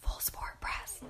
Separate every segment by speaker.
Speaker 1: Full Sport Press.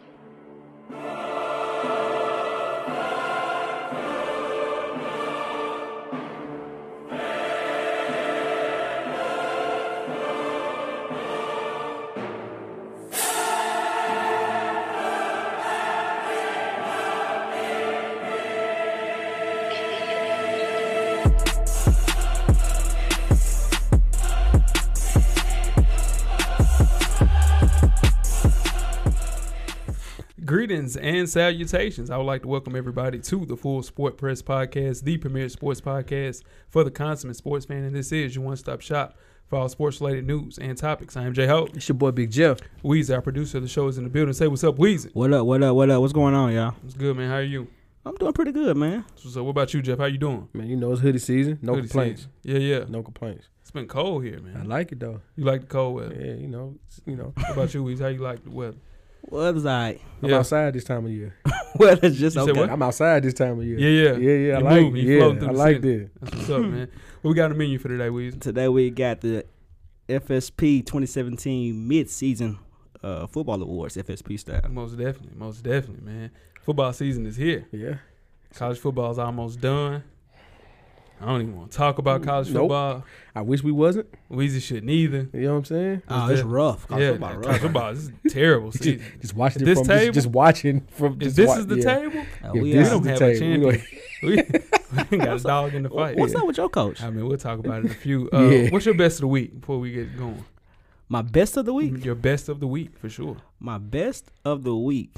Speaker 2: Greetings and salutations. I would like to welcome everybody to the Full Sport Press Podcast, the premier sports podcast for the consummate sports fan. And this is your one stop shop for all sports related news and topics. I am Jay Hope.
Speaker 3: It's your boy Big Jeff.
Speaker 2: Weezy, our producer of the show, is in the building. Say what's up, Weezy.
Speaker 3: What up? What up? What up? What's going on, y'all?
Speaker 2: What's good, man? How are you?
Speaker 3: I'm doing pretty good, man.
Speaker 2: So, what about you, Jeff? How you doing?
Speaker 4: Man, you know it's hoodie season. No
Speaker 2: Good to see you.
Speaker 4: complaints.
Speaker 2: Yeah, yeah.
Speaker 4: No complaints.
Speaker 2: It's been cold here,
Speaker 4: I
Speaker 2: man.
Speaker 4: like it though.
Speaker 2: You like the cold weather.
Speaker 4: Yeah, you know, it's- you know,
Speaker 2: What about you, Weezy? How you like the weather?
Speaker 3: Well, it's all right.
Speaker 4: I'm
Speaker 2: Yeah.
Speaker 4: outside this time of year.
Speaker 3: Well, it's just
Speaker 2: You said
Speaker 3: okay.
Speaker 2: what?
Speaker 4: I'm outside this time of year.
Speaker 2: Yeah, yeah.
Speaker 4: yeah, yeah. I
Speaker 2: You
Speaker 4: like,
Speaker 2: move,
Speaker 4: it.
Speaker 2: you float through
Speaker 4: yeah, I
Speaker 2: the
Speaker 4: like
Speaker 2: city.
Speaker 4: that.
Speaker 2: That's what's up, man. What we got on the menu for today, Weezy?
Speaker 3: Today we got the FSP 2017 mid-season uh, football awards, FSP style.
Speaker 2: Most definitely, most definitely, man. Football season is here.
Speaker 4: Yeah,
Speaker 2: College football is almost done. I don't even want to talk about college
Speaker 4: Nope.
Speaker 2: football.
Speaker 4: I wish we wasn't.
Speaker 2: Weezy shouldn't either.
Speaker 4: You know what I'm saying?
Speaker 3: Oh, it's
Speaker 2: that?
Speaker 3: rough. College
Speaker 2: yeah,
Speaker 3: football
Speaker 2: man,
Speaker 3: rough.
Speaker 2: college football this is a terrible season.
Speaker 4: Just watching it
Speaker 2: This
Speaker 4: from just-
Speaker 2: table?
Speaker 4: Just, watching from.
Speaker 2: If
Speaker 4: Just
Speaker 2: this
Speaker 4: wa-
Speaker 2: is the
Speaker 4: yeah.
Speaker 2: table,
Speaker 3: Uh,
Speaker 4: If
Speaker 3: we
Speaker 4: this
Speaker 2: We
Speaker 3: are-
Speaker 2: don't
Speaker 4: is the
Speaker 2: have a
Speaker 4: table. we
Speaker 2: champion. we, we got a dog in the fight.
Speaker 3: What's
Speaker 2: Yeah.
Speaker 3: up with your coach?
Speaker 2: I mean, we'll talk about it in a few. Uh,
Speaker 4: Yeah.
Speaker 2: What's your best of the week before we get going?
Speaker 3: My best of the week.
Speaker 2: Your best of the week for sure.
Speaker 3: My best of the week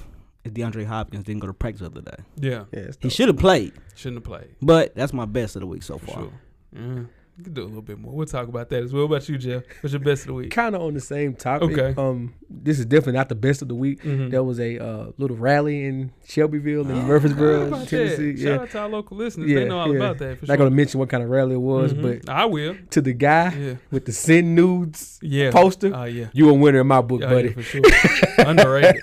Speaker 3: is DeAndre Hopkins didn't go to practice the other day.
Speaker 2: Yeah,
Speaker 4: yeah, it's
Speaker 3: He
Speaker 4: dope.
Speaker 3: should have played,
Speaker 2: shouldn't have played
Speaker 3: but that's my best of the week so
Speaker 2: Oh. for
Speaker 3: far.
Speaker 2: sure. Yeah, we could do a little bit more. We'll talk about that as well. What about you, Jeff? What's your best of the week?
Speaker 4: kind of on the same topic.
Speaker 2: Okay.
Speaker 4: Um, this is definitely not the best of the week.
Speaker 2: Mhm.
Speaker 4: There was a uh, little rally in Shelbyville and Murfreesboro,
Speaker 2: How about
Speaker 4: Tennessee.
Speaker 2: that?
Speaker 4: Yeah,
Speaker 2: Shout out to our local listeners. they know all
Speaker 4: yeah.
Speaker 2: about that for
Speaker 4: Not
Speaker 2: sure.
Speaker 4: gonna mention what kind of rally it was,
Speaker 2: Mhm.
Speaker 4: but
Speaker 2: I will.
Speaker 4: to the guy
Speaker 2: Yeah.
Speaker 4: with the sin nudes
Speaker 2: Yeah.
Speaker 4: poster,
Speaker 2: Oh, yeah.
Speaker 4: you a winner in my book,
Speaker 2: Yeah, yeah,
Speaker 4: buddy.
Speaker 2: for sure. Underrated.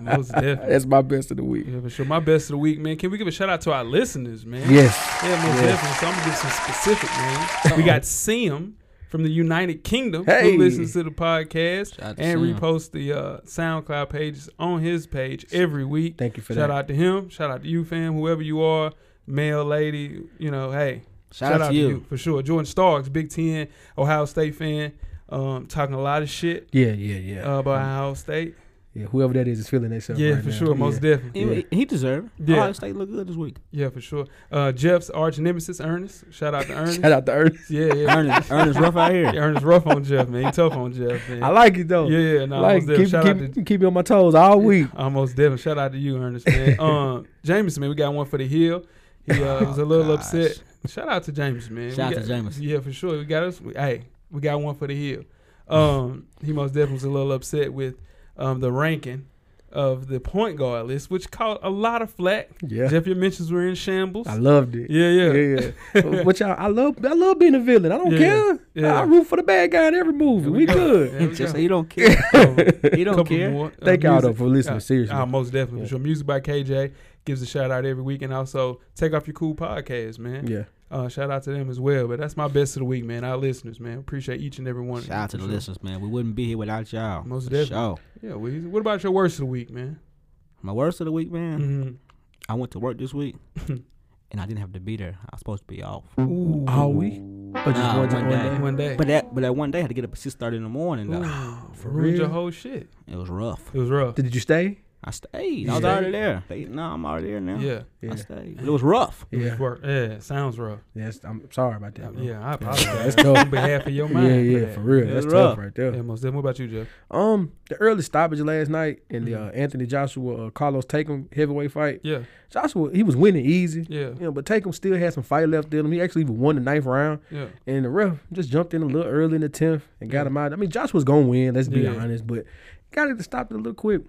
Speaker 2: Most definitely.
Speaker 4: That's my best of the week.
Speaker 2: Yeah, for sure. My best of the week, man. Can we give a shout out to our listeners, man?
Speaker 4: Yes.
Speaker 2: Yeah, most
Speaker 4: Yes.
Speaker 2: definitely. So I'm gonna get some specific, man. we got Sim from the United Kingdom
Speaker 4: Hey.
Speaker 2: who listens to the podcast
Speaker 3: Shout out to
Speaker 2: and
Speaker 3: Sam.
Speaker 2: reposts the uh, SoundCloud pages on his page every week.
Speaker 4: Thank you for
Speaker 2: shout
Speaker 4: that.
Speaker 2: out to him. Shout out to you, fam. Whoever you are, male, lady, you know, hey,
Speaker 3: Shout, out, to you.
Speaker 2: for sure. Jordan Starks, Big Ten, Ohio State fan, um, talking a lot of shit
Speaker 4: Yeah, yeah, yeah.
Speaker 2: uh, about Ohio State.
Speaker 4: yeah. Whoever that is is feeling themselves.
Speaker 2: yeah,
Speaker 4: right
Speaker 2: for
Speaker 4: now.
Speaker 2: sure, most
Speaker 4: yeah.
Speaker 2: definitely.
Speaker 3: He, he deserved. it.
Speaker 2: Yeah.
Speaker 3: Ohio State looked good this week.
Speaker 2: Yeah, for sure. Uh, Jeff's arch nemesis, Ernest. Shout out to Ernest.
Speaker 4: Shout out to Ernest.
Speaker 2: Yeah, yeah.
Speaker 3: Ernest, Ernest rough out here.
Speaker 2: yeah. Ernest rough on Jeff, man. He tough on Jeff, man.
Speaker 4: I like it though.
Speaker 2: Yeah, yeah. No,
Speaker 4: like
Speaker 2: most definitely.
Speaker 4: keep,
Speaker 2: Shout out to
Speaker 4: keep, keep me on my toes all week.
Speaker 2: Almost Devin. Shout out to you, Ernest. Man. Um, Jameson, man, we got one for the hill. He
Speaker 4: Oh,
Speaker 2: uh, was a little
Speaker 3: gosh.
Speaker 2: upset. Shout out to James, man. We
Speaker 3: Shout out to
Speaker 2: got-
Speaker 3: Jameson.
Speaker 2: Yeah, for sure. We got us. We, hey, we got one for the hill. Um, he most definitely was a little upset with um, the ranking of the point guard list, which caught a lot of flack.
Speaker 4: Yeah.
Speaker 2: Jeff, your mentions were in shambles.
Speaker 4: I loved it.
Speaker 2: yeah, yeah,
Speaker 4: Yeah, yeah. Which I, I love. I love being a villain. I don't
Speaker 2: Yeah,
Speaker 4: care.
Speaker 2: yeah.
Speaker 4: I root for the bad guy in every movie.
Speaker 2: There
Speaker 4: we
Speaker 2: go.
Speaker 4: good.
Speaker 2: There we
Speaker 3: Just
Speaker 2: go.
Speaker 3: say he don't care.
Speaker 2: Um,
Speaker 3: He don't
Speaker 2: couple
Speaker 3: care.
Speaker 2: more, uh,
Speaker 4: Thank y'all though
Speaker 2: music.
Speaker 4: for listening.
Speaker 2: Uh,
Speaker 4: seriously.
Speaker 2: uh, most definitely.
Speaker 4: Yeah.
Speaker 2: For sure. Music by KJ gives a shout out every week, and also take off your cool podcast, man.
Speaker 4: yeah.
Speaker 2: Uh, shout out to them as well. But that's my best of the week, man. Our listeners, man. Appreciate each and every one. of you,
Speaker 3: Shout out to
Speaker 2: for
Speaker 3: the
Speaker 2: sure.
Speaker 3: listeners, man. We wouldn't be here without y'all.
Speaker 2: Most
Speaker 3: for
Speaker 2: definitely.
Speaker 3: sure.
Speaker 2: Yeah, Weezy. What about your worst of the week, man?
Speaker 3: My worst of the week, man.
Speaker 2: Mm-hmm.
Speaker 3: I went to work this week, and I didn't have to be there. I was supposed to be off,
Speaker 2: Ooh.
Speaker 4: All week. Or just
Speaker 3: Nah,
Speaker 4: one,
Speaker 3: one
Speaker 4: one
Speaker 3: day.
Speaker 4: day.
Speaker 2: One day.
Speaker 3: but that but that one day I had to get up at six thirty in the morning. Though
Speaker 2: Ooh,
Speaker 4: for
Speaker 2: ruined your
Speaker 4: real?
Speaker 2: whole shit.
Speaker 3: it was rough.
Speaker 2: It was rough.
Speaker 4: Did you stay?
Speaker 3: I stayed. I was
Speaker 2: Yeah.
Speaker 3: already there. They, no, I'm already there now.
Speaker 2: Yeah.
Speaker 3: I
Speaker 4: Yeah.
Speaker 3: stayed. But it was rough.
Speaker 2: It was
Speaker 4: Yeah.
Speaker 2: rough. Yeah. Sounds rough.
Speaker 4: Yes. I'm sorry about that.
Speaker 2: Yeah.
Speaker 4: bro.
Speaker 2: I apologize
Speaker 4: That's tough.
Speaker 2: on behalf of your mind.
Speaker 4: yeah, yeah,
Speaker 2: that.
Speaker 4: for real.
Speaker 3: Yeah,
Speaker 4: That's
Speaker 3: it's rough.
Speaker 4: tough right there.
Speaker 2: Yeah, most definitely. What about you, Jeff?
Speaker 4: Um, the early stoppage last night in the
Speaker 2: Mhm.
Speaker 4: uh, Anthony Joshua uh, Carlos Tatum heavyweight fight.
Speaker 2: Yeah.
Speaker 4: Joshua he was winning easy,
Speaker 2: Yeah.
Speaker 4: you know, but Tatum still had some fight left in him. He actually even won the ninth round,
Speaker 2: Yeah.
Speaker 4: and the ref just jumped in a little early in the tenth and got
Speaker 2: Yeah.
Speaker 4: him out. I mean, Joshua's gonna win. Let's be
Speaker 2: Yeah.
Speaker 4: honest, but got it to stop it a little quick.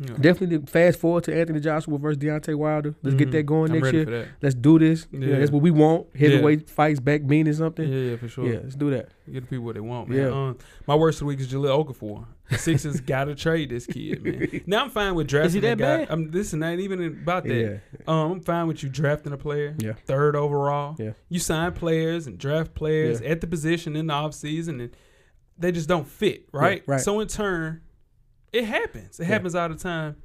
Speaker 2: Yeah.
Speaker 4: Definitely to fast forward to Anthony Joshua versus Deontay Wilder. Let's get
Speaker 2: Mhm.
Speaker 4: that going
Speaker 2: I'm
Speaker 4: next
Speaker 2: ready
Speaker 4: year.
Speaker 2: for that.
Speaker 4: Let's do this.
Speaker 2: Yeah.
Speaker 4: Yeah. that's what we want.
Speaker 2: Yeah.
Speaker 4: Heavyweight fights back meaning something.
Speaker 2: Yeah, yeah, for
Speaker 4: Yeah,
Speaker 2: sure.
Speaker 4: let's do that.
Speaker 2: Get the people what they want, man.
Speaker 4: Yeah.
Speaker 2: Um, my worst of the week is Jaleel Okafor. Sixers got to trade this kid, man. Now I'm fine with drafting
Speaker 3: Is he
Speaker 2: a
Speaker 3: that
Speaker 2: guy.
Speaker 3: bad?
Speaker 2: I'm, this is not even about that.
Speaker 4: Yeah,
Speaker 2: Um, I'm fine with you drafting a player,
Speaker 4: Yeah.
Speaker 2: third overall.
Speaker 4: Yeah.
Speaker 2: You sign players and draft players
Speaker 4: Yeah.
Speaker 2: at the position in the offseason, and they just don't fit, right?
Speaker 4: right.
Speaker 2: So in turn, it happens. It happens all the time.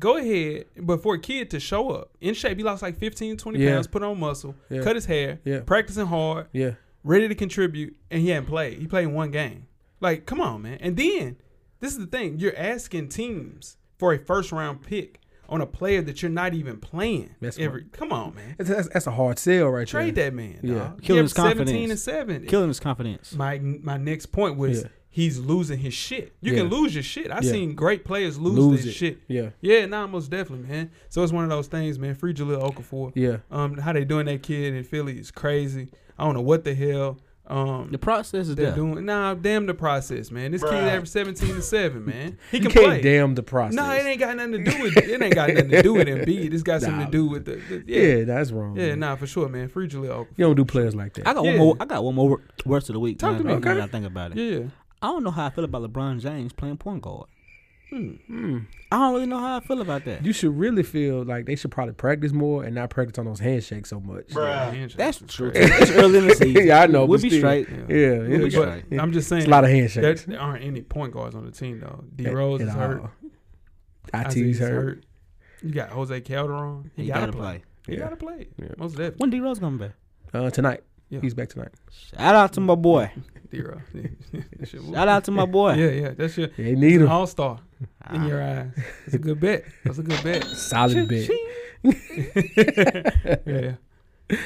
Speaker 2: Go ahead, but for a kid to show up in shape, he lost like 15, 20
Speaker 4: Yeah.
Speaker 2: pounds, put on muscle,
Speaker 4: Yeah.
Speaker 2: cut his hair,
Speaker 4: Yeah.
Speaker 2: practicing hard,
Speaker 4: yeah,
Speaker 2: ready to contribute, and he hadn't played. He played one game. Like, come on, man. And then this is the thing: you're asking teams for a first round pick on a player that you're not even playing.
Speaker 4: That's
Speaker 2: every come on, man.
Speaker 4: that's, that's, that's a hard sell right
Speaker 2: Trade
Speaker 4: there.
Speaker 2: that man.
Speaker 4: Yeah.
Speaker 2: Yeah,
Speaker 3: Kill his
Speaker 2: Seventeen
Speaker 3: confidence.
Speaker 2: and seven.
Speaker 3: Killing his confidence.
Speaker 2: my my next point was
Speaker 4: Yeah.
Speaker 2: he's losing his shit. You can
Speaker 4: Yeah.
Speaker 2: lose your shit. I've
Speaker 4: Yeah.
Speaker 2: seen great players lose,
Speaker 4: Lose
Speaker 2: their
Speaker 4: it.
Speaker 2: shit.
Speaker 4: Yeah,
Speaker 2: Yeah, nah, most definitely, man. So it's one of those things, man. Free Jaleel Okafor.
Speaker 4: yeah,
Speaker 2: Um, how they doing that kid in Philly is crazy. I don't know what the hell. Um,
Speaker 3: The process is
Speaker 2: they're
Speaker 3: there.
Speaker 2: doing nah, damn the process, man. This kid averaged seventeen to seven, man. He
Speaker 4: you
Speaker 2: can
Speaker 4: can't
Speaker 2: play.
Speaker 4: damn the process.
Speaker 2: no, it ain't got nothing to do with it. Ain't got nothing to do with Embiid. It's got something to
Speaker 4: Nah.
Speaker 2: do with the, the-
Speaker 4: yeah.
Speaker 2: yeah,
Speaker 4: that's wrong.
Speaker 2: yeah,
Speaker 4: man.
Speaker 2: nah, for sure, man. Free Jaleel Okafor.
Speaker 4: you don't do players like
Speaker 3: I
Speaker 4: that.
Speaker 3: got
Speaker 2: Yeah.
Speaker 3: one more. I got one more wor- worst of the week.
Speaker 2: Talk
Speaker 3: man,
Speaker 2: to me,
Speaker 3: now that
Speaker 2: okay.
Speaker 3: I think about it.
Speaker 2: Yeah,
Speaker 3: I don't know how I feel about LeBron James playing point guard.
Speaker 2: Hmm.
Speaker 3: I don't really know how I feel about that.
Speaker 4: You should really feel like they should probably practice more and not practice on those handshakes so much.
Speaker 2: Yeah, handshake
Speaker 3: That's
Speaker 2: was
Speaker 3: true. too.
Speaker 2: crazy.
Speaker 3: It's early in the season.
Speaker 4: Yeah, I know,
Speaker 3: We'll
Speaker 4: but
Speaker 3: be
Speaker 4: still.
Speaker 3: straight.
Speaker 2: Yeah.
Speaker 4: Yeah, it'll
Speaker 3: Yeah,
Speaker 4: be
Speaker 3: but-
Speaker 4: straight.
Speaker 2: But I'm just saying,
Speaker 4: It's a lot of
Speaker 2: there,
Speaker 4: handshakes.
Speaker 2: there aren't any point guards on the team though. D
Speaker 4: At-
Speaker 2: Rose
Speaker 4: at
Speaker 2: is hurt.
Speaker 4: all.
Speaker 2: Isaiah's
Speaker 4: IT's hurt.
Speaker 2: You got Jose Calderon. He,
Speaker 3: You
Speaker 2: gotta,
Speaker 3: gotta
Speaker 2: play.
Speaker 3: play.
Speaker 2: He
Speaker 4: Yeah.
Speaker 2: gotta play.
Speaker 4: Yeah.
Speaker 2: Most definitely.
Speaker 3: When D Rose coming back?
Speaker 4: Uh, tonight.
Speaker 2: Yeah.
Speaker 4: He's back tonight.
Speaker 3: Shout out to my boy.
Speaker 2: D Rose. Yeah,
Speaker 3: Shout out to my boy.
Speaker 2: yeah, yeah. That's your
Speaker 4: They need him.
Speaker 2: all star in
Speaker 4: Ah.
Speaker 2: your eyes. It's a good bet. That's a good bet.
Speaker 4: Solid bet.
Speaker 2: yeah.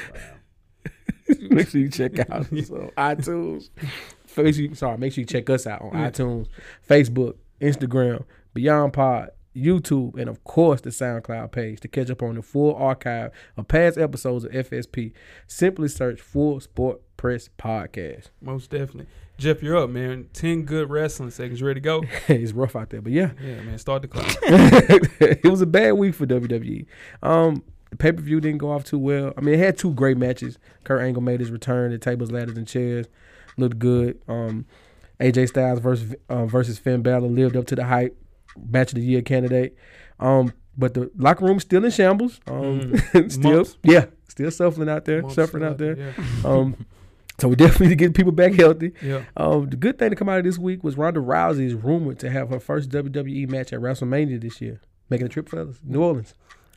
Speaker 4: make sure you check out us on iTunes. Make sure you, sorry, make sure you check us out on
Speaker 2: Yeah.
Speaker 4: iTunes, Facebook, Instagram, Beyond Pod, YouTube, and of course the SoundCloud page to catch up on the full archive of past episodes of FSP. Simply search Full Sport Press Podcast.
Speaker 2: Most definitely. Jeff, you're up, man. Ten good wrestling seconds. You ready to go?
Speaker 4: it's rough out there, but yeah.
Speaker 2: Yeah, man. Start the clock.
Speaker 4: it was a bad week for WWE. Um, the pay per view didn't go off too well. I mean, it had two great matches. Kurt Angle made his return to tables, ladders, and chairs. Looked good. Um, AJ Styles versus uh, versus Finn Balor lived up to the hype. Match of the year candidate. Um, but the locker room still in shambles. Um,
Speaker 2: Mm.
Speaker 4: still,
Speaker 2: Mumps.
Speaker 4: yeah, still suffering out there, suffering out there.
Speaker 2: Yeah.
Speaker 4: Um, so we definitely need to get people back healthy.
Speaker 2: yeah.
Speaker 4: Um, the good thing to come out of this week was Ronda Rousey is rumored to have her first WWE match at WrestleMania this year. Making a trip, fellas, New Orleans.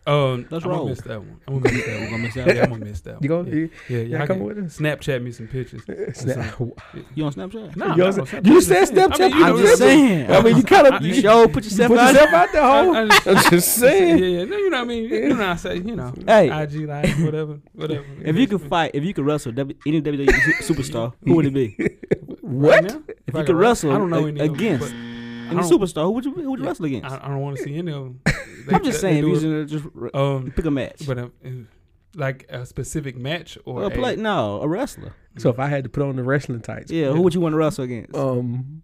Speaker 2: Um,
Speaker 3: Let's
Speaker 2: I'm
Speaker 3: roll.
Speaker 2: gonna miss that one. I'm gonna miss that
Speaker 3: We're
Speaker 2: one.
Speaker 3: gonna miss that.
Speaker 2: Yeah, I'm gonna miss that one.
Speaker 4: You going?
Speaker 2: yeah, yeah, yeah,
Speaker 4: y'all
Speaker 2: I
Speaker 4: coming
Speaker 2: can
Speaker 4: with us?
Speaker 2: Snapchat me some pictures.
Speaker 4: Snap-
Speaker 3: You on Snapchat?
Speaker 2: Nah,
Speaker 4: You
Speaker 2: I'm
Speaker 4: know
Speaker 2: not
Speaker 4: what I'm
Speaker 2: on
Speaker 4: saying? You said
Speaker 2: I'm just
Speaker 4: Snapchat?
Speaker 2: saying. I mean, you
Speaker 4: I'm
Speaker 2: know, that's-
Speaker 4: just saying. I mean, you kind
Speaker 2: I-
Speaker 4: of
Speaker 3: You
Speaker 4: you
Speaker 3: sure put
Speaker 4: put
Speaker 3: yourself out.
Speaker 4: yourself out there,
Speaker 2: I-
Speaker 4: hoe.
Speaker 2: I just-
Speaker 4: I'm just
Speaker 2: Yeah,
Speaker 4: saying.
Speaker 2: yeah, no, you know what I mean. You know what I say. You know,
Speaker 3: Hey.
Speaker 2: IG live, whatever, whatever.
Speaker 3: If you could fight, if you could wrestle w, any WWE su- superstar, who would it be?
Speaker 2: Right
Speaker 4: What?
Speaker 2: now,
Speaker 3: If
Speaker 2: I
Speaker 3: you
Speaker 2: could
Speaker 3: could wrestle,
Speaker 2: I don't know
Speaker 3: a-
Speaker 2: any of 'em,
Speaker 3: against
Speaker 2: but
Speaker 3: any
Speaker 2: don't-
Speaker 3: superstar, who would you who would you
Speaker 2: Yeah,
Speaker 3: wrestle against?
Speaker 2: I, I don't want to see any of them.
Speaker 3: I'm just saying, if you
Speaker 2: They,
Speaker 3: should just re-
Speaker 2: um,
Speaker 3: pick a match.
Speaker 2: but um, like a specific match or
Speaker 3: Well,
Speaker 2: a,
Speaker 3: play, no, a wrestler.
Speaker 4: So if I had to put on the wrestling tights,
Speaker 3: Yeah,
Speaker 2: Yeah.
Speaker 3: who would you want to wrestle against?
Speaker 2: Uh,
Speaker 4: um,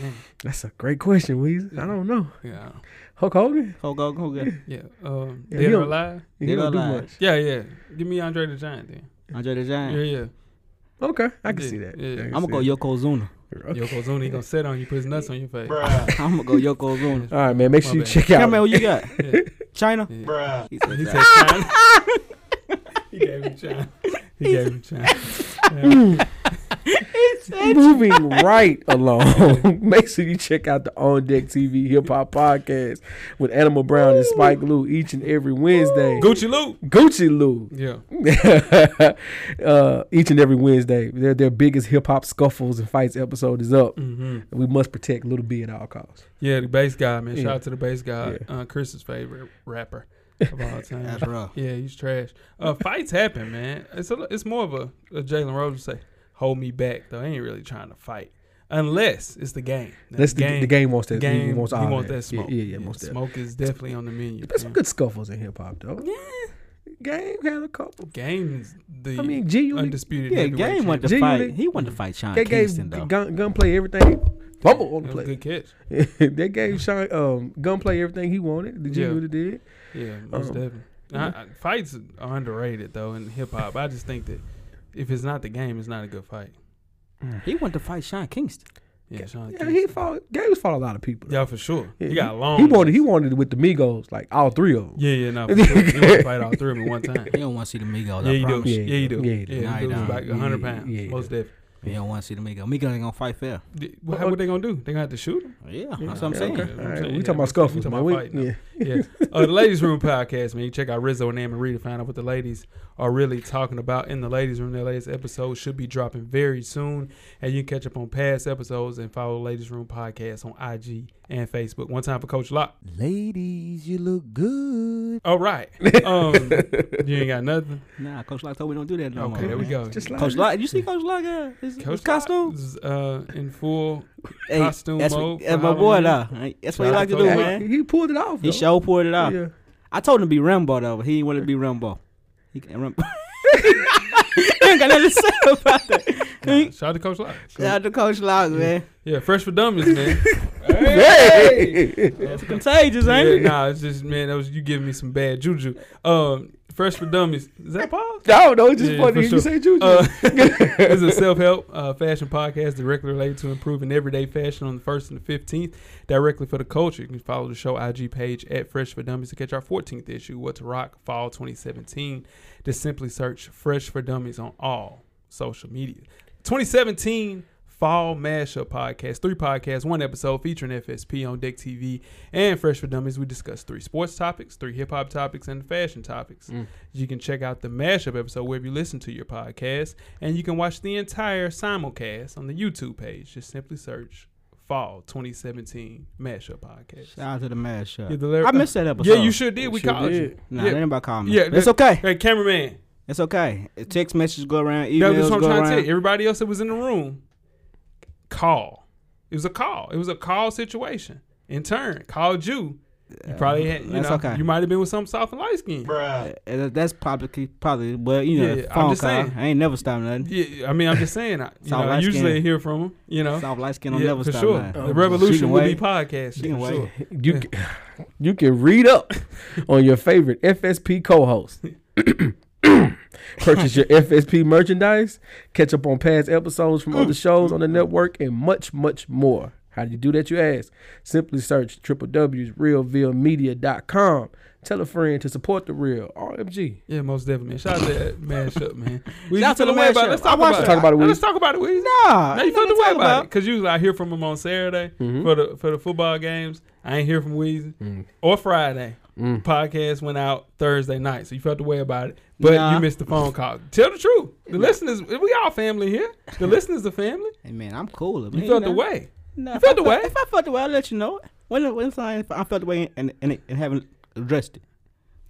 Speaker 2: Mm.
Speaker 4: that's a great question, Weezy. I don't know.
Speaker 2: yeah,
Speaker 4: Hulk Hogan?
Speaker 3: Hulk Hogan. Hogan.
Speaker 2: yeah, um,
Speaker 4: Yeah,
Speaker 2: dead
Speaker 4: you
Speaker 2: or
Speaker 4: don't-
Speaker 2: alive.
Speaker 4: He
Speaker 3: Dead or
Speaker 4: don't do
Speaker 3: alive.
Speaker 4: much.
Speaker 2: Yeah, yeah. Give me Andre the Giant then.
Speaker 3: Andre the
Speaker 2: Yeah,
Speaker 3: Giant.
Speaker 2: yeah.
Speaker 4: Okay, I can
Speaker 2: Yeah,
Speaker 4: see that.
Speaker 2: yeah.
Speaker 3: I'm gonna go Yokozuna.
Speaker 4: Yoko.
Speaker 2: Yokozuna, he gonna sit on you, put his nuts on your face.
Speaker 3: I'm gonna go Yokozuna.
Speaker 4: All right, man. Make sure
Speaker 2: My
Speaker 4: you
Speaker 2: bad.
Speaker 4: check
Speaker 3: Yeah, man,
Speaker 4: out.
Speaker 3: what you got?
Speaker 2: Yeah.
Speaker 3: China.
Speaker 2: Yeah.
Speaker 3: He
Speaker 2: He
Speaker 3: said
Speaker 2: said
Speaker 3: China.
Speaker 2: China. he gave him China. He gave him China. Yeah.
Speaker 4: Moving right along, make sure you check out the On Deck TV Hip Hop Podcast with Animal Brown and Spike Lou each and every Wednesday.
Speaker 2: Gucci Luke.
Speaker 4: Gucci Lou
Speaker 2: Yeah.
Speaker 4: uh, each and every Wednesday. Their their biggest hip hop scuffles and fights episode is up.
Speaker 2: Mm-hmm.
Speaker 4: We must protect Little B at all costs.
Speaker 2: Yeah, the bass guy, man. Shout
Speaker 4: Yeah.
Speaker 2: out to the bass guy,
Speaker 4: Yeah.
Speaker 2: uh, Chris's favorite rapper of all time.
Speaker 3: That's rough.
Speaker 2: yeah, he's trash. Uh, fights happen, man. It's a, it's more of a, a Jalen Rose would say, "Hold me back," though. I ain't really trying to fight unless it's the game. Now,
Speaker 4: Let's the, the game wants
Speaker 2: the
Speaker 4: that.
Speaker 2: game.
Speaker 4: he wants, all that.
Speaker 2: smoke.
Speaker 4: Yeah, yeah, yeah, most definitely.
Speaker 2: smoke is definitely on the menu.
Speaker 4: There's some
Speaker 2: man.
Speaker 4: good scuffles in hip hop though. Game had a couple.
Speaker 2: Game is the
Speaker 4: I mean, G Unit
Speaker 2: undisputed.
Speaker 3: Yeah,
Speaker 2: heavyweight
Speaker 3: Game wanted to
Speaker 4: Genuinely-
Speaker 3: fight. He wanted to fight Sean
Speaker 4: They
Speaker 3: Kingston
Speaker 4: gave
Speaker 3: though.
Speaker 4: gun, gunplay everything. fumble on the
Speaker 2: That was a
Speaker 4: play.
Speaker 2: good catch.
Speaker 4: they gave Sean um, Gunplay everything he wanted. The G
Speaker 2: Yeah.
Speaker 4: really did.
Speaker 2: Yeah, most
Speaker 4: Um,
Speaker 2: definitely. I, I, fights are underrated though in hip hop. I just think that if it's not the game, it's not a good fight.
Speaker 3: He wanted to fight Sean Kingston.
Speaker 2: Yeah, Sean
Speaker 4: Yeah, he
Speaker 2: Kingston.
Speaker 4: fought. Gabe's fought a lot of people.
Speaker 2: yeah, for sure.
Speaker 4: Yeah,
Speaker 2: he got long.
Speaker 4: He wanted. He wanted it with the Migos, like all three of them.
Speaker 2: Yeah, yeah, no. For sure. He want to fight all three of them at one time.
Speaker 3: He don't want to see the Migos.
Speaker 2: Yeah,
Speaker 3: I
Speaker 2: you do.
Speaker 3: promise.
Speaker 2: Yeah,
Speaker 4: Yeah,
Speaker 2: you do.
Speaker 4: yeah, you do.
Speaker 2: Yeah,
Speaker 3: Nah,
Speaker 2: he was
Speaker 3: nah.
Speaker 2: about hundred pounds.
Speaker 4: Yeah, yeah.
Speaker 2: Most definitely.
Speaker 3: He don't want to see the Migos. Migos ain't gonna fight fair.
Speaker 2: D- What, what they gonna do? They gonna have to shoot him?
Speaker 3: Yeah, that's what I'm saying.
Speaker 4: Okay.
Speaker 2: Yeah,
Speaker 4: All
Speaker 2: I'm
Speaker 4: right,
Speaker 2: saying,
Speaker 4: we
Speaker 2: yeah,
Speaker 4: talking
Speaker 2: we
Speaker 4: about scuffles,
Speaker 2: talking
Speaker 4: man.
Speaker 2: about
Speaker 4: We-
Speaker 2: fighting,
Speaker 4: yeah.
Speaker 2: Yeah. Uh, the Ladies Room podcast, man. You check out Rizzo and Amarita, find out what the ladies are really talking about in the Ladies Room. Their latest episode should be dropping very soon. And you can catch up on past episodes and follow Ladies Room podcast on IG and Facebook. One time for Coach Locke.
Speaker 3: Ladies, you look good.
Speaker 2: All right. Um, you ain't got nothing?
Speaker 3: Nah, Coach Lock told me don't do that no more.
Speaker 2: Okay, there we
Speaker 3: man.
Speaker 2: go.
Speaker 4: Just like
Speaker 3: Coach Lock, you see Coach Lock? Uh, his, his
Speaker 2: Coach
Speaker 3: costume.
Speaker 2: Locke is, uh, in full
Speaker 3: Hey,
Speaker 2: costume
Speaker 3: that's
Speaker 2: mode.
Speaker 3: What, that's
Speaker 2: for
Speaker 3: my boy,
Speaker 2: Halloween.
Speaker 3: though. Hey, That's what he
Speaker 2: Shout
Speaker 3: like to
Speaker 2: out
Speaker 3: do,
Speaker 2: to Lock.
Speaker 3: man.
Speaker 4: he, he pulled it off.
Speaker 3: He
Speaker 4: though.
Speaker 3: show poured it out.
Speaker 4: Yeah.
Speaker 3: I told him to be Rambo though, but he didn't want to be Rambo. He can't Rambo. he ain't got nothing to say about that.
Speaker 2: Nah, shout out to Coach Locke.
Speaker 3: Shout out to Coach Lock, man.
Speaker 2: Yeah, Fresh for Dummies, man.
Speaker 4: Hey!
Speaker 3: It's contagious, ain't
Speaker 2: Yeah,
Speaker 3: it?
Speaker 2: nah, it's just man, that was you giving me some bad juju. Um, Fresh for Dummies. Is that pause?
Speaker 4: I don't know. It's just
Speaker 2: Yeah, for
Speaker 4: funny.
Speaker 2: sure.
Speaker 4: You say Juju.
Speaker 2: Uh, it's a self-help uh, fashion podcast directly related to improving everyday fashion on the 1st and the 15th directly for the culture you can follow the show ig page at fresh for dummies to catch our 14th issue what to rock fall 2017 just simply search fresh for dummies on all social media 2017 Fall Mashup Podcast, three podcasts, one episode featuring FSP on Deck TV and Fresh for Dummies. We discuss three sports topics, three hip hop topics, and fashion topics.
Speaker 3: Mm.
Speaker 2: You can check out the mashup episode wherever you listen to your podcast, and you can watch the entire simulcast on the YouTube page. Just simply search Fall 2017 Mashup Podcast.
Speaker 3: Shout out to the mad
Speaker 2: Yeah,
Speaker 3: shot.
Speaker 2: the lyric-
Speaker 3: I missed that episode.
Speaker 2: Yeah, you sure did. We
Speaker 4: Sure
Speaker 2: called
Speaker 4: did.
Speaker 2: you.
Speaker 3: Nah,
Speaker 2: yeah.
Speaker 3: they ain't about calling me.
Speaker 2: Yeah,
Speaker 3: Yeah, it's
Speaker 2: that-
Speaker 3: okay.
Speaker 2: Hey, cameraman.
Speaker 3: It's okay. Text messages go around.
Speaker 2: That's what
Speaker 3: Emails
Speaker 2: I'm
Speaker 3: go
Speaker 2: trying
Speaker 3: around.
Speaker 2: to tell you. Everybody else that was in the room, call. It was a call. It was a call situation. In turn, called you. You probably had. You
Speaker 3: that's
Speaker 2: know,
Speaker 3: okay.
Speaker 2: You might have been with some soft and light skin.
Speaker 3: Uh, that's probably probably, but you know,
Speaker 2: Yeah, I'm
Speaker 3: phone
Speaker 2: just
Speaker 3: call.
Speaker 2: saying.
Speaker 3: I ain't never stopped nothing.
Speaker 2: Yeah, I mean, I'm just saying. I, you
Speaker 3: Soft
Speaker 2: know, I
Speaker 3: light
Speaker 2: usually
Speaker 3: skin.
Speaker 2: hear from them. You know,
Speaker 3: Soft light skin on
Speaker 2: Yeah,
Speaker 3: never
Speaker 2: for
Speaker 3: stop
Speaker 2: sure.
Speaker 3: nothing.
Speaker 2: The revolution will be
Speaker 3: wait. She
Speaker 2: podcasting.
Speaker 3: can
Speaker 2: For
Speaker 3: wait.
Speaker 2: sure.
Speaker 4: you c- you can read up on your favorite FSP co-host. Purchase your FSP merchandise, catch up on past episodes from other shows on the network, and much, much more. How do you do that, you ask? Simply search www.realvillemedia.com. Tell a friend to support the real RMG.
Speaker 2: Yeah, most definitely. man. Shout out to that mashup, man. We
Speaker 3: Shout out
Speaker 2: feel
Speaker 3: to the
Speaker 2: the way about it.
Speaker 3: mashup.
Speaker 2: Let's
Speaker 3: I
Speaker 2: talk
Speaker 3: watched
Speaker 2: about it.
Speaker 4: it. Talk about it,
Speaker 2: Now,
Speaker 4: Weezy.
Speaker 2: Let's talk about it, Weezy.
Speaker 3: Nah,
Speaker 2: Now you feel the way
Speaker 3: talk
Speaker 2: about it. Because usually I hear from him on Saturday
Speaker 3: Mm-hmm.
Speaker 2: for the for the football games. I ain't hear from Weezy
Speaker 3: Mm.
Speaker 2: or Friday. Podcast went out Thursday night, so you felt the way about it. But
Speaker 3: Nah.
Speaker 2: you missed the phone call. Tell the truth. The listeners, we all family here. The listeners are family.
Speaker 3: Hey man, I'm cool.
Speaker 2: You
Speaker 3: man,
Speaker 2: felt the
Speaker 3: know?
Speaker 2: way.
Speaker 3: Nah,
Speaker 2: You
Speaker 3: if I
Speaker 2: felt the way?
Speaker 3: If I felt the way, I'll let you know. it. When when it's not- if I felt the way and and, and haven't addressed it.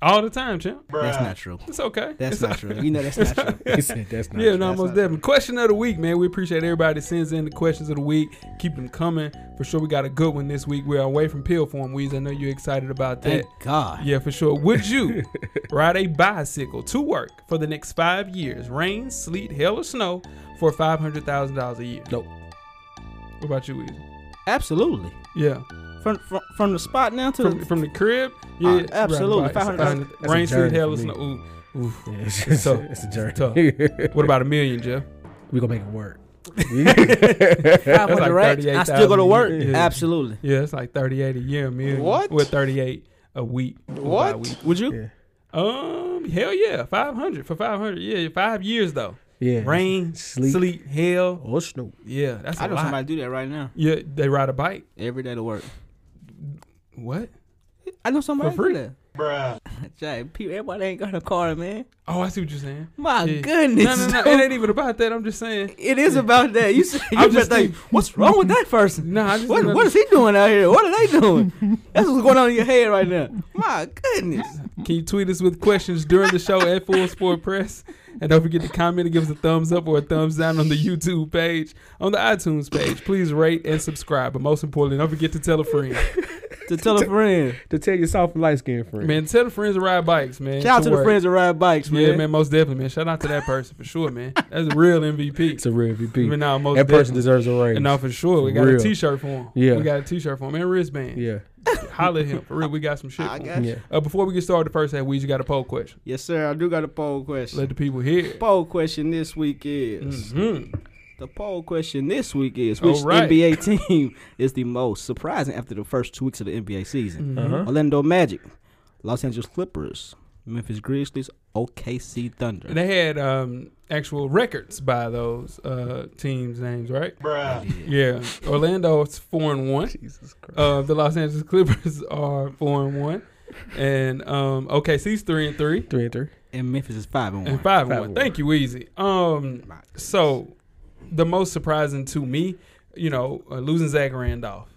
Speaker 2: All the time, champ.
Speaker 3: That's not true.
Speaker 2: It's okay. It's
Speaker 3: That's not true. You know that's not true.
Speaker 4: He said that's not
Speaker 2: Yeah, no,
Speaker 3: That's
Speaker 2: most
Speaker 3: not
Speaker 2: definitely. Question of the week, man. We appreciate everybody that sends in the questions of the week. Keep them coming. For sure, we got a good one this week. We're away from pill form, Weez. I know you're excited about that.
Speaker 3: Thank God.
Speaker 2: Yeah, for sure. Would you ride a bicycle to work for the next five years, rain, sleet, hail, or snow, for five hundred thousand dollars a year?
Speaker 4: Nope.
Speaker 2: What about you, Weez?
Speaker 3: Absolutely.
Speaker 2: Yeah,
Speaker 3: From from from the spot now to
Speaker 2: from,
Speaker 3: the,
Speaker 2: from the crib. Yeah,
Speaker 3: Uh,
Speaker 2: ride a
Speaker 3: absolutely.
Speaker 2: bike.
Speaker 3: 500,000.
Speaker 2: Five-
Speaker 4: That's a
Speaker 2: Rain, sleet,
Speaker 4: journey
Speaker 2: hail,
Speaker 4: for
Speaker 2: or
Speaker 4: me.
Speaker 2: snow. Ooh. Oof.
Speaker 4: Yeah, it's, it's,
Speaker 2: tough.
Speaker 4: it's a
Speaker 2: It's
Speaker 4: journey.
Speaker 2: What about a million, Jeff?
Speaker 4: We're going to make it work.
Speaker 3: five
Speaker 2: That's like
Speaker 3: hundred racks, I still go to work.
Speaker 2: 38,000.
Speaker 3: Absolutely.
Speaker 2: Yeah, it's like thirty eight a year, a million.
Speaker 3: What?
Speaker 2: Well, thirty eight a week. What? Week.
Speaker 3: Would you?
Speaker 4: Yeah.
Speaker 2: Um, hell yeah, five hundred for five hundred. Yeah, five years though.
Speaker 4: Yeah.
Speaker 2: Rain, sleep,
Speaker 4: Sleep.
Speaker 2: hell.
Speaker 4: Or Snoop.
Speaker 2: Yeah, that's a
Speaker 3: I know
Speaker 2: lot.
Speaker 3: somebody do that right now.
Speaker 2: Yeah, they ride a bike.
Speaker 3: Every day to work.
Speaker 2: What?
Speaker 3: I know somebody
Speaker 2: For free.
Speaker 3: do that. Bruh. Jay, people, everybody ain't got a car, man.
Speaker 2: Oh, I see what you're saying.
Speaker 3: My
Speaker 2: Yeah.
Speaker 3: goodness.
Speaker 2: No, no, no. It ain't even about that. I'm just saying.
Speaker 3: It is about that. You, say,
Speaker 2: I'm
Speaker 3: you
Speaker 2: just
Speaker 3: just think,
Speaker 2: think-
Speaker 3: what's wrong with that person?
Speaker 2: Nah, I just
Speaker 3: What, what is he doing out here? What are they doing? That's what's going on in your head right now. My goodness.
Speaker 2: Can you tweet us with questions during the show at Full Sport Press? And don't forget to comment and give us a thumbs up or a thumbs down on the YouTube page, on the iTunes page. Please rate and subscribe. But most importantly, don't forget to tell a friend.
Speaker 3: To tell a friend.
Speaker 4: To tell your soft and light skinned friend.
Speaker 2: Man, tell the friends to ride bikes, man.
Speaker 3: Shout out to the
Speaker 2: Work.
Speaker 3: friends that ride bikes, man.
Speaker 2: Yeah, man, most definitely, man. Shout out to that person for sure, man. That's a real MVP.
Speaker 4: It's a real MVP.
Speaker 2: Even now, most
Speaker 4: that person
Speaker 2: definitely.
Speaker 4: deserves a raise.
Speaker 2: And now for sure, we
Speaker 4: For
Speaker 2: got
Speaker 4: real.
Speaker 2: a T-shirt for him.
Speaker 4: Yeah.
Speaker 2: we got a T-shirt for him and wristband.
Speaker 4: Yeah.
Speaker 2: Holler at him for real. We got some shit.
Speaker 3: I
Speaker 2: for him.
Speaker 3: got you.
Speaker 4: Yeah.
Speaker 2: Uh, before we get started, first, hey, we you got a poll question.
Speaker 3: Yes, sir. I do got a poll question.
Speaker 2: Let the people hear.
Speaker 3: poll question this week is
Speaker 2: Mm-hmm.
Speaker 3: the poll question this week is which
Speaker 2: All right.
Speaker 3: NBA team is the most surprising after the first two weeks of the NBA season?
Speaker 2: Mm-hmm.
Speaker 4: Uh-huh.
Speaker 3: Orlando Magic, Los Angeles Clippers, Memphis Grizzlies, OKC Thunder.
Speaker 2: And they had um, actual records by those uh, teams' names, right? Yeah. Orlando's four and one.
Speaker 4: Jesus Christ.
Speaker 2: Uh, the Los Angeles Clippers are four and one, and um, OKC's three and three.
Speaker 4: three and three.
Speaker 3: and Memphis is five and one.
Speaker 2: And five,
Speaker 4: Five
Speaker 2: and one.
Speaker 4: and
Speaker 2: Thank you, Easy. Um,
Speaker 3: My goodness.
Speaker 2: so the most surprising to me, you know, uh, losing Zach Randolph,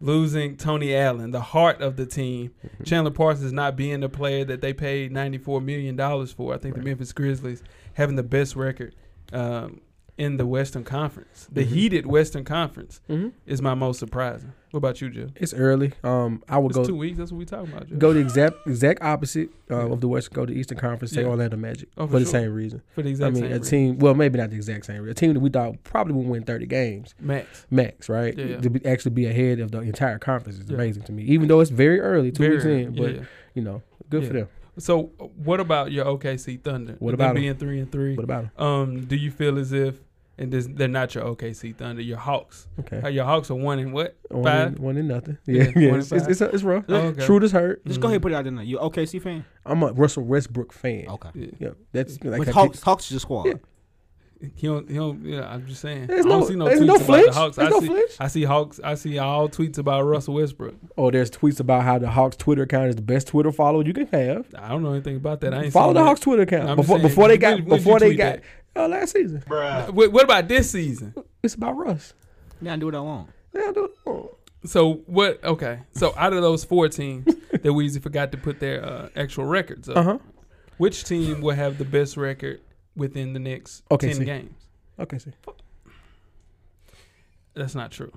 Speaker 2: losing Tony Allen, the heart of the team,
Speaker 4: Mm-hmm.
Speaker 2: Chandler Parsons not being the player that they paid ninety four million dollars for. I think the Memphis Grizzlies having the best record. Um, in the Western Conference, the heated Western Conference
Speaker 4: Mm-hmm.
Speaker 2: is my most surprising. What about you, Jeff?
Speaker 4: It's early. Um, I would
Speaker 2: It's
Speaker 4: go
Speaker 2: two weeks. That's what we talking about. Jeff.
Speaker 4: go the exact exact opposite uh,
Speaker 2: Yeah.
Speaker 4: of the West. Go to Eastern Conference. Say
Speaker 2: Yeah.
Speaker 4: Orlando Magic
Speaker 2: Oh, for
Speaker 4: for, the
Speaker 2: sure.
Speaker 4: same reason.
Speaker 2: for the exact
Speaker 4: I mean,
Speaker 2: same
Speaker 4: a
Speaker 2: reason.
Speaker 4: team. Well, maybe not the exact same. reason. A team that we thought probably would win thirty games
Speaker 2: Max.
Speaker 4: max, right?
Speaker 2: Yeah, yeah.
Speaker 4: To be, actually be ahead of the entire conference is
Speaker 2: Yeah.
Speaker 4: amazing to me. Even though it's very early, two
Speaker 2: Very
Speaker 4: weeks
Speaker 2: early.
Speaker 4: in, but
Speaker 2: Yeah.
Speaker 4: you know, good for
Speaker 2: Yeah.
Speaker 4: them.
Speaker 2: So, uh, what about your OKC Thunder?
Speaker 4: What
Speaker 2: With
Speaker 4: about
Speaker 2: them
Speaker 4: 'em?
Speaker 2: being three and three?
Speaker 4: What about them?
Speaker 2: Um, do you feel as if and this, they're not your OKC Thunder, your Hawks?
Speaker 4: Okay,
Speaker 2: How your Hawks are one and what?
Speaker 4: one
Speaker 2: five?
Speaker 4: in, one in nothing.
Speaker 2: Yeah,
Speaker 4: Yeah,
Speaker 2: one
Speaker 4: yeah.
Speaker 2: in
Speaker 4: It's, it's,
Speaker 2: five.
Speaker 4: it's, it's rough.
Speaker 2: Oh, okay.
Speaker 4: Truth is hurt.
Speaker 3: Just go ahead and put it out there. now. You OKC fan?
Speaker 4: I'm a Russell Westbrook fan.
Speaker 3: Okay.
Speaker 2: Yeah.
Speaker 4: Yeah, that's like
Speaker 3: But
Speaker 4: I
Speaker 3: Hawks,
Speaker 4: keep-
Speaker 3: Hawks is your squad.
Speaker 4: Yeah.
Speaker 2: He don't. He don't. Yeah, I'm just saying.
Speaker 4: There's
Speaker 2: I don't
Speaker 4: no-
Speaker 2: see no
Speaker 4: there's
Speaker 2: tweets
Speaker 4: no
Speaker 2: about the
Speaker 4: flinch.
Speaker 2: Hawks.
Speaker 4: There's
Speaker 2: I
Speaker 4: no
Speaker 2: see.
Speaker 4: flinch.
Speaker 2: I see Hawks. I see all tweets about Russell Westbrook.
Speaker 4: Oh, there's tweets about how the Hawks Twitter account is the best Twitter follower you can have.
Speaker 2: I don't know anything about that. I ain't
Speaker 4: Follow
Speaker 2: seen
Speaker 4: the
Speaker 2: that.
Speaker 4: Hawks Twitter account
Speaker 2: I'm just
Speaker 4: before
Speaker 2: saying,
Speaker 4: before they got
Speaker 2: when- when did
Speaker 4: before
Speaker 2: you
Speaker 4: they
Speaker 2: tweet
Speaker 4: got uh, last season.
Speaker 2: Wait, Uh, what about this season?
Speaker 4: It's about Russ.
Speaker 3: Now I do what I want.
Speaker 4: Yeah, dude. Oh,
Speaker 2: So what? Okay. So out of those four teams that Weezy forgot to put their uh, actual records up,
Speaker 4: Uh-huh.
Speaker 2: which team will have the best record within the next
Speaker 4: Okay,
Speaker 2: ten
Speaker 4: see.
Speaker 2: games?
Speaker 4: Okay, see.
Speaker 2: That's not true.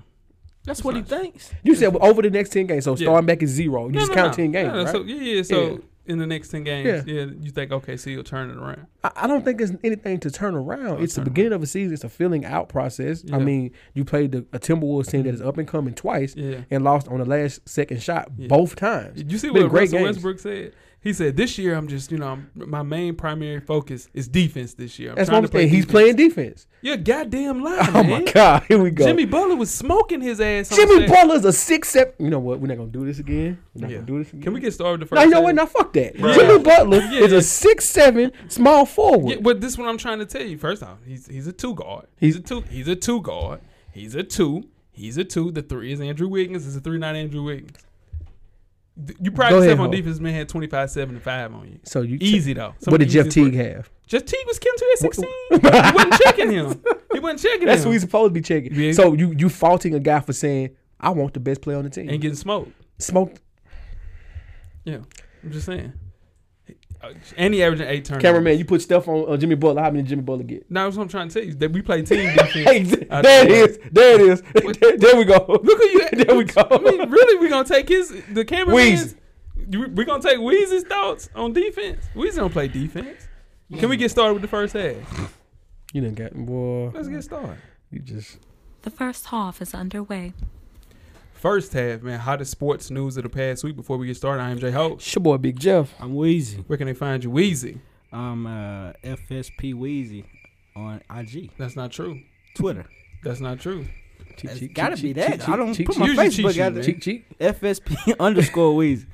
Speaker 3: That's what he
Speaker 2: nice.
Speaker 3: thinks.
Speaker 4: You said over the next ten games, so
Speaker 2: Yeah.
Speaker 4: starting back at zero. You just count ten games,
Speaker 2: No, no,
Speaker 4: right?
Speaker 2: So, yeah, yeah. So in the next ten games, yeah, you think okay, see, you'll turn it around.
Speaker 4: I, I don't think it's anything to turn around.
Speaker 2: Oh,
Speaker 4: it's the
Speaker 2: turn
Speaker 4: beginning of a season. It's a filling out process.
Speaker 2: Yeah. Mm-hmm.
Speaker 4: I mean, you played the, a Timberwolves team that is up and coming twice
Speaker 2: Yeah.
Speaker 4: and lost on the last second shot
Speaker 2: Yeah.
Speaker 4: both times.
Speaker 2: Did you see
Speaker 4: Been
Speaker 2: what
Speaker 4: great
Speaker 2: Russell
Speaker 4: games.
Speaker 2: Westbrook said? He said this year I'm just you know I'm, my main primary focus is defense this year. I'm
Speaker 4: That's
Speaker 2: trying
Speaker 4: what
Speaker 2: to play
Speaker 4: I'm saying. He's
Speaker 2: defense."
Speaker 4: playing defense.
Speaker 2: You're goddamn lying,
Speaker 4: Oh
Speaker 2: man.
Speaker 4: my God! Here we go.
Speaker 2: Jimmy Butler was smoking his ass. on
Speaker 4: Jimmy
Speaker 2: Saturday.
Speaker 4: Butler's a six seven. You know what? We're not gonna do this again. We're not
Speaker 2: Yeah.
Speaker 4: gonna do this again.
Speaker 2: Can we get started with the
Speaker 4: No,
Speaker 2: first?
Speaker 4: you know what?
Speaker 2: segment?
Speaker 4: Now fuck that.
Speaker 2: Bruh.
Speaker 4: Jimmy Butler is
Speaker 2: Yeah.
Speaker 4: a six seven small forward.
Speaker 2: Yeah, but this is what I'm trying to tell you. First off, he's he's a two guard. He's a two. He's a two guard. He's a two. He's a two. The three is Andrew Wiggins. It's a three not Andrew Wiggins. Th- You
Speaker 4: Go
Speaker 2: probably
Speaker 4: ahead,
Speaker 2: step on
Speaker 4: Ho.
Speaker 2: defense. Man had 25, 7, and 5 on you.
Speaker 4: so you
Speaker 2: Easy though. Some
Speaker 4: what
Speaker 2: of
Speaker 4: did
Speaker 2: the
Speaker 4: Jeff
Speaker 2: easiest
Speaker 4: Teague
Speaker 2: work-
Speaker 4: have?
Speaker 2: Jeff Teague was killing to at 16. he wasn't checking him. He wasn't checking
Speaker 4: That's
Speaker 2: him.
Speaker 4: who he's supposed to be checking.
Speaker 2: Yeah.
Speaker 4: So you you faulting a guy for saying I want the best player on the team
Speaker 2: and getting smoked.
Speaker 4: smoked.
Speaker 2: Yeah, I'm just saying. Uh, And he averaging eight turnovers.
Speaker 4: Cameraman, you put stuff on uh, Jimmy Butler. How many did Jimmy Butler get?
Speaker 2: Now that's what I'm trying to tell you. That we play team defense.
Speaker 4: Hey,
Speaker 2: I
Speaker 4: there it
Speaker 2: know.
Speaker 4: is. There it is. there, there we go.
Speaker 2: Look who you.
Speaker 4: there we go.
Speaker 2: I mean, really, we're gonna take his the cameraman's.
Speaker 4: Weezy.
Speaker 2: We're gonna take Weezy's thoughts on defense. Weezy don't play defense. Can we get started with the first half?
Speaker 4: you didn't get boy.
Speaker 2: Let's get started.
Speaker 4: You just
Speaker 1: The first half is underway.
Speaker 2: First half, man. Hottest sports news of the past week. Before we get started, I am Jay Host.
Speaker 4: it's your boy Big Jeff.
Speaker 3: I'm Wheezy.
Speaker 2: Where can they find you, Weezy?
Speaker 3: I'm uh, FSP Wheezy on IG,
Speaker 2: That's not true.
Speaker 3: Twitter.
Speaker 2: That's not true.
Speaker 4: Cheek,
Speaker 3: It's
Speaker 4: cheek,
Speaker 3: gotta
Speaker 4: cheek,
Speaker 3: be
Speaker 4: cheek,
Speaker 3: that.
Speaker 4: cheek,
Speaker 3: I don't
Speaker 4: cheek,
Speaker 3: put
Speaker 4: cheek,
Speaker 3: my
Speaker 2: Use your cheat
Speaker 3: Facebook
Speaker 2: sheet,
Speaker 3: out
Speaker 2: man.
Speaker 3: there.
Speaker 4: cheek, cheek.
Speaker 3: FSP underscore Wheezy.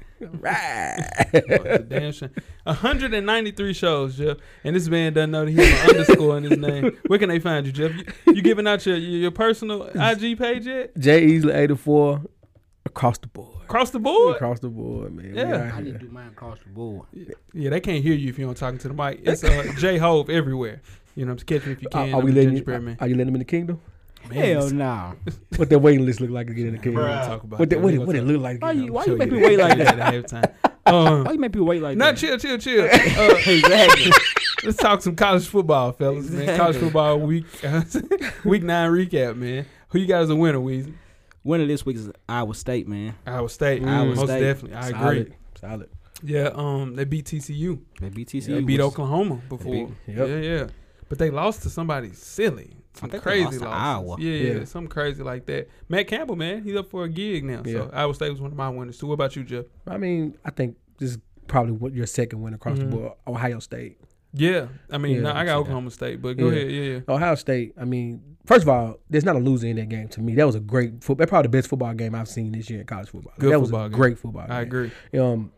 Speaker 2: Fuck, damn shame. 193 shows, Jeff. And this man doesn't know that he has an underscore in his name. Where can they find you, Jeff? You, you giving out your, your your personal IG page yet?
Speaker 4: Jay Easley eighty four across the board.
Speaker 2: Across the board?
Speaker 4: Across the board, man. We
Speaker 2: Yeah.
Speaker 4: out
Speaker 3: I
Speaker 4: here.
Speaker 3: need to do mine across the board.
Speaker 2: Yeah, they can't hear you if you don't talking to the mic. It's uh, J Hove everywhere. You know, I'm catch me if you can.
Speaker 4: Are, are
Speaker 2: I'm
Speaker 4: we
Speaker 2: the
Speaker 4: letting you,
Speaker 2: gingerbread man?
Speaker 4: are you letting them in the kingdom?
Speaker 3: Hell no.
Speaker 4: What that waiting list look like to get in the
Speaker 2: We're
Speaker 4: kingdom?
Speaker 2: gonna talk about
Speaker 4: What,
Speaker 2: that.
Speaker 4: that, what,
Speaker 2: We're gonna
Speaker 4: it, what it
Speaker 2: talk-
Speaker 4: look like?
Speaker 3: Why
Speaker 4: to get
Speaker 3: you-
Speaker 4: in?
Speaker 3: why
Speaker 2: show
Speaker 3: you make me
Speaker 2: that.
Speaker 3: wait like
Speaker 2: Show you
Speaker 3: that?
Speaker 2: at halftime. Um,
Speaker 3: Why you make people wait like
Speaker 2: Not
Speaker 3: that?
Speaker 2: chill, chill, chill. Uh,
Speaker 3: exactly.
Speaker 2: let's talk some college football, fellas, man. College
Speaker 3: Exactly.
Speaker 2: football week week nine recap, man. Who you got as a winner, Weezy?
Speaker 3: Winner this week is Iowa State, man.
Speaker 2: Iowa State.
Speaker 3: Iowa
Speaker 2: most
Speaker 3: State.
Speaker 2: definitely. I
Speaker 3: Solid.
Speaker 2: agree.
Speaker 4: Solid.
Speaker 2: Yeah, um, they beat TCU.
Speaker 3: They beat TCU.
Speaker 2: They beat
Speaker 3: which-
Speaker 2: Oklahoma before.
Speaker 4: beat- yep.
Speaker 2: Yeah, yeah. But they lost to somebody silly. Some
Speaker 3: think they
Speaker 2: crazy
Speaker 3: lost to Iowa.
Speaker 2: losses. Yeah, yeah,
Speaker 4: Yeah.
Speaker 2: something crazy like that. Matt Campbell, man, he's up for a gig now. So Iowa State was one of my winners too. What about you, Jeff?
Speaker 4: I mean, I think this is probably what your second win across
Speaker 3: Mm-hmm.
Speaker 2: Mhm.
Speaker 4: the board. Ohio State.
Speaker 2: Yeah, I mean,
Speaker 4: Yeah,
Speaker 2: nah, I
Speaker 4: I
Speaker 2: got
Speaker 4: see
Speaker 2: Oklahoma State, but go
Speaker 4: Yeah.
Speaker 2: ahead. Yeah, yeah.
Speaker 4: Ohio State. I mean, first of all, there's not a loser in that game to me. That was a great football. Probably the best football game I've seen this year in college football.
Speaker 2: Good
Speaker 4: that was
Speaker 2: football
Speaker 4: a
Speaker 2: game.
Speaker 4: great football. Game.
Speaker 2: I agree.
Speaker 4: Um,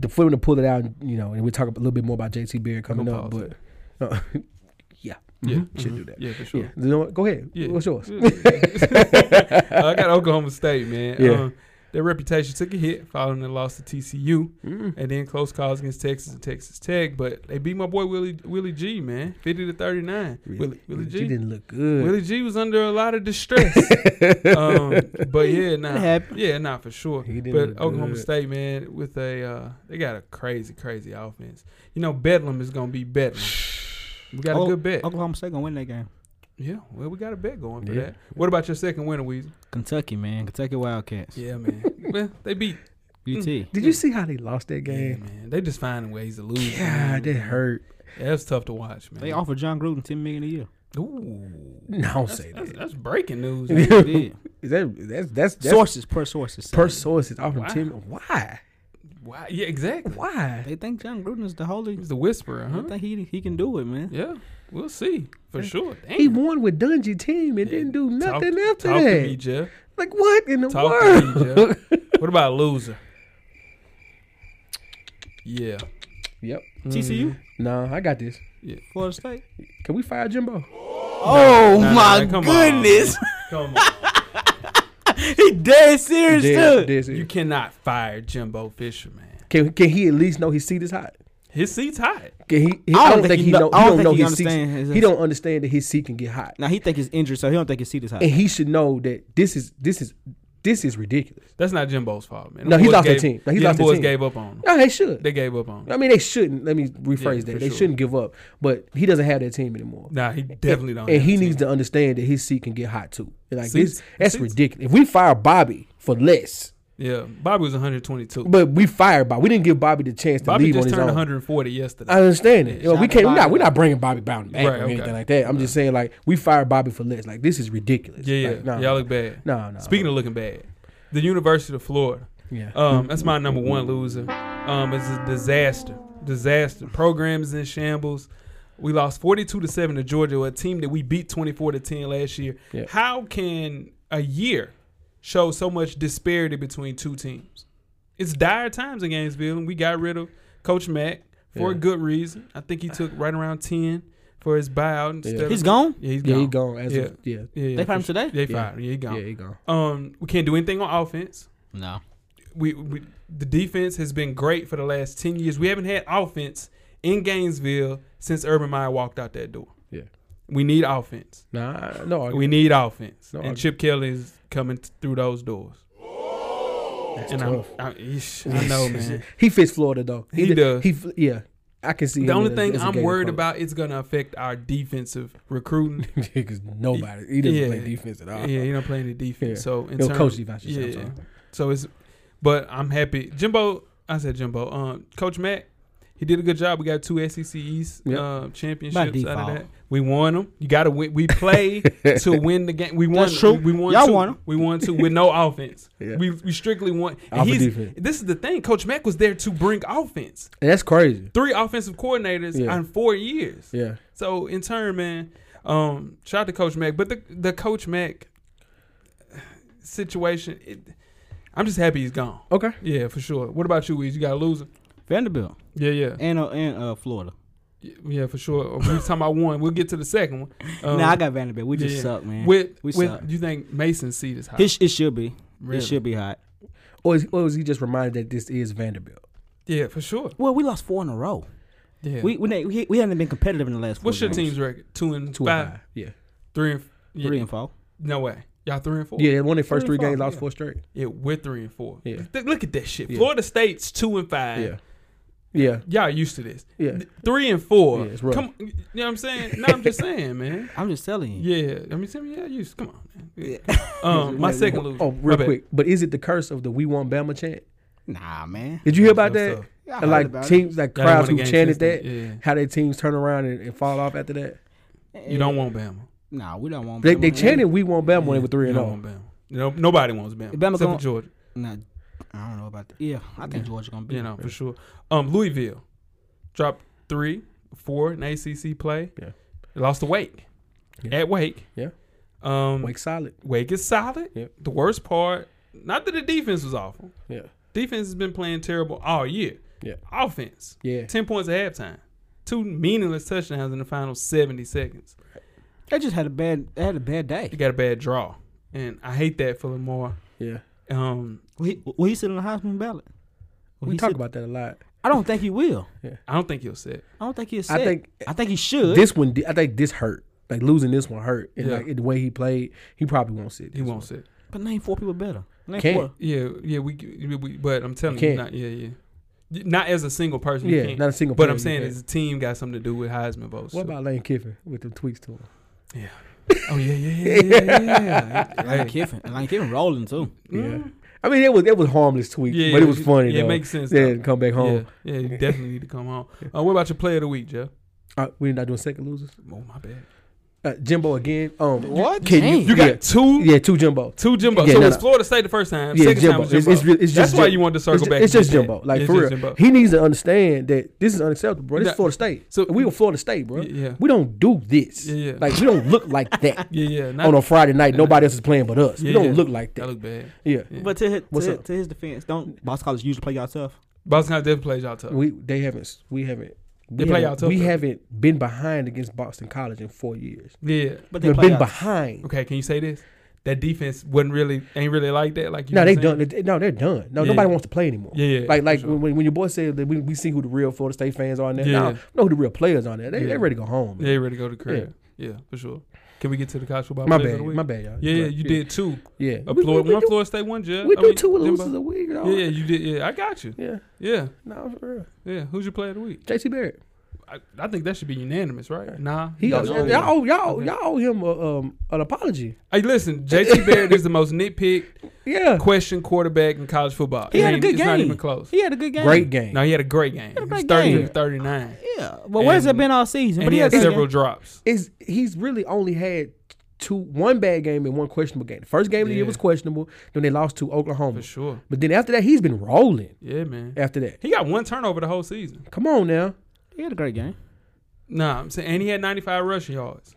Speaker 4: the for them to pull it out, you know, and we'll talk a little bit more about JT Beard coming
Speaker 2: Gonna
Speaker 4: up,
Speaker 2: pause
Speaker 4: but uh, yeah,
Speaker 2: Yeah,
Speaker 4: Mhm. should
Speaker 2: mhm.
Speaker 4: do that.
Speaker 2: Yeah, for sure.
Speaker 4: Yeah. You know what? Go ahead.
Speaker 2: Yeah.
Speaker 4: What's yours?
Speaker 2: Uh, I got Oklahoma State, man.
Speaker 4: Yeah.
Speaker 2: Um, their reputation took a hit following the loss to TCU, Mm-hmm. and then close calls against Texas and Texas Tech. But they beat my boy Willie Willie G, man, fifty to thirty nine. Willie, Willie
Speaker 4: You
Speaker 2: G.
Speaker 4: didn't look good.
Speaker 2: Willie G was under a lot of distress. um, but yeah, nah,
Speaker 3: happened.
Speaker 2: yeah, nah, for sure.
Speaker 4: He didn't
Speaker 2: But
Speaker 4: look
Speaker 2: Oklahoma
Speaker 4: good.
Speaker 2: State, man, with a uh, they got a crazy, crazy offense. You know, Bedlam is gonna be Bedlam. We got
Speaker 3: Oh,
Speaker 2: a good bet.
Speaker 3: Oklahoma State gonna win that game.
Speaker 2: Yeah, well, we got a bet going for
Speaker 4: Yeah.
Speaker 2: that. What about your second winner, Weezy?
Speaker 3: Kentucky, man. Kentucky Wildcats.
Speaker 2: Yeah, man. well, they beat.
Speaker 3: UT.
Speaker 4: Did you see how they lost that
Speaker 2: Yeah,
Speaker 4: game?
Speaker 2: man. They just finding ways to lose. man.
Speaker 4: God, that hurt.
Speaker 2: Yeah, that's tough to watch, man.
Speaker 3: They offered John Gruden ten million a year.
Speaker 2: Ooh,
Speaker 4: No, I don't
Speaker 2: that's,
Speaker 4: say
Speaker 2: that's,
Speaker 4: that.
Speaker 2: that's breaking news.
Speaker 3: They did.
Speaker 4: Is that that's that's, that's
Speaker 3: sources per sources. say.
Speaker 4: per source is off
Speaker 2: Wow.
Speaker 4: from Tim. Why?
Speaker 2: wow. Yeah, exactly.
Speaker 4: Why?
Speaker 3: They think John Gruden is the holy.
Speaker 2: He's the whisperer,
Speaker 3: I
Speaker 2: huh?
Speaker 3: think he he can do it, man.
Speaker 2: Yeah, we'll see for sure. Damn.
Speaker 4: He won with Dungy team and didn't do
Speaker 2: Talk-
Speaker 4: nothing after
Speaker 2: talk
Speaker 4: that.
Speaker 2: to me, Jeff.
Speaker 4: Like what in the
Speaker 2: Talk
Speaker 4: world?
Speaker 2: to me, Jeff. What about a loser? Yeah. Mm-hmm.
Speaker 4: Yep.
Speaker 3: TCU,
Speaker 4: No, I got this.
Speaker 3: Florida State.
Speaker 4: Can we fire Jimbo?
Speaker 3: Oh
Speaker 2: Nah, nah,
Speaker 3: my
Speaker 2: nah, come on.
Speaker 3: goodness,
Speaker 2: Come on.
Speaker 3: he dead serious
Speaker 4: Dead-
Speaker 3: too.
Speaker 4: dead serious.
Speaker 2: you cannot fire Jimbo Fisher, man.
Speaker 4: Can can he at least know his seat is hot?
Speaker 2: His seat's hot.
Speaker 4: Can he? he I, don't think, he know.
Speaker 3: I don't
Speaker 4: He don't
Speaker 3: think
Speaker 4: know
Speaker 3: he
Speaker 4: his seat.
Speaker 3: understand his-
Speaker 4: He don't understand that his seat can get hot,
Speaker 3: Now he think he's injured, so he don't think his seat is high.
Speaker 4: and he should know that this is this is this is ridiculous.
Speaker 2: That's not Jimbo's fault, man.
Speaker 4: No,
Speaker 2: Them
Speaker 4: he
Speaker 2: boys
Speaker 4: lost their
Speaker 2: gave-
Speaker 4: team. No, he
Speaker 2: yeah,
Speaker 4: lost
Speaker 2: them
Speaker 4: their
Speaker 2: boys
Speaker 4: team.
Speaker 2: gave up on him.
Speaker 4: No, they should.
Speaker 2: They gave up on him.
Speaker 4: I mean, they shouldn't. Let me rephrase
Speaker 2: Yeah, for
Speaker 4: that. They
Speaker 2: sure.
Speaker 4: shouldn't give up, but he doesn't have that team anymore.
Speaker 2: Nah, he definitely don't.
Speaker 4: And
Speaker 2: have
Speaker 4: he
Speaker 2: a team.
Speaker 4: needs to understand that his seat can get hot too. And Like
Speaker 2: Seats-
Speaker 4: this, that's
Speaker 2: seats.
Speaker 4: ridiculous. If we fire Bobby for less,
Speaker 2: Yeah, Bobby was 122.
Speaker 4: but we fired Bobby, we didn't give Bobby the chance to
Speaker 2: Bobby
Speaker 4: leave on
Speaker 2: just
Speaker 4: his
Speaker 2: turned
Speaker 4: own.
Speaker 2: 140 yesterday.
Speaker 4: I understand it. You know,
Speaker 3: shout
Speaker 4: we
Speaker 3: out
Speaker 4: can't. We're
Speaker 3: Bobby,
Speaker 4: not. We're
Speaker 3: though.
Speaker 4: not bringing Bobby Brown back
Speaker 2: Right,
Speaker 4: or
Speaker 2: okay.
Speaker 4: anything like that. I'm just saying, like we fired Bobby for less. Like this is ridiculous.
Speaker 2: yeah, yeah,
Speaker 4: Like, nah,
Speaker 2: y'all look bad.
Speaker 4: No, no.
Speaker 2: Speaking of looking bad, the University of Florida.
Speaker 4: yeah,
Speaker 2: Um, that's my number one loser. Um, it's a disaster. Disaster. Programs in shambles. We lost 42 to 7 to Georgia, a team that we beat 24 to 10 last year.
Speaker 4: Yep.
Speaker 2: How can a year show so much disparity between two teams? It's dire times in Gainesville, and we got rid of Coach Mack for a
Speaker 4: Yeah.
Speaker 2: good reason. I think he took right around 10 for his buyout. Instead of-
Speaker 3: He's gone.
Speaker 2: Yeah, he's
Speaker 4: yeah,
Speaker 2: gone.
Speaker 4: he gone. As
Speaker 2: Yeah.
Speaker 4: Of, yeah,
Speaker 2: Yeah, yeah,
Speaker 3: They
Speaker 2: for
Speaker 3: found
Speaker 2: sure.
Speaker 3: him today.
Speaker 2: They
Speaker 4: Yeah.
Speaker 2: fired him. Yeah, he gone.
Speaker 4: yeah, he gone.
Speaker 2: Um, we can't do anything on offense
Speaker 3: No.
Speaker 2: we, we the defense has been great for the last ten years. We haven't had offense in Gainesville since Urban Meyer walked out that door.
Speaker 4: Yeah.
Speaker 2: We need offense.
Speaker 4: Nah, I- no.
Speaker 2: We need offense.
Speaker 4: No,
Speaker 2: and
Speaker 4: I-
Speaker 2: Chip Kelly is coming th- through those doors.
Speaker 4: That's
Speaker 2: and
Speaker 4: tough.
Speaker 2: I'm, I'm, eesh, I know, man.
Speaker 4: he fits Florida though.
Speaker 2: He
Speaker 4: did-
Speaker 2: does.
Speaker 4: He f- yeah. I can see.
Speaker 2: The
Speaker 4: him
Speaker 2: only
Speaker 4: as-
Speaker 2: thing
Speaker 4: as a
Speaker 2: I'm
Speaker 4: Gator
Speaker 2: worried
Speaker 4: coach.
Speaker 2: about it's gonna affect our defensive recruiting.
Speaker 4: because nobody he doesn't
Speaker 2: Yeah.
Speaker 4: play defense at all.
Speaker 2: yeah, you don't play any defense.
Speaker 4: Uh-huh. Yeah.
Speaker 2: So in
Speaker 4: No
Speaker 2: term-
Speaker 4: coach defense. Yeah,
Speaker 2: yeah. So it's, but I'm happy. Jimbo, I said Jimbo. Um, Coach Matt, he did a good job. We got two SEC East
Speaker 4: Yep.
Speaker 2: uh,
Speaker 3: By
Speaker 2: championships out
Speaker 3: default.
Speaker 2: of that. We won them. You got to win. We play to win the game. We won.
Speaker 3: That's true.
Speaker 2: We won.
Speaker 3: Y'all
Speaker 2: two.
Speaker 3: won 'em.
Speaker 2: We won two with no offense.
Speaker 4: Yeah.
Speaker 2: We we strictly won. and
Speaker 4: Alpha
Speaker 2: he's-
Speaker 4: defense.
Speaker 2: This is the thing. Coach Mack was there to bring offense.
Speaker 4: And that's crazy.
Speaker 2: Three offensive coordinators
Speaker 4: Yeah.
Speaker 2: in four years.
Speaker 4: Yeah,
Speaker 2: So in turn, man, um, shout out to Coach Mack. But the the Coach Mack situation, it, I'm just happy he's gone.
Speaker 4: Okay.
Speaker 2: Yeah, for sure. What about you, Weez? You got a loser?
Speaker 3: Vanderbilt
Speaker 2: Yeah, yeah,
Speaker 3: and uh, and uh, Florida.
Speaker 2: yeah, for sure. We was talking about one. We'll get to the second one. Um,
Speaker 3: nah, I got Vanderbilt. We just
Speaker 2: yeah.
Speaker 3: suck, man.
Speaker 2: with
Speaker 3: we
Speaker 2: with
Speaker 3: suck.
Speaker 2: you think Mason's seat is high?
Speaker 3: It, sh- it should be.
Speaker 2: Really?
Speaker 3: It should be hot.
Speaker 4: or is, or is he just reminded that this is Vanderbilt?
Speaker 2: yeah, for sure.
Speaker 3: Well, we lost four in a row.
Speaker 2: Yeah.
Speaker 3: We, we na- we we haven't been competitive in the last. Four
Speaker 2: What's your
Speaker 3: games.
Speaker 2: team's record? Two and
Speaker 4: Two and
Speaker 2: five,
Speaker 4: five. Yeah,
Speaker 2: three and yeah,
Speaker 3: Three and four.
Speaker 2: No way. Y'all three and four.
Speaker 4: Yeah, they won their first
Speaker 3: Three
Speaker 4: three
Speaker 3: and
Speaker 4: games,
Speaker 3: five,
Speaker 4: lost
Speaker 3: yeah.
Speaker 4: four straight.
Speaker 2: Yeah, we're three and four.
Speaker 4: Yeah.
Speaker 2: Th- look at that shit.
Speaker 4: Yeah.
Speaker 2: Florida State's two and five.
Speaker 4: Yeah, yeah,
Speaker 2: Y'all used to this.
Speaker 4: yeah.
Speaker 2: Th- Three and four.
Speaker 4: Yeah, it's rough.
Speaker 2: Come, you know what I'm saying? No, I'm just saying, man.
Speaker 3: I'm just telling you.
Speaker 2: Yeah, I mean, tell me, yeah, used. Come on, man. Um, my
Speaker 3: Wait,
Speaker 2: second
Speaker 3: wait.
Speaker 2: loser.
Speaker 4: Oh,
Speaker 2: My
Speaker 4: real
Speaker 2: bad.
Speaker 4: quick, but is it the curse of the "We Want Bama" chant?
Speaker 3: Nah, man.
Speaker 4: Did you hear about
Speaker 2: That's
Speaker 4: that?
Speaker 2: tough.
Speaker 3: Yeah, I
Speaker 4: And
Speaker 3: heard
Speaker 4: like
Speaker 3: about it.
Speaker 4: teams, like
Speaker 2: Y'all done
Speaker 4: crowds
Speaker 2: won
Speaker 4: who
Speaker 2: the game
Speaker 4: chanted
Speaker 2: since
Speaker 4: that,
Speaker 2: then.
Speaker 4: how their teams turn around and, and fall off after that.
Speaker 2: Yeah, you don't want Bama.
Speaker 3: Nah, we don't want.
Speaker 4: They,
Speaker 3: Bama
Speaker 4: they
Speaker 3: to win.
Speaker 4: chanted "We Want Bama" when
Speaker 2: Yeah,
Speaker 4: they were three
Speaker 2: you
Speaker 4: and oh.
Speaker 2: don't
Speaker 4: zero.
Speaker 2: want Bama. You know, nobody wants Bama,
Speaker 3: Bama
Speaker 2: except
Speaker 3: gonna-
Speaker 2: for Georgia.
Speaker 3: Nah, I don't know about that. Yeah, I think Georgia gonna be.
Speaker 2: You know, for sure. Um, Louisville dropped three, four in ACC play.
Speaker 4: Yeah.
Speaker 2: They lost to Wake.
Speaker 4: Yeah.
Speaker 2: At Wake.
Speaker 4: Yeah.
Speaker 2: Um,
Speaker 4: Wake
Speaker 2: Wake.
Speaker 4: solid.
Speaker 2: is solid.
Speaker 4: Yep.
Speaker 2: The worst part, not that the defense was awful.
Speaker 4: Yeah,
Speaker 2: Defense has been playing terrible all year.
Speaker 4: Yeah.
Speaker 2: Offense,
Speaker 4: yeah.
Speaker 2: ten points at halftime, two meaningless touchdowns in the final seventy seconds.
Speaker 3: They just had a bad. They had a bad day.
Speaker 2: They got a bad draw, and I hate that for Lamar.
Speaker 4: Yeah,
Speaker 2: Um,
Speaker 3: Will he, will he sit on the Heisman ballot? Will
Speaker 4: we
Speaker 3: he
Speaker 4: talk
Speaker 3: sit-
Speaker 4: about that a lot.
Speaker 3: I don't think he will.
Speaker 2: I don't think he'll sit.
Speaker 3: I don't think he'll. Sit.
Speaker 4: I think
Speaker 3: I think he should.
Speaker 4: this one, di- I think this hurt. Like losing this one hurt, and
Speaker 2: Yeah.
Speaker 4: like the way he played, he probably won't sit.
Speaker 2: He
Speaker 4: this
Speaker 2: won't
Speaker 4: one.
Speaker 2: sit.
Speaker 3: but name four people better. Name
Speaker 4: Can't.
Speaker 3: four.
Speaker 2: Yeah, yeah. We, we, we- but I'm telling
Speaker 4: You
Speaker 2: you,
Speaker 4: can't.
Speaker 2: not, yeah, yeah. Y- Not as a single person. you
Speaker 4: Yeah,
Speaker 2: can't.
Speaker 4: not a single.
Speaker 2: But
Speaker 4: player
Speaker 2: I'm
Speaker 4: you
Speaker 2: saying
Speaker 4: had.
Speaker 2: is the team got something to do with Heisman votes.
Speaker 4: what
Speaker 2: too.
Speaker 4: about Lane Kiffin with the tweets to him?
Speaker 2: Oh yeah, yeah, yeah, yeah. yeah, yeah.
Speaker 3: Lane Kiffin. And Lane Kiffin rolling too.
Speaker 4: Yeah, I mean it was it was harmless tweet, but it was funny.
Speaker 2: Mm. Yeah,
Speaker 4: though.
Speaker 2: it makes sense.
Speaker 4: Yeah,
Speaker 2: though.
Speaker 4: and come back home.
Speaker 2: Yeah, yeah, you definitely need to come home. Uh, what about your player of the week, Jeff?
Speaker 4: Uh, we're not doing second losers.
Speaker 2: Oh my bad.
Speaker 4: Uh, Jimbo again. Um,
Speaker 3: What?
Speaker 4: Can you,
Speaker 3: Dang.
Speaker 4: you
Speaker 2: You got two,
Speaker 4: yeah, yeah, two Jimbo.
Speaker 2: two Jimbo.
Speaker 4: Yeah,
Speaker 2: so
Speaker 4: no,
Speaker 2: it was
Speaker 4: no.
Speaker 2: Florida State the first time.
Speaker 4: Yeah,
Speaker 2: second
Speaker 4: Jimbo.
Speaker 2: time was
Speaker 4: It's,
Speaker 2: Jimbo.
Speaker 4: it's, re- it's
Speaker 2: That's
Speaker 4: just
Speaker 2: why
Speaker 4: Jim-
Speaker 2: you wanted to circle
Speaker 4: it's,
Speaker 2: back.
Speaker 4: It's
Speaker 2: to
Speaker 4: just
Speaker 2: that.
Speaker 4: Jimbo. Like
Speaker 2: It's
Speaker 4: for
Speaker 2: just
Speaker 4: real,
Speaker 2: Jimbo.
Speaker 4: he needs to understand that this is unacceptable, bro. This
Speaker 2: No.
Speaker 4: is Florida State.
Speaker 2: So-
Speaker 4: So we were Florida State, bro.
Speaker 2: Yeah.
Speaker 4: We don't do this.
Speaker 2: Yeah, yeah.
Speaker 4: Like we don't look like that
Speaker 2: Yeah, yeah. Not,
Speaker 4: on a Friday night.
Speaker 2: Yeah,
Speaker 4: Nobody else is playing but us.
Speaker 2: Yeah,
Speaker 4: we don't
Speaker 2: yeah.
Speaker 4: look like
Speaker 2: that
Speaker 4: that.
Speaker 2: look bad.
Speaker 4: Yeah.
Speaker 2: Yeah.
Speaker 3: But to his,
Speaker 4: What's
Speaker 3: to,
Speaker 4: up?
Speaker 3: his- to his defense, don't Boss College usually play y'all tough.
Speaker 2: Boston College definitely plays y'all tough.
Speaker 4: We they haven't we haven't
Speaker 2: They
Speaker 4: we
Speaker 2: play y'all
Speaker 4: haven't,
Speaker 2: tough,
Speaker 4: we
Speaker 2: though.
Speaker 4: haven't been behind against Boston College in four years.
Speaker 2: yeah.
Speaker 3: But they
Speaker 4: We've
Speaker 3: play
Speaker 4: been
Speaker 3: y'all
Speaker 4: behind.
Speaker 2: Okay, can you say this? That defense wasn't really ain't really like that. Like you
Speaker 4: No,
Speaker 2: were
Speaker 4: they
Speaker 2: saying?
Speaker 4: done. They, no, they're done. No,
Speaker 2: Yeah,
Speaker 4: nobody
Speaker 2: yeah.
Speaker 4: wants to play anymore.
Speaker 2: Yeah, yeah.
Speaker 4: Like, like
Speaker 2: for sure.
Speaker 4: when, when your boy said that we, we see who the real Florida State fans are in there.
Speaker 2: Yeah.
Speaker 4: Now, know who the real players are in there. They,
Speaker 2: Yeah.
Speaker 4: they ready to go home.
Speaker 2: Yeah, you ready to go to the crib. Yeah. for sure. Can we get to the college football?
Speaker 4: My
Speaker 2: players of
Speaker 4: bad,
Speaker 2: the week?
Speaker 4: my bad, y'all.
Speaker 2: Yeah, yeah, you did two.
Speaker 4: Yeah,
Speaker 2: A
Speaker 4: we,
Speaker 2: Florida,
Speaker 4: we, we
Speaker 2: one
Speaker 4: do,
Speaker 2: Florida State, one Jeff.
Speaker 4: we
Speaker 2: I
Speaker 4: do
Speaker 2: mean,
Speaker 4: two
Speaker 2: Jimbo.
Speaker 4: losers a week. Dog.
Speaker 2: Yeah, yeah, you did. Yeah, I got you.
Speaker 4: yeah.
Speaker 2: Yeah,
Speaker 4: No, for real.
Speaker 2: yeah. Who's your player of the week?
Speaker 4: JC Barrett.
Speaker 2: I, I think that should be unanimous, right? Nah.
Speaker 4: He
Speaker 2: got
Speaker 4: owes,
Speaker 2: it.
Speaker 4: y'all, owe, y'all, y'all owe him a, um, an apology.
Speaker 2: Hey, listen, JT Barrett is the most nitpicked
Speaker 4: Yeah,
Speaker 2: question quarterback in college football.
Speaker 3: He
Speaker 2: It
Speaker 3: had a
Speaker 2: ain't-
Speaker 3: good
Speaker 2: it's not
Speaker 3: game.
Speaker 2: even close.
Speaker 3: He had a good game.
Speaker 4: great game.
Speaker 2: No, he had a great game. He
Speaker 3: a
Speaker 2: was
Speaker 3: great
Speaker 2: 30
Speaker 3: game.
Speaker 2: to 39.
Speaker 3: Yeah. Well, where's it
Speaker 2: And-
Speaker 3: been all season?
Speaker 2: And he had
Speaker 3: a good game.
Speaker 2: several drops.
Speaker 4: is he's really only had two one bad game and one questionable game. The first game of the year
Speaker 2: Yeah.
Speaker 4: was questionable. Then they lost to
Speaker 2: For
Speaker 4: Oklahoma.
Speaker 2: sure.
Speaker 4: But then after that, he's been rolling.
Speaker 2: Yeah, man.
Speaker 4: After that,
Speaker 2: He got one turnover the whole season.
Speaker 4: come on now.
Speaker 3: He had a great game.
Speaker 2: Nah, I'm saying, and he had 95 rushing yards.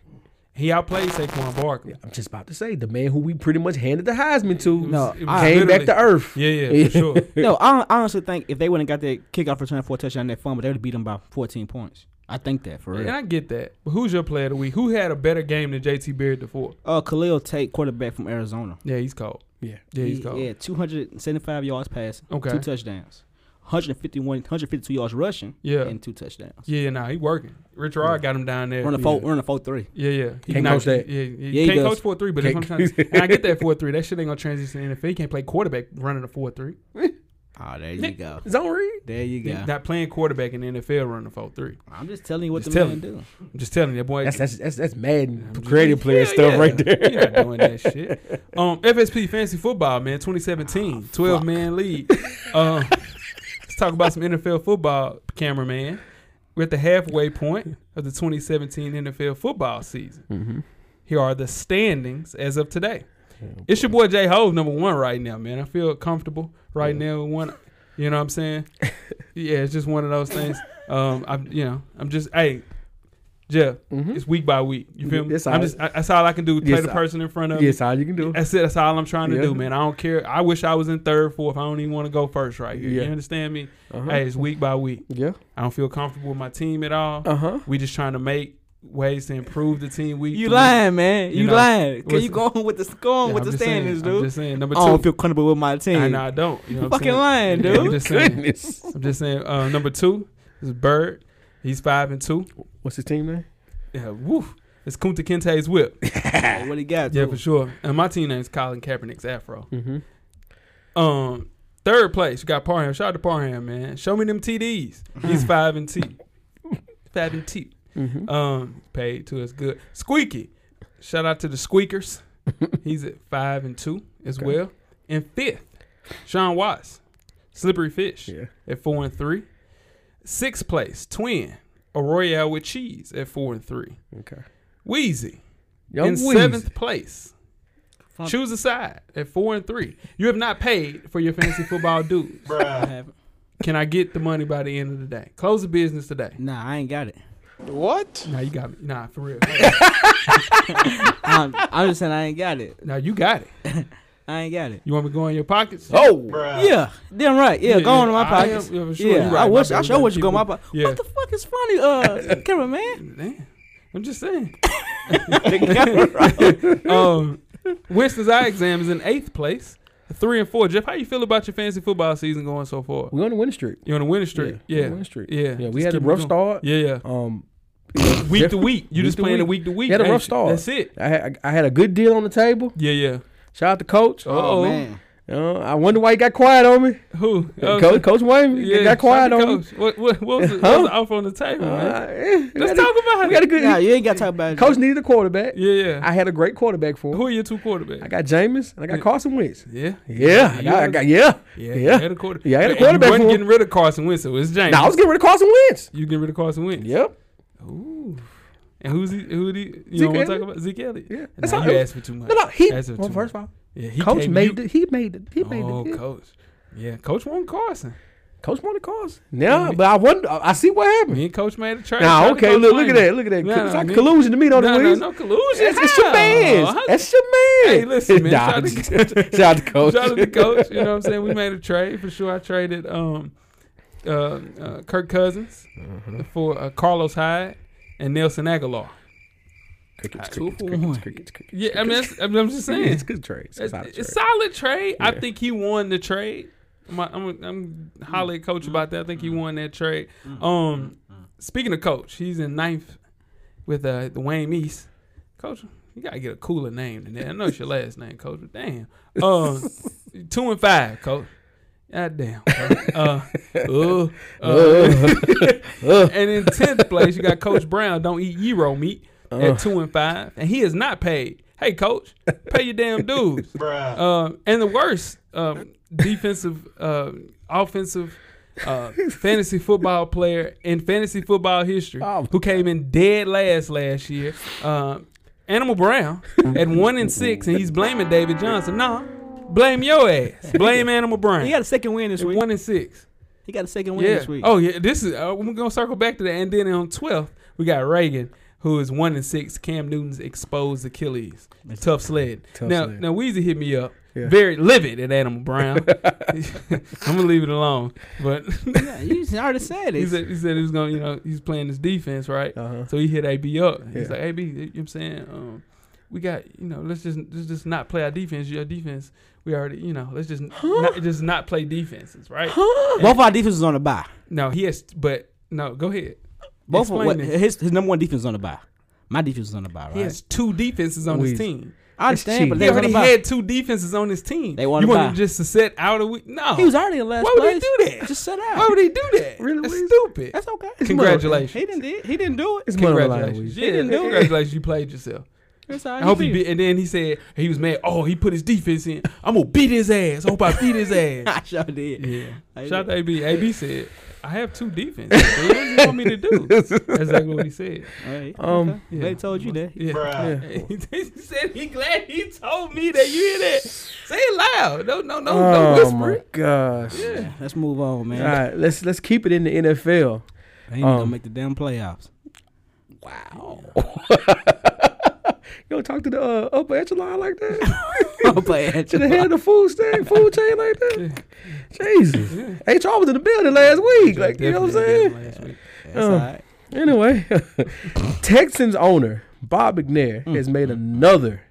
Speaker 2: He outplayed Saquon Barkley.
Speaker 4: I'm just about to say the man who we pretty much handed the Heisman to
Speaker 2: It was-
Speaker 3: No,
Speaker 2: it was
Speaker 3: I-
Speaker 4: came back
Speaker 2: literally-
Speaker 4: to earth.
Speaker 2: Yeah, yeah, for sure.
Speaker 3: no, I hon- honestly think if they wouldn't got that kickoff return for a touchdown in that fumble, they would have beat them by 14 points. I think that for
Speaker 2: And
Speaker 3: real.
Speaker 2: I get that. But who's your player of the week? Who had a better game than JT Barrett before?
Speaker 3: Uh, Khalil Tate, quarterback from Arizona.
Speaker 2: Yeah, he's cold.
Speaker 4: Yeah.
Speaker 2: Yeah, he's
Speaker 3: He-
Speaker 2: cold.
Speaker 3: Yeah, 275 yards passing,
Speaker 2: Okay.
Speaker 3: two touchdowns, 151, 152 yards rushing,
Speaker 2: Yeah.
Speaker 3: and two touchdowns.
Speaker 2: Yeah, nah, he working. Richard R got him down there.
Speaker 3: Run a four, run a four three.
Speaker 2: Yeah, yeah. He
Speaker 4: Can't
Speaker 2: knocked-
Speaker 4: coach that.
Speaker 2: Yeah, yeah.
Speaker 3: Yeah, he
Speaker 2: can't
Speaker 3: does.
Speaker 2: coach four three, but that's what I'm trying to say. And I get that four three. That shit ain't gonna transition to NFL. He can't play quarterback running a four three.
Speaker 3: Oh, there you go.
Speaker 4: Zone read.
Speaker 3: There you go.
Speaker 2: Not playing quarterback in the NFL running a four three.
Speaker 3: I'm just telling you what
Speaker 2: Just
Speaker 3: the
Speaker 2: telling
Speaker 3: man do.
Speaker 2: I'm just telling you, that boy.
Speaker 4: That's that's that's, that's Madden
Speaker 2: I'm just-
Speaker 4: creative player
Speaker 2: Yeah,
Speaker 4: stuff
Speaker 2: yeah.
Speaker 4: right there.
Speaker 2: You're not doing that shit. Um, FSP fantasy football, man,
Speaker 4: Ah,
Speaker 2: 2017, 12 man league. Um, let's talk about some NFL football, cameraman. We're at the halfway point of the 2017 NFL football season.
Speaker 4: Mm-hmm.
Speaker 2: Here are the standings as of today.
Speaker 4: Oh,
Speaker 2: It's your boy J Hove, number one right now, man. I feel comfortable right now. with One, you know what I'm saying? yeah, it's just one of those things. Um, I'm, you know, I'm just, hey, Jeff,
Speaker 4: Mhm.
Speaker 3: Mm-hmm.
Speaker 2: it's week by week. You feel me?
Speaker 4: That's
Speaker 2: I'm
Speaker 4: all.
Speaker 2: just, I, that's all I can do. Play
Speaker 4: Yes,
Speaker 2: the
Speaker 4: I-
Speaker 2: person in front of
Speaker 4: Yes, all you can
Speaker 2: me.
Speaker 4: do.
Speaker 2: That's it. That's all I'm trying to
Speaker 4: Yeah.
Speaker 2: do, man. I don't care. I wish I was in third, fourth. I don't even want to go first right here. You
Speaker 4: Yeah.
Speaker 2: understand me?
Speaker 4: Uh-huh.
Speaker 2: Hey, it's week by week.
Speaker 4: Yeah.
Speaker 2: I don't feel comfortable with my team at all.
Speaker 4: Uh huh.
Speaker 2: We just trying to make ways to improve the team week.
Speaker 3: You
Speaker 2: to week.
Speaker 3: lying, man. You,
Speaker 2: You know,
Speaker 3: lying. Can you
Speaker 2: what's-
Speaker 3: going with the going
Speaker 2: Yeah,
Speaker 3: with
Speaker 2: I'm
Speaker 3: the
Speaker 2: just saying,
Speaker 3: standings,
Speaker 2: I'm
Speaker 3: dude?
Speaker 2: just saying. Number two.
Speaker 3: I don't feel comfortable with my team.
Speaker 2: I know I don't. You know
Speaker 3: You
Speaker 2: what I'm
Speaker 3: fucking
Speaker 2: saying?
Speaker 3: lying,
Speaker 2: Yeah, I'm
Speaker 3: dude.
Speaker 2: just saying.
Speaker 4: Goodness.
Speaker 2: I'm just saying. Uh, number two is Bird. He's five and two.
Speaker 4: What's his team name?
Speaker 2: Yeah, woof. It's Kunta Kinte's whip.
Speaker 3: Like, what he got?
Speaker 2: Yeah,
Speaker 3: too?
Speaker 2: for sure. And my team name's Colin Kaepernick's Afro.
Speaker 4: Mm-hmm.
Speaker 2: Um, third place, you got Parham. Shout out to Parham, man. Show me them TDs. He's five and T. Five and T.
Speaker 4: Mm-hmm.
Speaker 2: Um, paid to us good. Squeaky. Shout out to the squeakers. He's at five and two as
Speaker 4: Okay.
Speaker 2: well. And fifth, Sean Watts. Slippery Fish
Speaker 4: yeah.
Speaker 2: at four and three. Sixth place, twin. A Royale with cheese at four and three.
Speaker 4: Okay.
Speaker 2: Wheezy
Speaker 4: Young
Speaker 2: in
Speaker 4: Weezy.
Speaker 2: seventh place.
Speaker 3: Fuck.
Speaker 2: Choose a side at four and three. You have not paid for your fantasy football dues.
Speaker 3: I haven't.
Speaker 2: Can I get the money by the end of the day? Close the business today.
Speaker 3: Nah, I ain't got it.
Speaker 2: Now you got me. Nah, for real.
Speaker 3: I'm, I'm just saying I ain't got it.
Speaker 2: now you got it.
Speaker 3: I ain't got it.
Speaker 2: You want me to go in your pockets?
Speaker 4: Oh,
Speaker 3: Yeah, damn right. Yeah, go on to
Speaker 2: I
Speaker 3: my
Speaker 2: am-
Speaker 3: pockets.
Speaker 2: yeah, for sure,
Speaker 3: yeah,
Speaker 2: you right, my
Speaker 3: I wish
Speaker 2: bad,
Speaker 3: I sure
Speaker 2: bro.
Speaker 3: wish you go
Speaker 2: Keep
Speaker 3: my
Speaker 2: it-
Speaker 3: pocket.
Speaker 2: yeah.
Speaker 3: What the fuck is funny, uh, cameraman?
Speaker 2: Damn. I'm just saying. um, Winston's eye exam is in eighth place, three and four. Jeff, how you feel about your fantasy football season going so far?
Speaker 4: we on the winning streak.
Speaker 2: You on a winning streak?
Speaker 4: we on
Speaker 2: Yeah,
Speaker 4: the winning streak.
Speaker 2: Yeah,
Speaker 4: Yeah,
Speaker 2: Just
Speaker 4: we had a
Speaker 2: keep it
Speaker 4: rough
Speaker 2: going.
Speaker 4: start.
Speaker 2: Yeah, yeah.
Speaker 4: Um,
Speaker 2: Week
Speaker 4: Jeff-
Speaker 2: to week, you
Speaker 4: week
Speaker 2: just
Speaker 4: to
Speaker 2: playing a
Speaker 4: week.
Speaker 2: week to week.
Speaker 4: You had a rough
Speaker 2: ain't you?
Speaker 4: start.
Speaker 2: That's it.
Speaker 4: I had I had a good deal on the table.
Speaker 2: Yeah, yeah.
Speaker 4: Shout out to Coach.
Speaker 3: Oh,
Speaker 2: Uh-oh.
Speaker 4: Uh, I wonder why he got quiet on me.
Speaker 2: Who? Oh,
Speaker 4: Coach, Coach Wayne got quiet
Speaker 2: shout out to
Speaker 4: on me.
Speaker 2: Coach. What, what, what was the,
Speaker 4: Huh?
Speaker 2: what was the offer on the table, man?
Speaker 4: Uh, eh, we
Speaker 2: Let's
Speaker 4: had a-
Speaker 2: talk about
Speaker 4: We got
Speaker 2: it.
Speaker 4: a good.
Speaker 3: Nah, you ain't got to talk about it.
Speaker 4: Coach needed a quarterback.
Speaker 2: Yeah, yeah.
Speaker 4: I had a great quarterback for him.
Speaker 2: Who are your two quarterbacks?
Speaker 4: I got Jameis and I got
Speaker 2: Yeah.
Speaker 4: Carson Wentz.
Speaker 2: yeah,
Speaker 4: Yeah, I got, I got yeah.
Speaker 2: yeah,
Speaker 4: yeah.
Speaker 2: I had a quarter-
Speaker 4: Yeah, I had a
Speaker 2: And
Speaker 4: quarterback
Speaker 2: You wasn't
Speaker 4: for-
Speaker 2: getting rid of Carson Wentz. It was James.
Speaker 4: Now I was getting rid of Carson Wentz.
Speaker 2: You getting rid of Carson Wentz?
Speaker 4: Yep.
Speaker 2: Ooh. And who's he? Who did he? You
Speaker 4: Zeke
Speaker 2: don't want to talk
Speaker 4: Elliott?
Speaker 2: about Zeke Elliott?
Speaker 4: Yeah.
Speaker 2: That's
Speaker 4: That's
Speaker 2: nah,
Speaker 4: all-
Speaker 2: you asked for too much.
Speaker 4: No, no, he.
Speaker 2: That's a
Speaker 4: Well,
Speaker 2: two-
Speaker 4: first of all,
Speaker 2: Yeah, he
Speaker 4: uh, Coach
Speaker 2: came-
Speaker 4: made
Speaker 2: you-
Speaker 4: the, he made it. He made
Speaker 2: oh,
Speaker 4: it. Yeah.
Speaker 2: coach. Yeah, coach won Carson.
Speaker 4: Coach wanted Carson.
Speaker 2: Yeah,
Speaker 4: No,
Speaker 2: me-
Speaker 4: but I wonder. I I see what happened.
Speaker 2: Me and coach made a trade.
Speaker 4: Now,
Speaker 2: Shout out to
Speaker 4: okay,
Speaker 2: Coach
Speaker 4: look, look at
Speaker 2: Lehman.
Speaker 4: that, look at that.
Speaker 2: Nah,
Speaker 4: it's like
Speaker 2: man.
Speaker 4: collusion to me, though.
Speaker 2: No,
Speaker 4: the
Speaker 2: no,
Speaker 4: Wiz.
Speaker 2: no collusion.
Speaker 4: That's, that's your
Speaker 2: How?
Speaker 4: man.
Speaker 2: How-
Speaker 4: That's your man.
Speaker 2: Hey, listen, man.
Speaker 4: Nah,
Speaker 2: shout, out to,
Speaker 4: just- shout out to coach.
Speaker 2: shout out to coach. You know what I'm saying? We made a trade for sure. I traded um, uh, uh, Kirk Cousins for uh, Carlos Hyde and Nelson Aguilar.
Speaker 4: Crickets,
Speaker 2: Two
Speaker 4: crickets,
Speaker 2: for
Speaker 4: crickets,
Speaker 2: one.
Speaker 4: crickets, crickets.
Speaker 2: Yeah, I mean, that's, I mean I'm just
Speaker 4: Yeah,
Speaker 2: saying.
Speaker 4: it's good trades.
Speaker 2: It's,
Speaker 4: It's not a
Speaker 2: it's
Speaker 4: trade.
Speaker 2: solid trade. I
Speaker 4: Yeah.
Speaker 2: think he won the trade. I'm, I'm, I'm holler at coach about that. I think he won that trade.
Speaker 3: Mm,
Speaker 2: Um, speaking of coach, he's in ninth with uh, the Wayne Meese. Coach, you gotta get a cooler name than that. I know it's your last name, coach. But damn, uh, two and five, coach. God damn. Coach. Uh, uh, uh. and in tenth place, you got Coach Brown. Don't eat gyro meat at two and five, and he is not paid. Hey, coach, pay your damn dues. Um, and the worst um, defensive, um, offensive, uh, fantasy football player in fantasy football history
Speaker 4: Oh, my
Speaker 2: who came in dead last last year, um, Animal Brown, at one and six, and he's blaming David Johnson. No, blame your ass. Blame Animal Brown.
Speaker 3: He got a second win this
Speaker 2: At
Speaker 3: week.
Speaker 2: one and six.
Speaker 3: He got a second win
Speaker 2: Yeah.
Speaker 3: this week.
Speaker 2: Oh yeah. This is uh, we're gonna circle back to that. And then on twelfth, we got Reagan, who is one and six. Cam Newton's exposed Achilles.
Speaker 3: That's-
Speaker 2: Tough sled.
Speaker 4: Tough
Speaker 2: now,
Speaker 4: sled.
Speaker 2: now Weezy hit me up.
Speaker 4: Yeah.
Speaker 2: Very livid at Animal Brown. I'm gonna leave it alone. But
Speaker 3: Yeah, you already said
Speaker 2: he
Speaker 3: it.
Speaker 2: said he said he was gonna you know he's playing his defense right.
Speaker 4: Uh-huh.
Speaker 2: So he hit AB up. He's
Speaker 4: Yeah.
Speaker 2: like AB, you know what I'm saying. Um, we got you know let's just let's just not play our defense. Your defense. We already you know let's just not, just not play defenses right.
Speaker 3: Both our defenses on the bye.
Speaker 2: No, he has, but no, go ahead.
Speaker 3: Both of
Speaker 2: Explain
Speaker 3: what,
Speaker 2: this.
Speaker 3: his his number one defense is on the bye. My defense is on the bye, right?
Speaker 2: He has two defenses on his
Speaker 4: Weezy.
Speaker 2: team.
Speaker 3: I
Speaker 4: It's
Speaker 3: understand, but
Speaker 4: cheating.
Speaker 2: He
Speaker 3: they was on
Speaker 2: already
Speaker 3: the bye.
Speaker 2: had two defenses on his team.
Speaker 3: They want
Speaker 2: you
Speaker 3: to
Speaker 2: want him
Speaker 3: buy.
Speaker 2: just to set out a week? No.
Speaker 3: He was already in last
Speaker 2: Why would
Speaker 3: place.
Speaker 2: he do that?
Speaker 3: Just set out.
Speaker 2: Why would he do that?
Speaker 4: Really,
Speaker 2: That's
Speaker 4: Weezy?
Speaker 2: stupid.
Speaker 3: That's okay.
Speaker 2: Congratulations.
Speaker 3: He didn't. He didn't do it.
Speaker 4: It's money on the line,
Speaker 2: Congratulations.
Speaker 4: Weezy.
Speaker 2: Yeah,
Speaker 3: He didn't do it.
Speaker 2: congratulations. You played yourself.
Speaker 3: That's how
Speaker 2: I hope he beat. And then he said he was mad. Oh, he put his defense in. I'm gonna beat his ass. I hope I beat his ass.
Speaker 3: I sure did.
Speaker 2: yeah.
Speaker 3: I
Speaker 2: Shout out
Speaker 3: did.
Speaker 2: to AB. AB said, "I have two defenses. What do you want me to do?" That's exactly what he said.
Speaker 3: Hey,
Speaker 4: Um,
Speaker 3: okay.
Speaker 2: yeah.
Speaker 3: They told you that.
Speaker 2: Yeah.
Speaker 4: Bruh.
Speaker 2: he said he glad he told me that. You hear that? Say it loud. No, no, no, no
Speaker 4: Oh
Speaker 2: whisper.
Speaker 4: my
Speaker 2: it.
Speaker 4: gosh!
Speaker 2: Yeah.
Speaker 3: Let's move on,
Speaker 4: All
Speaker 3: man.
Speaker 4: right, let's let's keep it in the NFL.
Speaker 3: They ain't gonna
Speaker 4: Um,
Speaker 3: make the damn playoffs.
Speaker 4: Wow. Yo, talk to the uh, upper echelon like that. Should have had the food chain, food chain like that. Jesus.
Speaker 2: Yeah.
Speaker 4: HR was in the building last week. Like, you know what I'm
Speaker 2: Definitely
Speaker 4: saying?
Speaker 2: did last week.
Speaker 3: That's all right.
Speaker 4: Um, Anyway, Texans owner Bob McNair
Speaker 3: Mm.
Speaker 4: has made another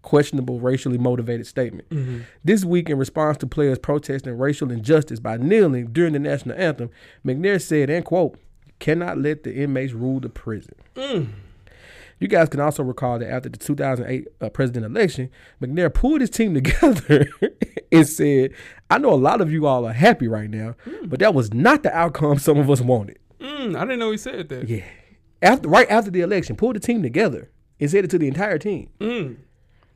Speaker 4: questionable racially motivated statement.
Speaker 3: Mm-hmm.
Speaker 4: This week, in response to players protesting racial injustice by kneeling during the national anthem,
Speaker 3: Mm.
Speaker 4: McNair said, and quote, cannot let the inmates rule the prison. You guys can also recall that after the 2008 uh, president election, McNair pulled his team together and said, "I know a lot of you all are happy right now,
Speaker 3: Mm.
Speaker 4: but that was not the outcome some of us wanted."
Speaker 2: Mm, I didn't know he said that.
Speaker 4: Yeah. After right after the election, pulled the team together and said it to the entire team.
Speaker 2: Mm.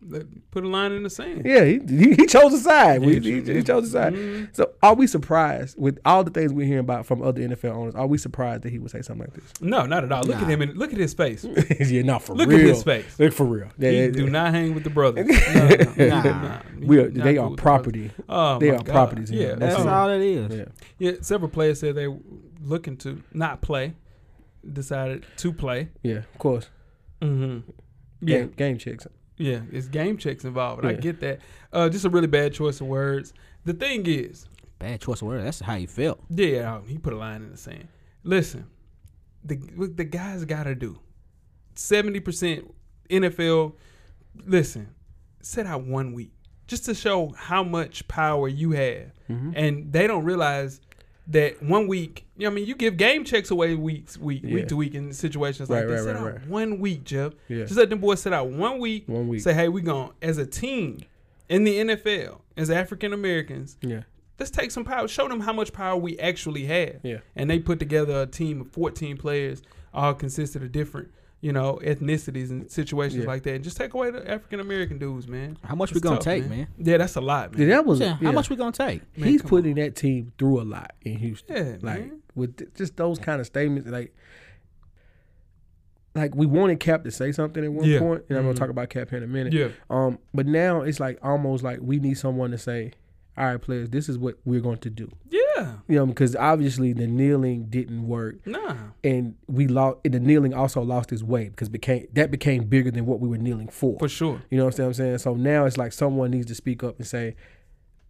Speaker 2: Let- Put a line in the sand.
Speaker 4: Yeah, he, he, he chose a side. We-
Speaker 2: Yeah, Mm-hmm.
Speaker 4: he,
Speaker 2: sure.
Speaker 4: he chose a side. So, are we surprised with all the things we're hearing about from other NFL owners? Are we surprised that he would say something like
Speaker 2: No, not at all. Look at him and look at his face.
Speaker 4: this? yeah, not for
Speaker 2: Look
Speaker 4: real.
Speaker 2: at his face.
Speaker 4: Look for real. Yeah,
Speaker 2: He
Speaker 4: yeah,
Speaker 2: do
Speaker 4: yeah.
Speaker 2: not hang with the brothers. No, no,
Speaker 4: Nah.
Speaker 2: nah.
Speaker 4: We are,
Speaker 2: Not
Speaker 4: they
Speaker 2: cool
Speaker 4: are
Speaker 2: with the brothers.
Speaker 4: property.
Speaker 2: Oh,
Speaker 4: They
Speaker 2: my
Speaker 4: are
Speaker 2: God.
Speaker 4: properties, yeah.
Speaker 2: Yeah,
Speaker 4: That's
Speaker 3: That's
Speaker 4: it.
Speaker 2: oh,
Speaker 3: all it is.
Speaker 4: Yeah.
Speaker 2: yeah. Several players said they were looking to not play, decided to play.
Speaker 4: yeah, of course.
Speaker 2: Mm-hmm. Yeah,
Speaker 4: Game, game checks.
Speaker 2: yeah. It's game checks involved. and I
Speaker 4: Yeah.
Speaker 2: get that. Uh, just a really bad choice of words. The thing is,
Speaker 3: Bad choice of word. That's how you felt.
Speaker 2: Yeah, um, he put a line in the sand. Listen, the what the guys got to do. Seventy percent NFL. Listen, set out one week just to show how much power you have,
Speaker 4: Mm-hmm.
Speaker 2: and they don't realize that one week. You know, what I mean, you give game checks away weeks, week,
Speaker 4: Yeah.
Speaker 2: week to week in situations
Speaker 4: Right,
Speaker 2: like this.
Speaker 4: right,
Speaker 2: set
Speaker 4: right,
Speaker 2: out
Speaker 4: right.
Speaker 2: one week, Jeff.
Speaker 4: Yeah.
Speaker 2: Just let them boys set out one week.
Speaker 4: One week.
Speaker 2: Say, hey, we going as a team in the NFL as African Americans
Speaker 4: Yeah.
Speaker 2: let's take some power. Show them how much power we actually have.
Speaker 4: Yeah.
Speaker 2: And they put together a team of 14 players, all consisted of different, you know, ethnicities and situations
Speaker 4: Yeah.
Speaker 2: like that. And just take away the African American dudes, man.
Speaker 3: How much
Speaker 2: It's
Speaker 3: we gonna
Speaker 2: tough,
Speaker 3: take, man?
Speaker 2: Yeah, that's a lot, man.
Speaker 4: Yeah, that was.
Speaker 3: Yeah,
Speaker 4: yeah.
Speaker 3: How much we gonna take?
Speaker 2: Man,
Speaker 4: He's
Speaker 2: come
Speaker 4: putting that team through a lot in Houston.
Speaker 2: Yeah,
Speaker 4: like
Speaker 2: man.
Speaker 4: with th- just those kind of statements, like like we wanted Cap to say something at one
Speaker 2: Yeah.
Speaker 4: point, and I'm gonna
Speaker 2: Mhm.
Speaker 4: talk about Cap here in a minute.
Speaker 2: Yeah.
Speaker 4: Um, but now it's like almost like we need someone to say, "All right, players, this is what we're going to do."
Speaker 2: Yeah.
Speaker 4: You know, because obviously the kneeling didn't work,
Speaker 2: Nah.
Speaker 4: and we lost. And the kneeling also lost its way because became that became bigger than what we were kneeling for.
Speaker 2: For sure.
Speaker 4: You know what I'm saying? So now it's like someone needs to speak up and say,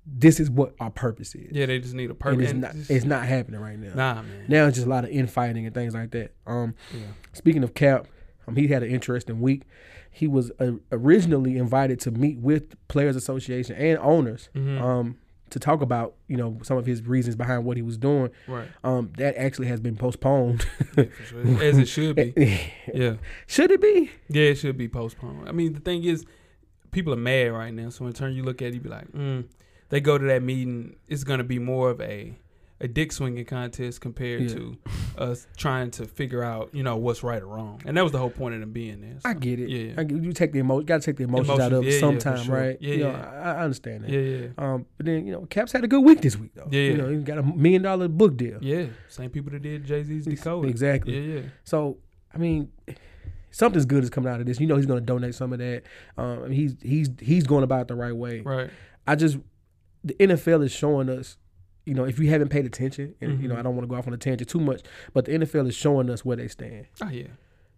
Speaker 4: "This is what our purpose is."
Speaker 2: Yeah, they just need a
Speaker 4: and
Speaker 2: permit.
Speaker 4: it's not it's not happening right now.
Speaker 2: Nah, man.
Speaker 4: Now it's just a lot of infighting and things like that. Um,
Speaker 2: Yeah.
Speaker 4: speaking of Cap, um, he had an interesting week. He was uh, originally invited to meet with Players Association and owners
Speaker 2: Mm-hmm.
Speaker 4: um, to talk about you know some of his reasons behind what he was doing.
Speaker 2: Right.
Speaker 4: Um, that actually has been postponed.
Speaker 2: For sure. As it should be. Yeah.
Speaker 4: Should it be?
Speaker 2: Yeah, it should be postponed. I mean, the thing is, people are mad right now. So in turn, you look at it, you be like, mm. they go to that meeting. It's gonna be more of a a dick swinging contest compared
Speaker 4: Yeah.
Speaker 2: to us trying to figure out, you know, what's right or wrong. And that was the whole point of them being there. So,
Speaker 4: I get it.
Speaker 2: Yeah.
Speaker 4: I get, you take the emo- got to take the emotions, out
Speaker 2: Emotions,
Speaker 4: of
Speaker 2: yeah, yeah, for
Speaker 4: it sometime,
Speaker 2: sure.
Speaker 4: right?
Speaker 2: Yeah,
Speaker 4: you know,
Speaker 2: yeah.
Speaker 4: I, I understand that.
Speaker 2: yeah, yeah,
Speaker 4: Um, but then you know, Caps had a good week this week though.
Speaker 2: Yeah, yeah.
Speaker 4: you know, he got a million dollar book deal.
Speaker 2: yeah. Same people that did Jay Z's Dakota.
Speaker 4: Exactly.
Speaker 2: Yeah, yeah.
Speaker 4: So I mean, something's good is coming out of this. You know, he's going to donate some of that. Um, he's he's he's going about it the right way.
Speaker 2: Right.
Speaker 4: I just the NFL is showing us. You know, if you haven't paid attention, and you know,
Speaker 2: Mhm.
Speaker 4: I don't want to go off on a tangent too much, but the NFL is showing us where they stand.
Speaker 2: Oh yeah.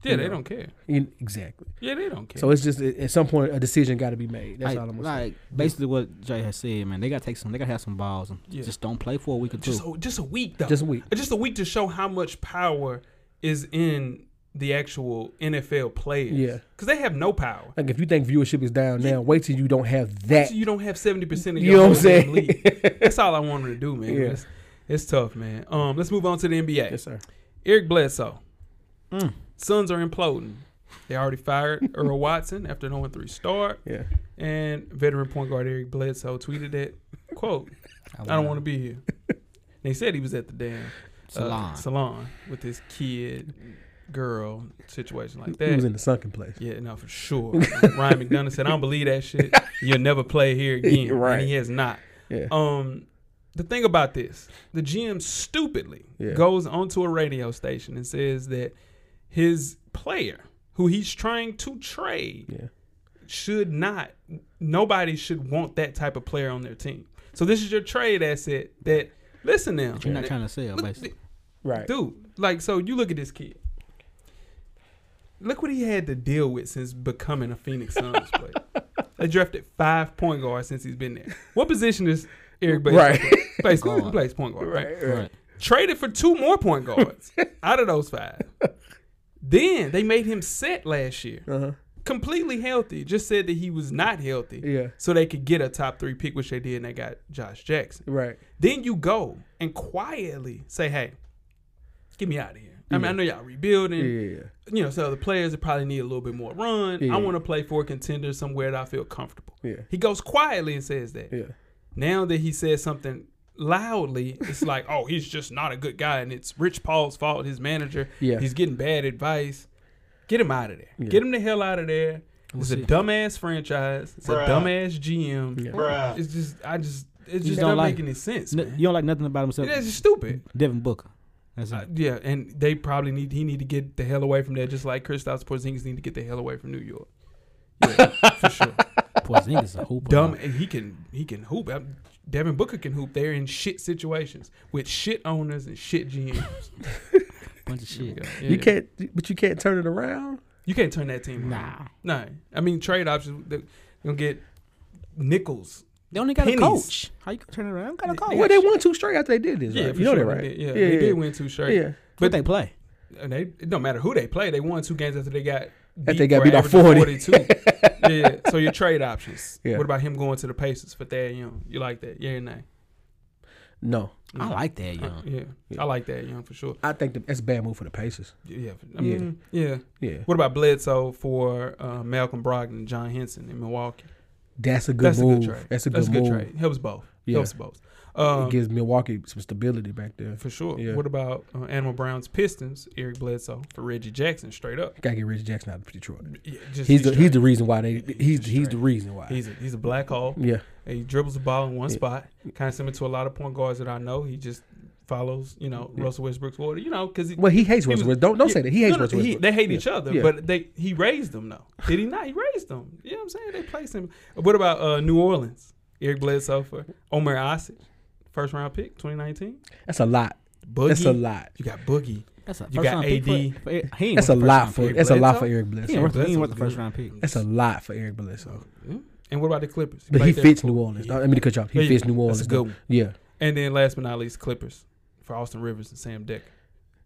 Speaker 2: Yeah, they
Speaker 4: You know.
Speaker 2: don't care.
Speaker 4: In, exactly.
Speaker 2: Yeah, they don't care.
Speaker 4: So it's just at at some point a decision got to be made. That's
Speaker 3: like,
Speaker 4: all I'm gonna
Speaker 3: like basically what Jay has said, man. They gotta take some. They gotta have some balls. And
Speaker 2: Yeah.
Speaker 3: Just don't play for a week or two.
Speaker 2: just a, just a week though.
Speaker 4: say. Just a week.
Speaker 2: just a week to show how much power is in the actual NFL players.
Speaker 4: Yeah.
Speaker 2: because they have no power.
Speaker 4: Like if you think viewership is down now, wait till you don't have that.
Speaker 2: So you don't have seventy percent of
Speaker 4: You
Speaker 2: your whole
Speaker 4: know what I'm
Speaker 2: damn
Speaker 4: saying?
Speaker 2: league. That's all I wanted to do, man.
Speaker 4: Yeah.
Speaker 2: It's, it's tough, man. Um, let's move on to the NBA.
Speaker 4: Yes, sir.
Speaker 2: Eric Bledsoe,
Speaker 3: Mm.
Speaker 2: Suns are imploding. They already fired Earl Watson after an 0-3 start,
Speaker 4: Yeah.
Speaker 2: and veteran point guard Eric Bledsoe tweeted that quote: "I don't want to be here." They said he was at the damn
Speaker 3: salon.
Speaker 2: uh, salon with his kid girl situation like
Speaker 4: He was
Speaker 2: that.
Speaker 4: in the sunken place.
Speaker 2: Yeah, no, for sure. Ryan McDonough said, "I don't believe that shit. You'll never play here again."
Speaker 4: Right.
Speaker 2: And he has not.
Speaker 4: Yeah.
Speaker 2: Um, the thing about this, the GM stupidly
Speaker 4: Yeah.
Speaker 2: goes onto a radio station and says that his player, who he's trying to trade,
Speaker 4: Yeah.
Speaker 2: should not. Nobody should want that type of player on their team. So this is your trade asset. That listen now,
Speaker 3: You're not trying to sell,
Speaker 2: Look,
Speaker 3: basically.
Speaker 4: Right.
Speaker 2: dude. Like, so you look at this kid. Look what he had to deal with since becoming a Phoenix Suns player. They drafted five point guards since he's been there. What position is Eric Bledsoe?
Speaker 4: Right.
Speaker 2: play? Plays,
Speaker 3: Guard.
Speaker 2: plays point guard, right?
Speaker 4: Right.
Speaker 3: Right.
Speaker 2: Traded for two more point guards out of those five. Then they made him set last year,
Speaker 4: Uh huh.
Speaker 2: completely healthy. Just said that he was not healthy,
Speaker 4: Yeah.
Speaker 2: so they could get a top three pick, which they did, and they got Josh Jackson.
Speaker 4: Right.
Speaker 2: Then you go and quietly say, "Hey, get me out of here. I mean, I know y'all rebuilding.
Speaker 4: Yeah.
Speaker 2: You know, so the players that probably need a little bit more run.
Speaker 4: Yeah.
Speaker 2: I want to play for a contender somewhere that I feel comfortable.
Speaker 4: Yeah.
Speaker 2: He goes quietly and says that.
Speaker 4: Yeah.
Speaker 2: Now that he says something loudly, it's like, oh, he's just not a good guy, and it's Rich Paul's fault. His manager.
Speaker 4: Yeah.
Speaker 2: He's getting bad advice. Get him out of there.
Speaker 4: Yeah.
Speaker 2: Get him the hell out of there. It's a
Speaker 3: see.
Speaker 2: dumbass franchise. It's
Speaker 5: Bruh.
Speaker 2: a dumbass GM.
Speaker 4: Yeah.
Speaker 5: Bruh.
Speaker 2: It's just, I just, it just doesn't
Speaker 3: don't like
Speaker 2: make any sense,
Speaker 3: N-
Speaker 2: man.
Speaker 3: you don't like nothing about himself.
Speaker 2: That's just stupid.
Speaker 3: Devin Booker. That's it.
Speaker 2: Uh, yeah, and they probably need he need to get the hell away from there, just like Kristaps Porzingis need to get the hell away from New York. Yeah, for sure.
Speaker 3: Porzingis a hooper.
Speaker 2: Dumb. and He can he can hoop. Uh, Devin Booker can hoop. They're in shit situations with shit owners and shit GMs.
Speaker 3: bunch of
Speaker 2: Yeah,
Speaker 3: shit.
Speaker 2: yeah.
Speaker 4: You can't, but you can't turn it around.
Speaker 2: you can't turn that team. around.
Speaker 3: Nah,
Speaker 2: Nah. I mean trade options. They're gonna get nickels.
Speaker 3: they only got
Speaker 2: Pennies.
Speaker 3: a coach. How you gonna turn it around? Got a coach.
Speaker 4: Well, they won two straight after they did this.
Speaker 2: Yeah,
Speaker 4: right?
Speaker 2: for
Speaker 4: you know
Speaker 2: sure.
Speaker 4: that, right?
Speaker 2: They did. Yeah,
Speaker 4: yeah,
Speaker 2: they
Speaker 4: yeah.
Speaker 2: did win two straight.
Speaker 4: Yeah.
Speaker 3: But they play.
Speaker 2: and they it don't matter who they play, they won two games after they got
Speaker 4: After they got
Speaker 2: for
Speaker 4: beat by
Speaker 2: averaging
Speaker 4: 40.
Speaker 2: 42. yeah. So your trade options.
Speaker 4: Yeah.
Speaker 2: What about him going to the Pacers for Thad Young? You like that? Yeah or nay?
Speaker 4: No,
Speaker 3: I like that, you
Speaker 2: Uh, yeah.
Speaker 4: Yeah.
Speaker 2: I like that Young for sure.
Speaker 4: I think the, that's a bad move for the Pacers.
Speaker 2: Yeah. I mean, yeah.
Speaker 4: Yeah,
Speaker 2: What about Bledsoe for uh, Malcolm Brogdon and John Henson in Milwaukee?
Speaker 4: that's a good
Speaker 2: That's
Speaker 4: move.
Speaker 2: a good trade.
Speaker 4: That's a good move.
Speaker 2: trade. Helps both.
Speaker 4: Yeah.
Speaker 2: Helps both. Um,
Speaker 4: it gives Milwaukee some stability back there.
Speaker 2: for sure.
Speaker 4: Yeah.
Speaker 2: What about uh, Animal Brown's Pistons? Eric Bledsoe for Reggie Jackson, straight up.
Speaker 4: Gotta get Reggie Jackson out of Detroit.
Speaker 2: Yeah, just
Speaker 4: He's the he's
Speaker 2: straight.
Speaker 4: the reason why they
Speaker 2: He's
Speaker 4: he's
Speaker 2: just
Speaker 4: he's
Speaker 2: straight.
Speaker 4: the reason why.
Speaker 2: he's a, he's a black hole.
Speaker 4: yeah,
Speaker 2: And he dribbles the ball in one
Speaker 4: Yeah.
Speaker 2: spot, kind of similar to a lot of point guards that I know. He just follows, you know,
Speaker 4: Yeah.
Speaker 2: Russell Westbrook's order, you know, because he,
Speaker 4: well he hates
Speaker 2: he was-
Speaker 4: Westbrook. don't don't
Speaker 2: yeah,
Speaker 4: say that he hates
Speaker 2: no, no,
Speaker 4: Westbrook.
Speaker 2: he- they hate each other,
Speaker 4: Yeah.
Speaker 2: but they he raised them though. Did he not? He raised them. You know what I'm saying? They placed him. What about uh, New Orleans? Eric Bledsoe for Omer Asik, first round pick, 2019.
Speaker 4: That's a lot.
Speaker 2: Boogie,
Speaker 4: That's a lot.
Speaker 2: you got Boogie.
Speaker 3: That's a
Speaker 2: You got
Speaker 3: round pick
Speaker 2: AD.
Speaker 3: for- for- he ain't
Speaker 4: That's a
Speaker 3: worth the first
Speaker 4: lot
Speaker 3: round
Speaker 4: for
Speaker 3: pick.
Speaker 4: that's a lot for
Speaker 2: Bledsoe?
Speaker 4: Eric
Speaker 3: He ain't
Speaker 4: Bledsoe.
Speaker 3: worth, he ain't worth the
Speaker 2: Bledsoe's
Speaker 3: first
Speaker 2: good.
Speaker 3: round pick.
Speaker 4: That's a lot for Eric Bledsoe.
Speaker 2: Yeah. And what about the Clippers?
Speaker 4: But he
Speaker 2: played there
Speaker 4: fits
Speaker 2: for-
Speaker 4: New Orleans.
Speaker 2: Yeah.
Speaker 4: I mean to cut you off. He
Speaker 2: Yeah,
Speaker 4: fits New Orleans.
Speaker 2: That's a good one.
Speaker 4: Yeah,
Speaker 2: And then last but not least, Clippers for Austin Rivers and Sam Decker.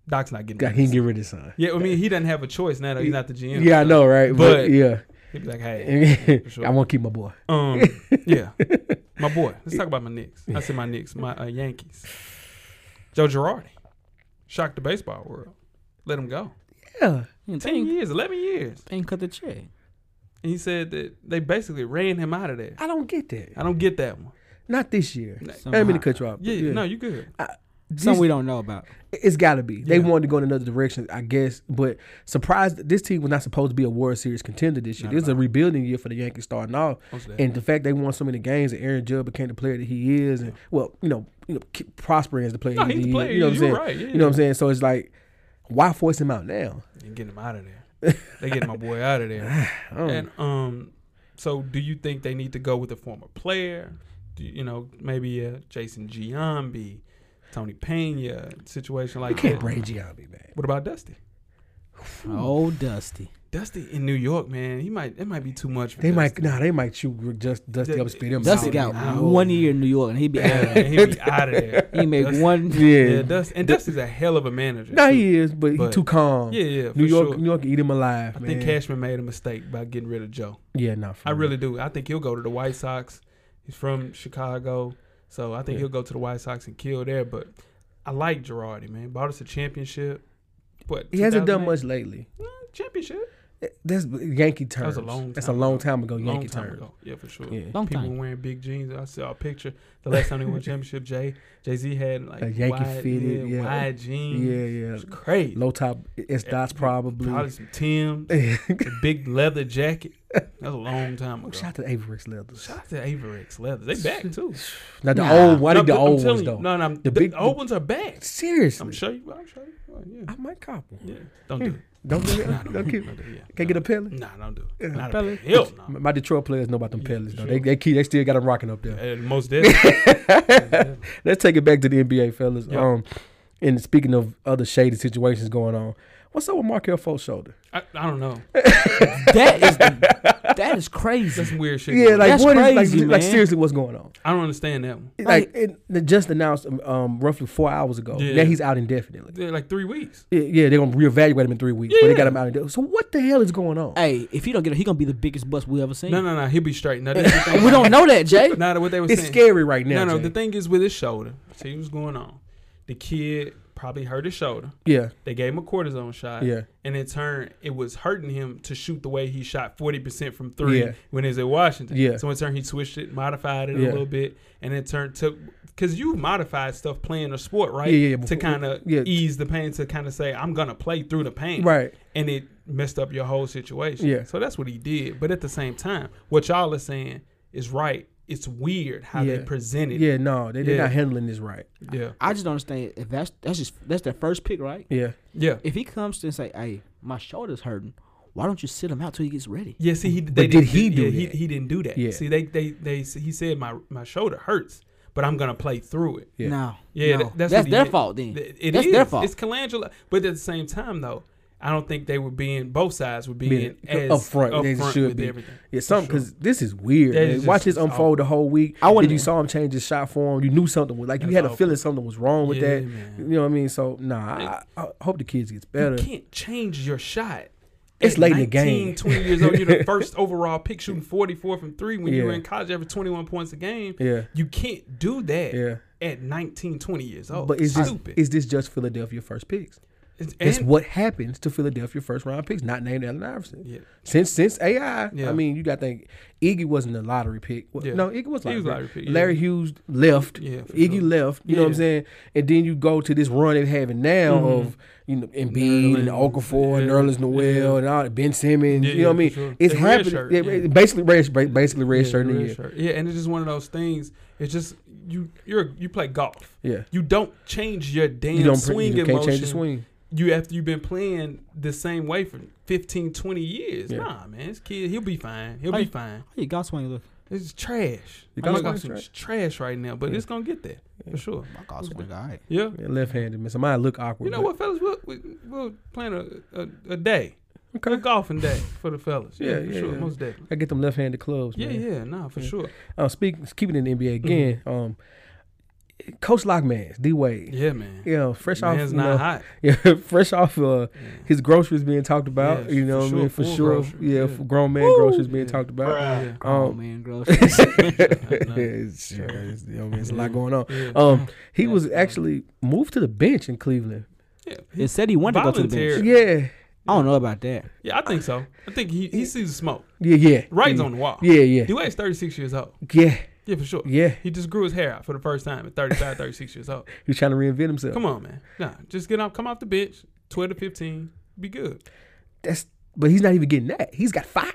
Speaker 2: Doc's not getting.
Speaker 4: God,
Speaker 2: rid of
Speaker 4: he
Speaker 2: this.
Speaker 4: can get rid of his son.
Speaker 2: Yeah, I mean, he doesn't have a choice now that he's not the
Speaker 4: Yeah,
Speaker 2: GM.
Speaker 4: I know, right? But,
Speaker 2: But-
Speaker 4: yeah,
Speaker 2: He'd be like, hey, for sure.
Speaker 4: I want to keep my boy.
Speaker 2: um, yeah, my boy. Let's talk about my Knicks. I said my Knicks, my uh, Yankees. Joe Girardi shocked the baseball world. Let him go.
Speaker 4: Yeah,
Speaker 3: He ain't- they
Speaker 2: Ten
Speaker 3: ain't-
Speaker 2: years, eleven years,
Speaker 3: they ain't cut the check.
Speaker 2: and he said that they basically ran him out of there.
Speaker 4: I don't get that.
Speaker 2: I don't get that one.
Speaker 4: Not this year. I
Speaker 3: Somehow.
Speaker 4: didn't mean to cut you off. but
Speaker 2: Yeah, no, you good.
Speaker 4: This-
Speaker 3: Something we don't know about.
Speaker 4: It's got to be. They
Speaker 2: Yeah.
Speaker 4: wanted to go in another direction, I guess. But surprised, that this team was not supposed to be a World Series contender this year.
Speaker 2: Not
Speaker 4: This is
Speaker 2: at
Speaker 4: a
Speaker 2: all.
Speaker 4: rebuilding year for the Yankees starting off.
Speaker 2: Most of that.
Speaker 4: And the fact they won so many games, and Aaron Judd became the player that he is, and well, you know, you know, keep prospering as the player.
Speaker 2: no,
Speaker 4: he
Speaker 2: he's the
Speaker 4: is,
Speaker 2: player.
Speaker 4: You know what
Speaker 2: You're
Speaker 4: I'm saying?
Speaker 2: right. Yeah.
Speaker 4: You know what I'm saying? So it's like, why force him out now?
Speaker 2: And get him out of there. they get my boy out of there.
Speaker 4: I don't-
Speaker 2: And um, so do you think they need to go with a former player? Do you, you know maybe uh, Jason Giambi, Tony Pena situation like
Speaker 4: you can't
Speaker 2: that?
Speaker 4: bring Giambi back.
Speaker 2: What about Dusty?
Speaker 3: Oh, Dusty.
Speaker 2: Dusty in New York, man. He might. It might be too much. For
Speaker 4: They might,
Speaker 2: Dusty.
Speaker 4: nah, they might shoot just Dusty
Speaker 2: They-
Speaker 4: up, spit him
Speaker 3: Dusty Oh.
Speaker 4: out.
Speaker 3: got
Speaker 2: out.
Speaker 3: one year in New York and he be out.
Speaker 2: Yeah, he be out of there.
Speaker 3: He made
Speaker 2: Dusty-
Speaker 3: one.
Speaker 2: Yeah,
Speaker 4: yeah.
Speaker 2: Dusty, and Dusty's a hell of a manager.
Speaker 4: Nah,
Speaker 2: too.
Speaker 4: he is, but, he
Speaker 2: But-
Speaker 4: too calm.
Speaker 2: Yeah, yeah. For
Speaker 4: New York,
Speaker 2: sure.
Speaker 4: New York, can eat him alive.
Speaker 2: I
Speaker 4: man.
Speaker 2: think Cashman made a mistake by getting rid of Joe.
Speaker 4: Yeah, no,
Speaker 2: I really do. I think he'll go to the White Sox. He's from Chicago, so I think
Speaker 4: Yeah.
Speaker 2: he'll go to the White Sox and kill there. But I like Girardi, man. Bought us a championship. But
Speaker 4: He hasn't done
Speaker 2: 2008?
Speaker 4: much lately. Eh,
Speaker 2: championship.
Speaker 4: That's Yankee
Speaker 2: was
Speaker 4: terms.
Speaker 2: a long
Speaker 4: That's a
Speaker 2: time
Speaker 4: long
Speaker 2: ago.
Speaker 4: time ago.
Speaker 2: Long
Speaker 4: Oh, Yankee
Speaker 2: time
Speaker 4: terms.
Speaker 2: ago. Yeah, for sure.
Speaker 4: Yeah.
Speaker 3: Long
Speaker 2: People
Speaker 3: time.
Speaker 2: wearing big jeans. I saw a picture the last time they won championship. Jay Jay Z had like
Speaker 4: A Yankee
Speaker 2: wide,
Speaker 4: fitted, yeah.
Speaker 2: wide jeans.
Speaker 4: Yeah,
Speaker 2: It
Speaker 4: yeah.
Speaker 2: was crazy.
Speaker 4: Low top S dots probably.
Speaker 2: Probably some Tim's, a big leather jacket. That was a long time ago.
Speaker 4: Oh, Shout out to Avericks Leathers.
Speaker 2: Shout out to Avericks Leathers. They back too.
Speaker 4: Now the
Speaker 3: Nah.
Speaker 4: old, why did the
Speaker 2: but I'm
Speaker 4: old
Speaker 2: telling
Speaker 4: ones
Speaker 2: you,
Speaker 4: though?
Speaker 2: No, no, the,
Speaker 4: big-
Speaker 2: big, old ones are back.
Speaker 4: Seriously,
Speaker 2: I'm sure you. I'm sure you. oh, yeah.
Speaker 4: I might cop one.
Speaker 2: yeah. Don't do it.
Speaker 4: Don't do it.
Speaker 2: Nah, don't, do
Speaker 4: Don't
Speaker 2: it.
Speaker 4: keep.
Speaker 2: Don't do it. Yeah.
Speaker 4: Can't get a pellet.
Speaker 2: Nah, don't do
Speaker 4: Yeah.
Speaker 2: it. Not a
Speaker 3: Pellet.
Speaker 2: pellet. Hell no.
Speaker 4: My Detroit players know about them
Speaker 2: Yeah,
Speaker 4: pellets though.
Speaker 2: sure.
Speaker 4: They they keep, they still got them rocking up there.
Speaker 2: Uh, Most definitely.
Speaker 4: Let's take it back to the NBA, fellas.
Speaker 2: Yeah.
Speaker 4: Um, and speaking of other shady situations going on, what's up with Markel Fultz's shoulder?
Speaker 2: I, I don't know.
Speaker 3: That is the, that is
Speaker 2: That's
Speaker 3: crazy.
Speaker 2: some weird shit.
Speaker 4: Yeah,
Speaker 2: going on.
Speaker 4: like
Speaker 3: That's
Speaker 4: what is
Speaker 3: crazy,
Speaker 4: like, like
Speaker 3: man.
Speaker 4: seriously, what's going on?
Speaker 2: I don't understand that one.
Speaker 4: like,
Speaker 3: Like-
Speaker 4: it, they just announced um, um, roughly four hours ago.
Speaker 2: Yeah.
Speaker 4: Now he's out indefinitely.
Speaker 2: They're like three weeks.
Speaker 4: Yeah, yeah, they're gonna reevaluate him in three weeks. But they got him out indefinitely. So what the hell is going on?
Speaker 3: Hey, if he don't get it, he gonna be the biggest bust we ever seen.
Speaker 2: No, no, no. He'll be straight. No, that's the thing.
Speaker 3: we don't know that, Jay.
Speaker 2: Not what they were
Speaker 4: It's
Speaker 2: saying.
Speaker 4: scary right now.
Speaker 2: no, no.
Speaker 4: Jay.
Speaker 2: The thing is with his shoulder. See what's going on. The kid probably hurt his shoulder.
Speaker 4: Yeah,
Speaker 2: They gave him a cortisone shot.
Speaker 4: yeah,
Speaker 2: And in turn, it was hurting him to shoot the way he shot 40% from three
Speaker 4: Yeah.
Speaker 2: when he was at Washington.
Speaker 4: Yeah.
Speaker 2: So in turn, he switched it, modified it
Speaker 4: Yeah.
Speaker 2: a little bit, and in turn took because you modify stuff playing a sport, right?
Speaker 4: Yeah, yeah, yeah.
Speaker 2: To kind of
Speaker 4: Yeah.
Speaker 2: ease the pain, to kind of say, I'm gonna play through the pain,
Speaker 4: right.
Speaker 2: And it messed up your whole situation.
Speaker 4: Yeah.
Speaker 2: So that's what he did. But at the same time, what y'all are saying is right. It's weird how they
Speaker 4: Yeah.
Speaker 2: presented. it.
Speaker 4: Yeah, no, they, they're
Speaker 2: Yeah.
Speaker 4: not handling this right.
Speaker 2: Yeah.
Speaker 3: I just don't understand if that's that's just that's their first pick, right?
Speaker 4: Yeah,
Speaker 2: Yeah.
Speaker 3: If he comes to and say, "Hey, my shoulder's hurting," why don't you sit him out till he gets ready?
Speaker 2: Yeah, see, he they
Speaker 4: But
Speaker 2: didn't
Speaker 4: did he do
Speaker 2: yeah, He,
Speaker 4: that?
Speaker 2: he didn't do that.
Speaker 4: Yeah.
Speaker 2: See, they they they he said my my shoulder hurts, but I'm gonna play through it.
Speaker 4: Yeah.
Speaker 3: No,
Speaker 2: Yeah,
Speaker 3: no.
Speaker 2: tha-
Speaker 3: that's,
Speaker 2: that's what he
Speaker 3: their
Speaker 2: did.
Speaker 3: fault. Then
Speaker 2: Th- It
Speaker 3: that's
Speaker 2: is.
Speaker 3: their fault.
Speaker 2: It's Colangelo, but at the same time though, I don't think they were being both sides were being
Speaker 4: Being
Speaker 2: as
Speaker 4: upfront, they
Speaker 2: upfront
Speaker 4: should
Speaker 2: with
Speaker 4: be.
Speaker 2: everything.
Speaker 4: yeah, something
Speaker 2: For sure.
Speaker 4: because this is weird.
Speaker 2: Yeah,
Speaker 4: man.
Speaker 2: it's
Speaker 4: Watch
Speaker 2: just-
Speaker 4: this
Speaker 2: it's
Speaker 4: unfold the whole week.
Speaker 3: I wouldn't-
Speaker 4: and you saw him change his shot for him. You knew something was like you
Speaker 2: That's
Speaker 4: had a
Speaker 2: awful.
Speaker 4: feeling something was wrong with
Speaker 2: Yeah,
Speaker 4: that.
Speaker 2: man.
Speaker 4: You know what I mean? So nah, I, I I hope the kids gets better.
Speaker 2: You can't change your shot.
Speaker 4: It's
Speaker 2: At
Speaker 4: late in the game.
Speaker 2: 20 years old, you're the first overall pick shooting 44 from three when you were
Speaker 4: Yeah.
Speaker 2: in college, every 21 points a game.
Speaker 4: Yeah.
Speaker 2: You can't do that
Speaker 4: Yeah.
Speaker 2: at 19, 20 years old.
Speaker 4: But is this,
Speaker 2: Oh, stupid.
Speaker 4: is this just Philadelphia first picks?
Speaker 2: It's-
Speaker 4: It's
Speaker 2: and-
Speaker 4: what happens to Philadelphia first round picks, not named Allen Iverson.
Speaker 2: Yeah.
Speaker 4: Since since AI,
Speaker 2: Yeah.
Speaker 4: I mean, you got to think Iggy wasn't a lottery pick. Well,
Speaker 2: Yeah.
Speaker 4: No, Iggy was
Speaker 2: He
Speaker 4: lottery,
Speaker 2: was
Speaker 4: pick.
Speaker 2: lottery pick, yeah.
Speaker 4: Larry Hughes left.
Speaker 2: Yeah, for
Speaker 4: Iggy
Speaker 2: sure.
Speaker 4: left. You know
Speaker 2: Yeah. Mm-hmm.
Speaker 4: what I'm saying? And then you go to this run they're having now of you know Embiid and
Speaker 2: Nerlens,
Speaker 4: Okafor and
Speaker 2: yeah,
Speaker 4: Nerlens Noel
Speaker 2: yeah.
Speaker 4: and all that, Ben Simmons.
Speaker 2: Yeah,
Speaker 4: you know what I
Speaker 2: yeah,
Speaker 4: mean?
Speaker 2: for sure.
Speaker 4: It's
Speaker 2: They
Speaker 4: happening.
Speaker 2: redshirt,
Speaker 4: yeah,
Speaker 2: yeah.
Speaker 4: Basically, red, ba- basically red shirt in the
Speaker 2: red
Speaker 4: year.
Speaker 2: shirt. Yeah, and it's just one of those things. It's just you you're you play golf.
Speaker 4: Yeah.
Speaker 2: You don't change your damn
Speaker 4: You don't pr-
Speaker 2: swing
Speaker 4: you can't
Speaker 2: emotion.
Speaker 4: change the swing.
Speaker 2: You after you've been playing the same way for 15, 20 years.
Speaker 4: Yeah.
Speaker 2: Nah, man, this kid he'll be fine. He'll
Speaker 3: Hey.
Speaker 2: be fine.
Speaker 3: Hey, Goss Wayne, look,
Speaker 2: It's trash.
Speaker 4: You
Speaker 2: I know
Speaker 4: got
Speaker 2: golf
Speaker 4: swing
Speaker 2: is trash right now, but
Speaker 4: Yeah.
Speaker 2: it's gonna get there for sure.
Speaker 3: my Goss Wayne, all right.
Speaker 2: Yeah.
Speaker 4: Yeah, left-handed man. Somebody look awkward.
Speaker 2: You know
Speaker 4: but-
Speaker 2: what, fellas? We'll, we, we'll plan a, a, a day, a
Speaker 4: Okay.
Speaker 2: golfing day for the fellas. Yeah,
Speaker 4: Yeah,
Speaker 2: for
Speaker 4: yeah,
Speaker 2: sure,
Speaker 4: yeah.
Speaker 2: most definitely.
Speaker 4: I get them left-handed clubs.
Speaker 2: Yeah,
Speaker 4: man.
Speaker 2: yeah, nah, for
Speaker 4: Yeah.
Speaker 2: sure.
Speaker 4: Uh, speaking, keeping it in the NBA
Speaker 2: Mm-hmm.
Speaker 4: again. Um, Coach Lockman, D Wade.
Speaker 2: Yeah, man.
Speaker 4: You know, fresh off,
Speaker 2: Man's
Speaker 4: you
Speaker 2: not
Speaker 4: know,
Speaker 2: hot.
Speaker 4: yeah, fresh off uh,
Speaker 2: Yeah.
Speaker 4: his groceries being talked about.
Speaker 2: Yeah,
Speaker 4: you
Speaker 2: for
Speaker 4: know, what I
Speaker 2: sure,
Speaker 4: mean, for
Speaker 2: full
Speaker 4: sure,
Speaker 2: groceries,
Speaker 4: yeah,
Speaker 2: yeah.
Speaker 4: for grown man groceries being talked about.
Speaker 2: Yeah.
Speaker 3: Oh
Speaker 4: Um,
Speaker 3: man, gross. That's
Speaker 4: yeah, it's, yeah, it's, you know, it's a lot going on.
Speaker 2: Yeah.
Speaker 4: Um, he was
Speaker 3: Yeah.
Speaker 4: actually moved to the bench in Cleveland.
Speaker 2: yeah,
Speaker 3: it said he wanted to go to the
Speaker 2: Voluntary.
Speaker 3: bench.
Speaker 4: Yeah,
Speaker 3: I don't know about that.
Speaker 2: yeah, I think so. I think he, he sees the smoke.
Speaker 4: yeah, yeah.
Speaker 2: Writing's
Speaker 4: yeah.
Speaker 2: on the wall.
Speaker 4: Yeah, yeah,
Speaker 2: D Wade's 36 years old.
Speaker 4: yeah,
Speaker 2: Yeah, for sure.
Speaker 4: yeah.
Speaker 2: He just grew his hair out for the first time at 35, 36 years old.
Speaker 4: He was trying to reinvent himself.
Speaker 2: Come on, man. Nah, just get off, come off the bench, 12 to 15, be good.
Speaker 4: That's but he's not even getting that. He's got five.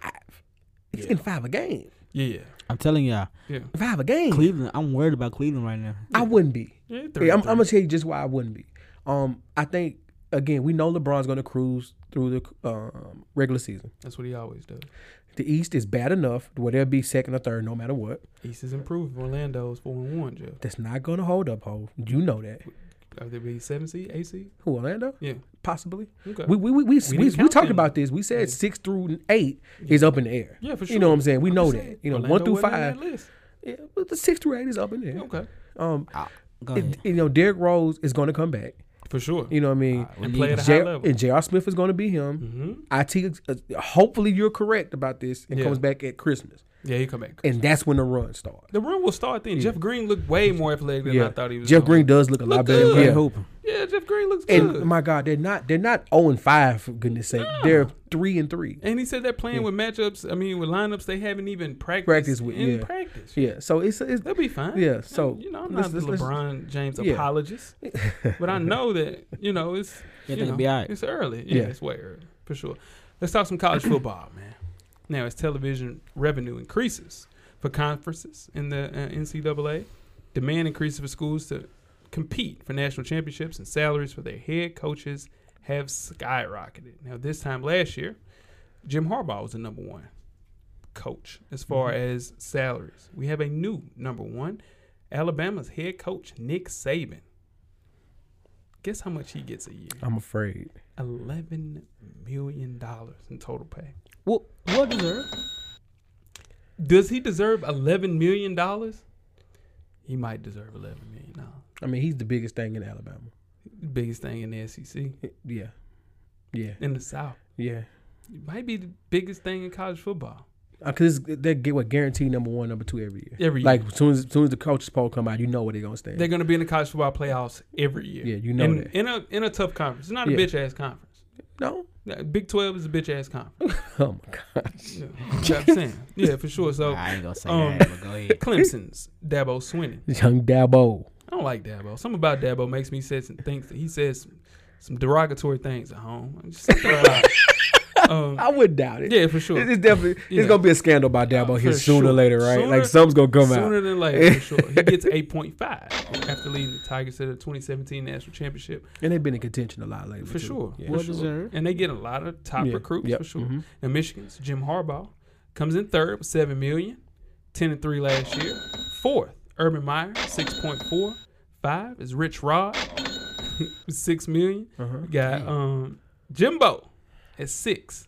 Speaker 4: He's getting five a game.
Speaker 2: Yeah, yeah.
Speaker 3: I'm telling y'all,
Speaker 2: Yeah.
Speaker 4: Five a
Speaker 5: Hmm.
Speaker 4: game.
Speaker 3: Cleveland. I'm worried about Cleveland right now.
Speaker 4: I wouldn't be.
Speaker 2: yeah
Speaker 4: Yeah, I'm, I'm gonna tell you just why I wouldn't be. Um, I think again we know LeBron's gonna cruise through the um, regular season.
Speaker 2: That's what he always does.
Speaker 4: The East is bad enough where they'll be second or third no matter what.
Speaker 2: East is improving. Orlando's 4 and 1, Jeff.
Speaker 4: That's not gonna hold up, ho. You know that.
Speaker 2: Are they being 7 seed, 8 seed?
Speaker 4: Who Orlando?
Speaker 2: Yeah.
Speaker 4: Possibly.
Speaker 2: Okay.
Speaker 4: We we we we,
Speaker 2: didn't
Speaker 4: we, we
Speaker 2: count
Speaker 4: talked
Speaker 2: them.
Speaker 4: about this. We said
Speaker 2: Yeah.
Speaker 4: six through eight is up in the air.
Speaker 2: yeah, for sure.
Speaker 4: You know what I'm saying? We
Speaker 2: I'm
Speaker 4: know
Speaker 2: just
Speaker 4: that.
Speaker 2: saying,
Speaker 4: You know,
Speaker 2: Orlando
Speaker 4: one through
Speaker 2: wasn't on that
Speaker 4: five.
Speaker 2: list.
Speaker 4: Yeah, but the six through eight is up in the air.
Speaker 2: Okay.
Speaker 4: Um,
Speaker 3: I, go
Speaker 4: it-
Speaker 3: ahead.
Speaker 4: you know, Derrick Rose is gonna come back.
Speaker 2: For sure.
Speaker 4: You know what I mean?
Speaker 3: we
Speaker 2: and
Speaker 3: need
Speaker 2: play
Speaker 3: to
Speaker 2: at a high
Speaker 4: J-
Speaker 2: level.
Speaker 4: and J.R. Smith is gonna be him.
Speaker 2: hmm
Speaker 4: IT, ex- uh, hopefully you're correct about this and
Speaker 2: Yeah.
Speaker 4: comes back at Christmas.
Speaker 2: Yeah, he come back.
Speaker 4: And that's when the run starts.
Speaker 2: The run will start then.
Speaker 4: Yeah.
Speaker 2: Jeff Green looked way more athletic than I thought he was.
Speaker 4: Jeff
Speaker 2: gonna
Speaker 4: Green does look a lot
Speaker 2: Look
Speaker 4: better.
Speaker 2: good.
Speaker 4: Yeah.
Speaker 3: hooping.
Speaker 2: Yeah, Jeff Green looks
Speaker 4: And
Speaker 2: good.
Speaker 4: my God, they're not they're not 0 and 5 for goodness sake. They're 3 and 3.
Speaker 2: and he said they're playing with matchups. I mean, with lineups they haven't even practiced.
Speaker 4: Practice with,
Speaker 2: in
Speaker 4: yeah.
Speaker 2: practice.
Speaker 4: Yeah, so it's it's
Speaker 2: They'll be fine.
Speaker 4: Yeah,
Speaker 2: And,
Speaker 4: so
Speaker 2: you know, I'm
Speaker 4: let's-
Speaker 2: not the
Speaker 4: let's- let's-
Speaker 2: LeBron James
Speaker 4: yeah.
Speaker 2: apologist, but I know that you know it's
Speaker 3: Yeah,
Speaker 2: you
Speaker 3: they'll
Speaker 2: know,
Speaker 3: be all right.
Speaker 2: It's early. Yeah,
Speaker 4: Yeah.
Speaker 2: it's way early for sure. Let's talk some college football, man. Now, as television revenue increases for conferences in the uh, NCAA, demand increases for schools to compete for national championships and salaries for their head coaches have skyrocketed. Now, this time last year, Jim Harbaugh was the number one coach as far as salaries. We have a new number one, Alabama's head coach Nick Saban. Guess how much he gets a year?
Speaker 4: I'm afraid.
Speaker 2: Eleven million dollars in total pay.
Speaker 3: Well, well deserved.
Speaker 2: Does he deserve eleven million dollars? He might deserve eleven million dollars.
Speaker 4: I mean, he's the biggest thing in Alabama.
Speaker 2: Biggest thing in the SEC
Speaker 4: Yeah. Yeah.
Speaker 2: in the South.
Speaker 4: Yeah.
Speaker 2: It might be the biggest thing in college football.
Speaker 4: because Uh, they get what guaranteed number one, number two every year.
Speaker 2: Every year.
Speaker 4: Like soon as soon as the coaches poll come out, you know where they're gonna stand.
Speaker 2: They're going to be in the college football playoffs every year.
Speaker 4: Yeah, you know
Speaker 2: in,
Speaker 4: that.
Speaker 2: In a in a tough conference. It's not a
Speaker 4: Yeah.
Speaker 2: bitch ass conference.
Speaker 4: no,
Speaker 2: Yeah, Big Twelve is a bitch ass conference.
Speaker 4: oh my gosh,
Speaker 2: Yeah, you know what I'm saying. Yeah, for sure. So
Speaker 5: I ain't gonna say
Speaker 2: um,
Speaker 5: that, but go ahead.
Speaker 2: Clemson's Dabo Swinney.
Speaker 4: young Dabo.
Speaker 2: I don't like Dabo. Something about Dabo makes me say some things. He says some, some derogatory things at home. I'm just something about it. um,
Speaker 4: I would doubt it.
Speaker 2: yeah, for sure.
Speaker 4: It- It's definitely
Speaker 2: Yeah.
Speaker 4: it's gonna be a scandal by
Speaker 2: Uh,
Speaker 4: Dabo here
Speaker 2: for
Speaker 4: sooner or
Speaker 2: sure.
Speaker 4: later, right?
Speaker 2: Sooner-
Speaker 4: like something's gonna come
Speaker 2: Sooner
Speaker 4: out.
Speaker 2: than later, for sure. He gets 8.5 after leading the Tigers to the 2017 National Championship.
Speaker 4: And they've been in contention a lot lately.
Speaker 2: For
Speaker 4: too.
Speaker 2: sure.
Speaker 4: Yeah.
Speaker 2: for
Speaker 5: Well
Speaker 2: sure.
Speaker 5: deserved.
Speaker 2: And they get a lot of top
Speaker 4: Yeah.
Speaker 2: recruits
Speaker 4: Yep.
Speaker 2: for sure.
Speaker 4: Mhm.
Speaker 2: And Michigan's Jim Harbaugh comes in third with seven million, ten and three last year. Fourth, Urban Meyer, six point four. Five is Rich Rod, with six million.
Speaker 4: Uh-huh.
Speaker 2: You Got um Jimbo at six,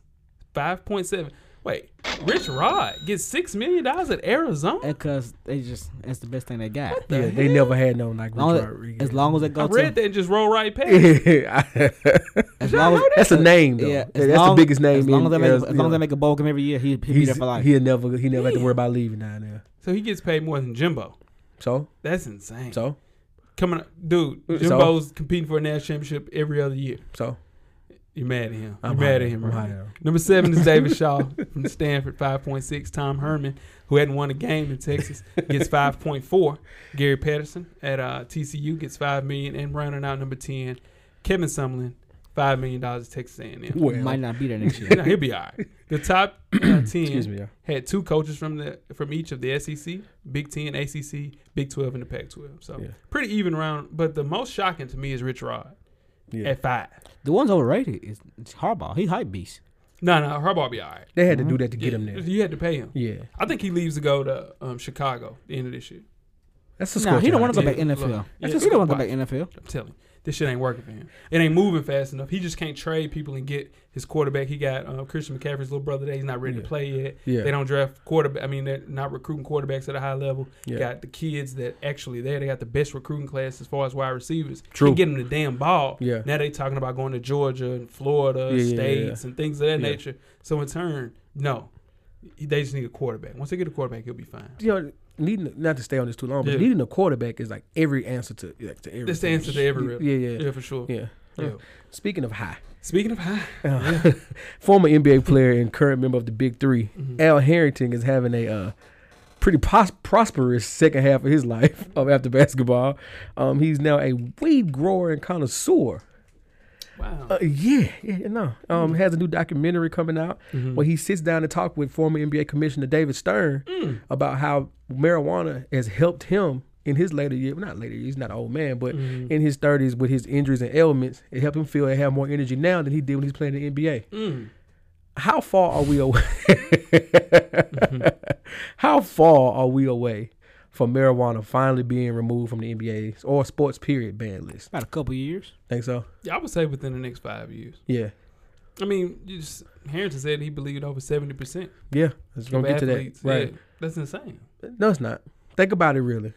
Speaker 2: five point seven. Wait, Rich Rod gets six million dollars at Arizona.
Speaker 5: Because Eh, they just that's the best thing they got.
Speaker 4: Yeah, they never had no like
Speaker 5: Long
Speaker 4: Richard
Speaker 5: as-
Speaker 4: Rodriguez.
Speaker 5: as long as they go
Speaker 2: I read
Speaker 5: to
Speaker 2: that and just roll right past. it.
Speaker 4: that's
Speaker 5: as long as
Speaker 4: a name though.
Speaker 5: yeah, as
Speaker 4: that's
Speaker 5: long-
Speaker 4: the biggest name.
Speaker 5: As long as they
Speaker 4: in-
Speaker 5: make,
Speaker 4: as-
Speaker 5: as long as
Speaker 4: yeah.
Speaker 5: they make a bowl game every year, he he be there
Speaker 4: He's,
Speaker 5: for life.
Speaker 4: he'll never he never have to worry about leaving down there.
Speaker 2: So he gets paid more than Jimbo.
Speaker 4: So
Speaker 2: That's insane.
Speaker 4: so
Speaker 2: Coming up, dude,
Speaker 4: So?
Speaker 2: Jimbo's competing for a national championship every other year.
Speaker 4: so
Speaker 2: You're mad at him. You're
Speaker 4: I'm
Speaker 2: mad
Speaker 4: hot.
Speaker 2: at him
Speaker 4: I'm
Speaker 2: right
Speaker 4: hot
Speaker 2: now.
Speaker 4: at him.
Speaker 2: Number seven is David Shaw from Stanford, 5.6. Tom Herman, who hadn't won a game in Texas, gets 5.4. Gary Patterson at uh, TCU gets 5 million. And rounding out number 10, Kevin Sumlin, $5 million at Texas A&M.
Speaker 4: well,
Speaker 5: Might not be there next year.
Speaker 2: Now, he'll be all right. The top uh, 10
Speaker 4: excuse me. Yeah.
Speaker 2: had two coaches from the from each of the SEC, Big Ten, ACC, Big Twelve, and the Pac twelve. So
Speaker 4: Yeah.
Speaker 2: pretty even round. But the most shocking to me is Rich Rod
Speaker 4: Yeah.
Speaker 2: at five.
Speaker 5: the one's overrated is it's Harbaugh. He's hype beast.
Speaker 2: No, no, Harbaugh be all right.
Speaker 4: They had to do that to get him there.
Speaker 2: You had to pay him.
Speaker 4: Yeah,
Speaker 2: I think he leaves to go to um, Chicago the end of this year.
Speaker 4: that's a
Speaker 5: No, he don't want to
Speaker 4: scorching
Speaker 5: go back
Speaker 2: Yeah,
Speaker 5: NFL.
Speaker 2: look.
Speaker 5: That's
Speaker 2: Yeah.
Speaker 5: just- he don't want to
Speaker 2: Why?
Speaker 5: go back NFL.
Speaker 2: I'm telling you, this shit ain't working for him. It ain't moving fast enough. He just can't trade people and get his quarterback. He got uh, Christian McCaffrey's little brother that he's not ready
Speaker 4: Yeah.
Speaker 2: to play yet.
Speaker 4: Yeah.
Speaker 2: They don't draft quarterback. I mean, they're not recruiting quarterbacks at a high level.
Speaker 4: Yeah.
Speaker 2: Got the kids that actually there. They got the best recruiting class as far as wide receivers.
Speaker 4: True.
Speaker 2: They get them the damn ball.
Speaker 4: Yeah.
Speaker 2: Now they talking about going to Georgia and Florida
Speaker 4: Yeah, yeah,
Speaker 2: states and things of that
Speaker 4: Yeah.
Speaker 2: nature. So in turn, no, they just need a quarterback. Once they get a quarterback, he'll be fine.
Speaker 4: you know, needing not to stay on this too long, but
Speaker 2: Yeah.
Speaker 4: needing a quarterback is like every answer to like to every.
Speaker 2: That's the answer to every.
Speaker 4: Yeah, yeah,
Speaker 2: Yeah, for sure.
Speaker 4: yeah. Uh,
Speaker 2: Yeah.
Speaker 4: Speaking of high,
Speaker 2: Speaking of high,
Speaker 4: former NBA player and current member of the Big 3
Speaker 2: Mhm.
Speaker 4: Al Harrington is having a uh, pretty pos- prosperous second half of his life of after basketball. Um, he's now a weed grower and connoisseur.
Speaker 2: wow.
Speaker 4: Uh, yeah, yeah, no. Um, has a new documentary coming out where he sits down and talk with former NBA Commissioner David Stern about how marijuana has helped him in his later years. Well, not later, years, he's not an old man, but in his thirties with his injuries and ailments, it helped him feel and have more energy now than he did when he's playing the NBA. How far are we away? How far are we away from marijuana finally being removed from the NBA's or sports period ban list?
Speaker 5: About a couple years.
Speaker 4: Think so?
Speaker 2: Yeah, I would say within the next five years.
Speaker 4: Yeah.
Speaker 2: I mean, you just, Harrington said he believed over seventy percent
Speaker 4: Yeah, it's
Speaker 2: of
Speaker 4: gonna get to that,
Speaker 2: athletes.
Speaker 4: right?
Speaker 2: Yeah, that's insane.
Speaker 4: No, it's not. Think about it really.